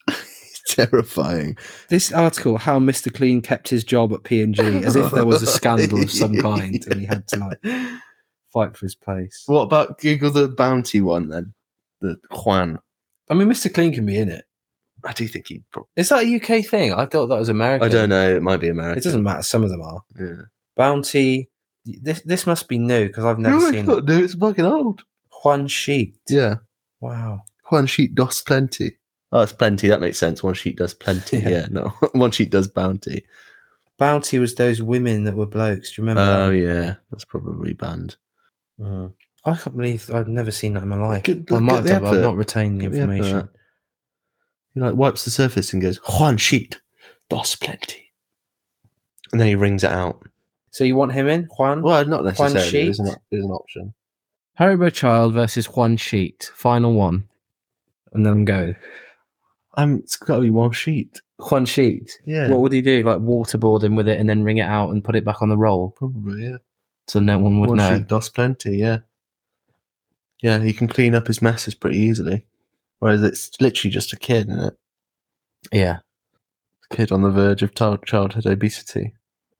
terrifying. This article, how Mr. Clean kept his job at P&G, as if there was a scandal of some kind and he had to like fight for his place. What about Google the bounty one then? The Juan. I mean, Mr. Clean can be in it. I do think he. Probably, Is that a UK thing? I thought that was American. I don't know. It might be American. It doesn't matter. Some of them are Yeah. bounty. This this must be new because I've never no, seen it's not it. new. It's fucking old. Juan Sheet. Yeah. Wow. One sheet does plenty. Oh, it's plenty. That makes sense. One sheet does plenty. Yeah. yeah. no. One sheet does bounty. Bounty was those women that were blokes. Do you remember? Oh, that? yeah. That's probably banned. Mm. I can't believe I've never seen that in my life. Mm-hmm. Good- I look might at have, the done, but I've advert. not retained Look the at the information. advert. He like wipes the surface and goes, One sheet does plenty. And then he rings it out. So you want him in, Juan? Well, not necessarily. sheet? There's an, op- there's an option. Haribo Child versus Juan Sheet. Final one. And then I'm going. Um, it's got to be one sheet. one sheet? Yeah. What would he do? Like waterboard him with it and then wring it out and put it back on the roll, probably, yeah. so no one would One know. shoot does plenty, yeah. Yeah, he can clean up his messes pretty easily. Whereas it's literally just a kid, isn't it? Yeah, A kid on the verge of child- childhood obesity.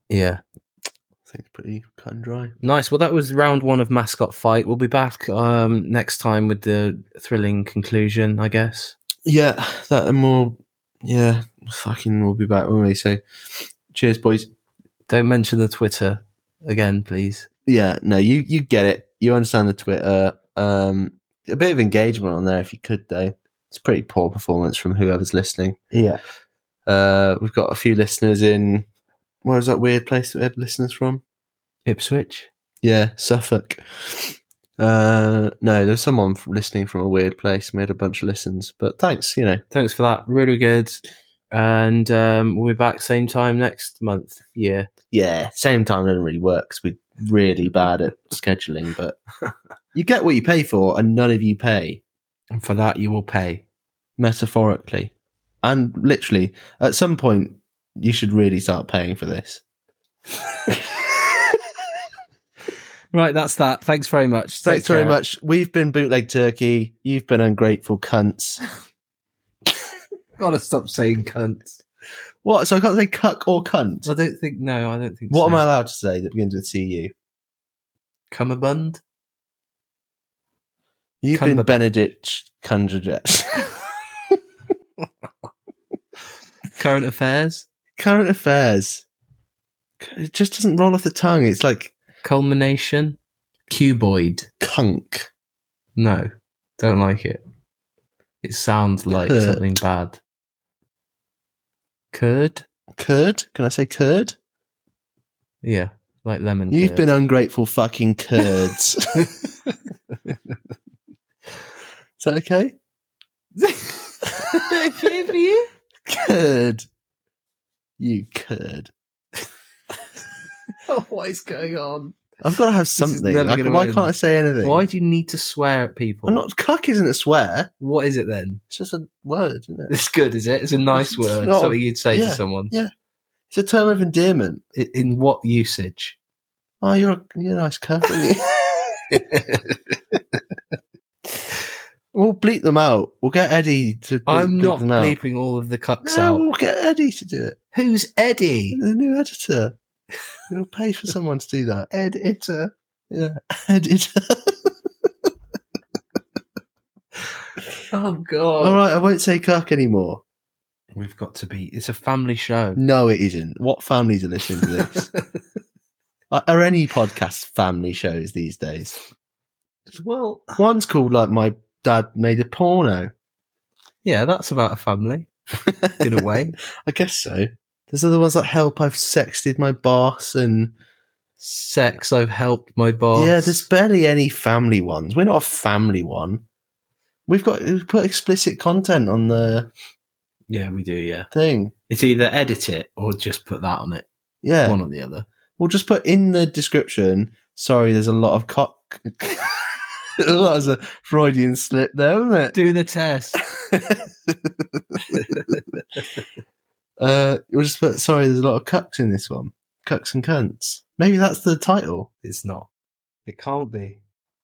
yeah. I think it's pretty cut and dry. Nice. Well, that was round one of mascot fight. We'll be back um, next time with the thrilling conclusion, I guess. Yeah, that and more. Yeah, fucking we'll be back, won't we? So, cheers, boys. Don't mention the Twitter again, please. yeah, no, you you get it. You understand the Twitter. Um, a bit of engagement on there if you could, though. It's a pretty poor performance from whoever's listening. Yeah. Uh, we've got a few listeners in. Where is that weird place that we had listeners from? Ipswich. Yeah, Suffolk. Uh, no, there's someone from listening from a weird place. and We had a bunch of listens, but thanks. You know, Thanks for that. Really good. And um, we'll be back same time next month. Yeah. yeah, same time doesn't really work 'cause we're really bad at scheduling. But you get what you pay for, and none of you pay. And for that, you will pay. metaphorically and literally at some point you should really start paying for this Right. That's that. Thanks very much. thanks very much we've been bootleg turkey you've been ungrateful cunts Gotta stop saying cunts. what so i can't say cuck or cunt I don't think, no, I don't think what so. am i allowed to say that begins with cu Cummerbund? you've Cunt- been benedict cumberbatch Current affairs? current affairs it just doesn't roll off the tongue it's like Culmination? Cuboid? cunk No. Don't like it. It sounds like Curd. something bad. Curd? curd can i say curd Yeah. Like lemon. you've curd. been ungrateful fucking curds is that okay okay for you? curd. You curd. what is going on? I've got to have is something. never I- gonna why end. can't I say anything? Why do you need to swear at people? I'm not cuck isn't a swear. What is it then? It's just a word, isn't it? It's good, is it? It's a nice It's word. not- something you'd say yeah. to someone. Yeah. It's a term of endearment. I- In what usage? Oh, you're a, you're a nice cuck. Aren't you? we'll bleep them out. We'll get Eddie to. Bleep, I'm bleep not them out. bleeping all of the cucks No, out. we'll get Eddie to do it. Who's Eddie? The new editor. We'll pay for someone to do that. Editor. Yeah, editor. Oh God! All right, I won't say cuck anymore. We've got to be. It's a family show. No, it isn't. What families are listening to this? are, are any podcasts family shows these days? Well, One's called like my dad made a porno. yeah, that's about a family in a way. I guess so. There's other ones like help. I've sexted my boss, and Sex. I've helped my boss. yeah, there's barely any family ones. We're not a family one. We've got we've put explicit content on the yeah, we do. Yeah, thing. it's either edit it or just put that on it. Yeah, One or the other. we'll just put in the description. Sorry, there's a lot of cock. that was a Freudian slip there, wasn't it? Do the test. Uh, we'll just put, sorry, there's a lot of cucks in this one. Cucks and cunts. Maybe that's the title. it's not. It can't be.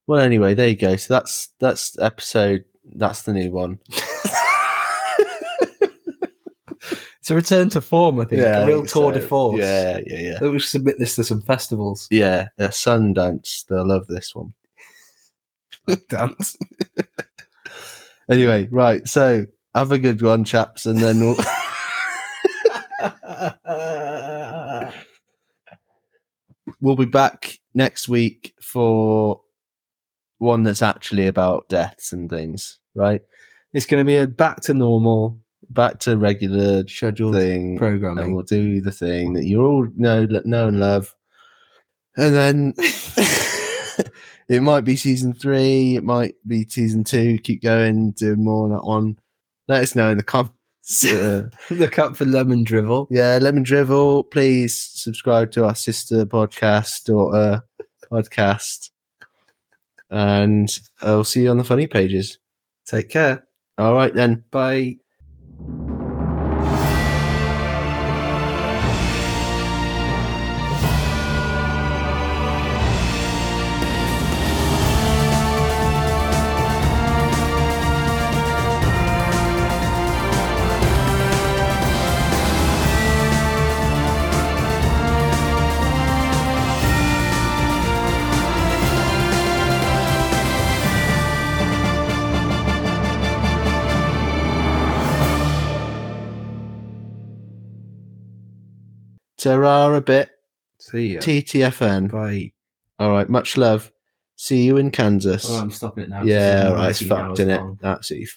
Well, anyway, there you go. So that's that's episode. That's the new one. It's a return to form. I think. I a real think tour de so. force. Yeah, yeah, yeah. That we should submit this to some festivals. Yeah, yeah, Sundance. They'll love this one. Dance. Anyway, right. So have a good one, chaps, and then we'll. we'll be back next week for one that's actually about deaths and things, right? It's going to be a back to normal Back to regular scheduled thing, and programming. we'll do the thing that you all know, know and love. And then it might be season three, it might be season two. Keep going, doing more on that one. Let us know in the comments. Uh, Look up for lemon drivel. yeah, Lemon Drivel, please subscribe to our sister podcast, daughter podcast. And I'll see you on the funny pages. Take care. All right, then. Bye. Terrara bit. See ya. TTFN. Bye. All right. Much love. See you in Kansas. Oh, I'm stopping it now. yeah, all right. It's It's fucked in it. That's it.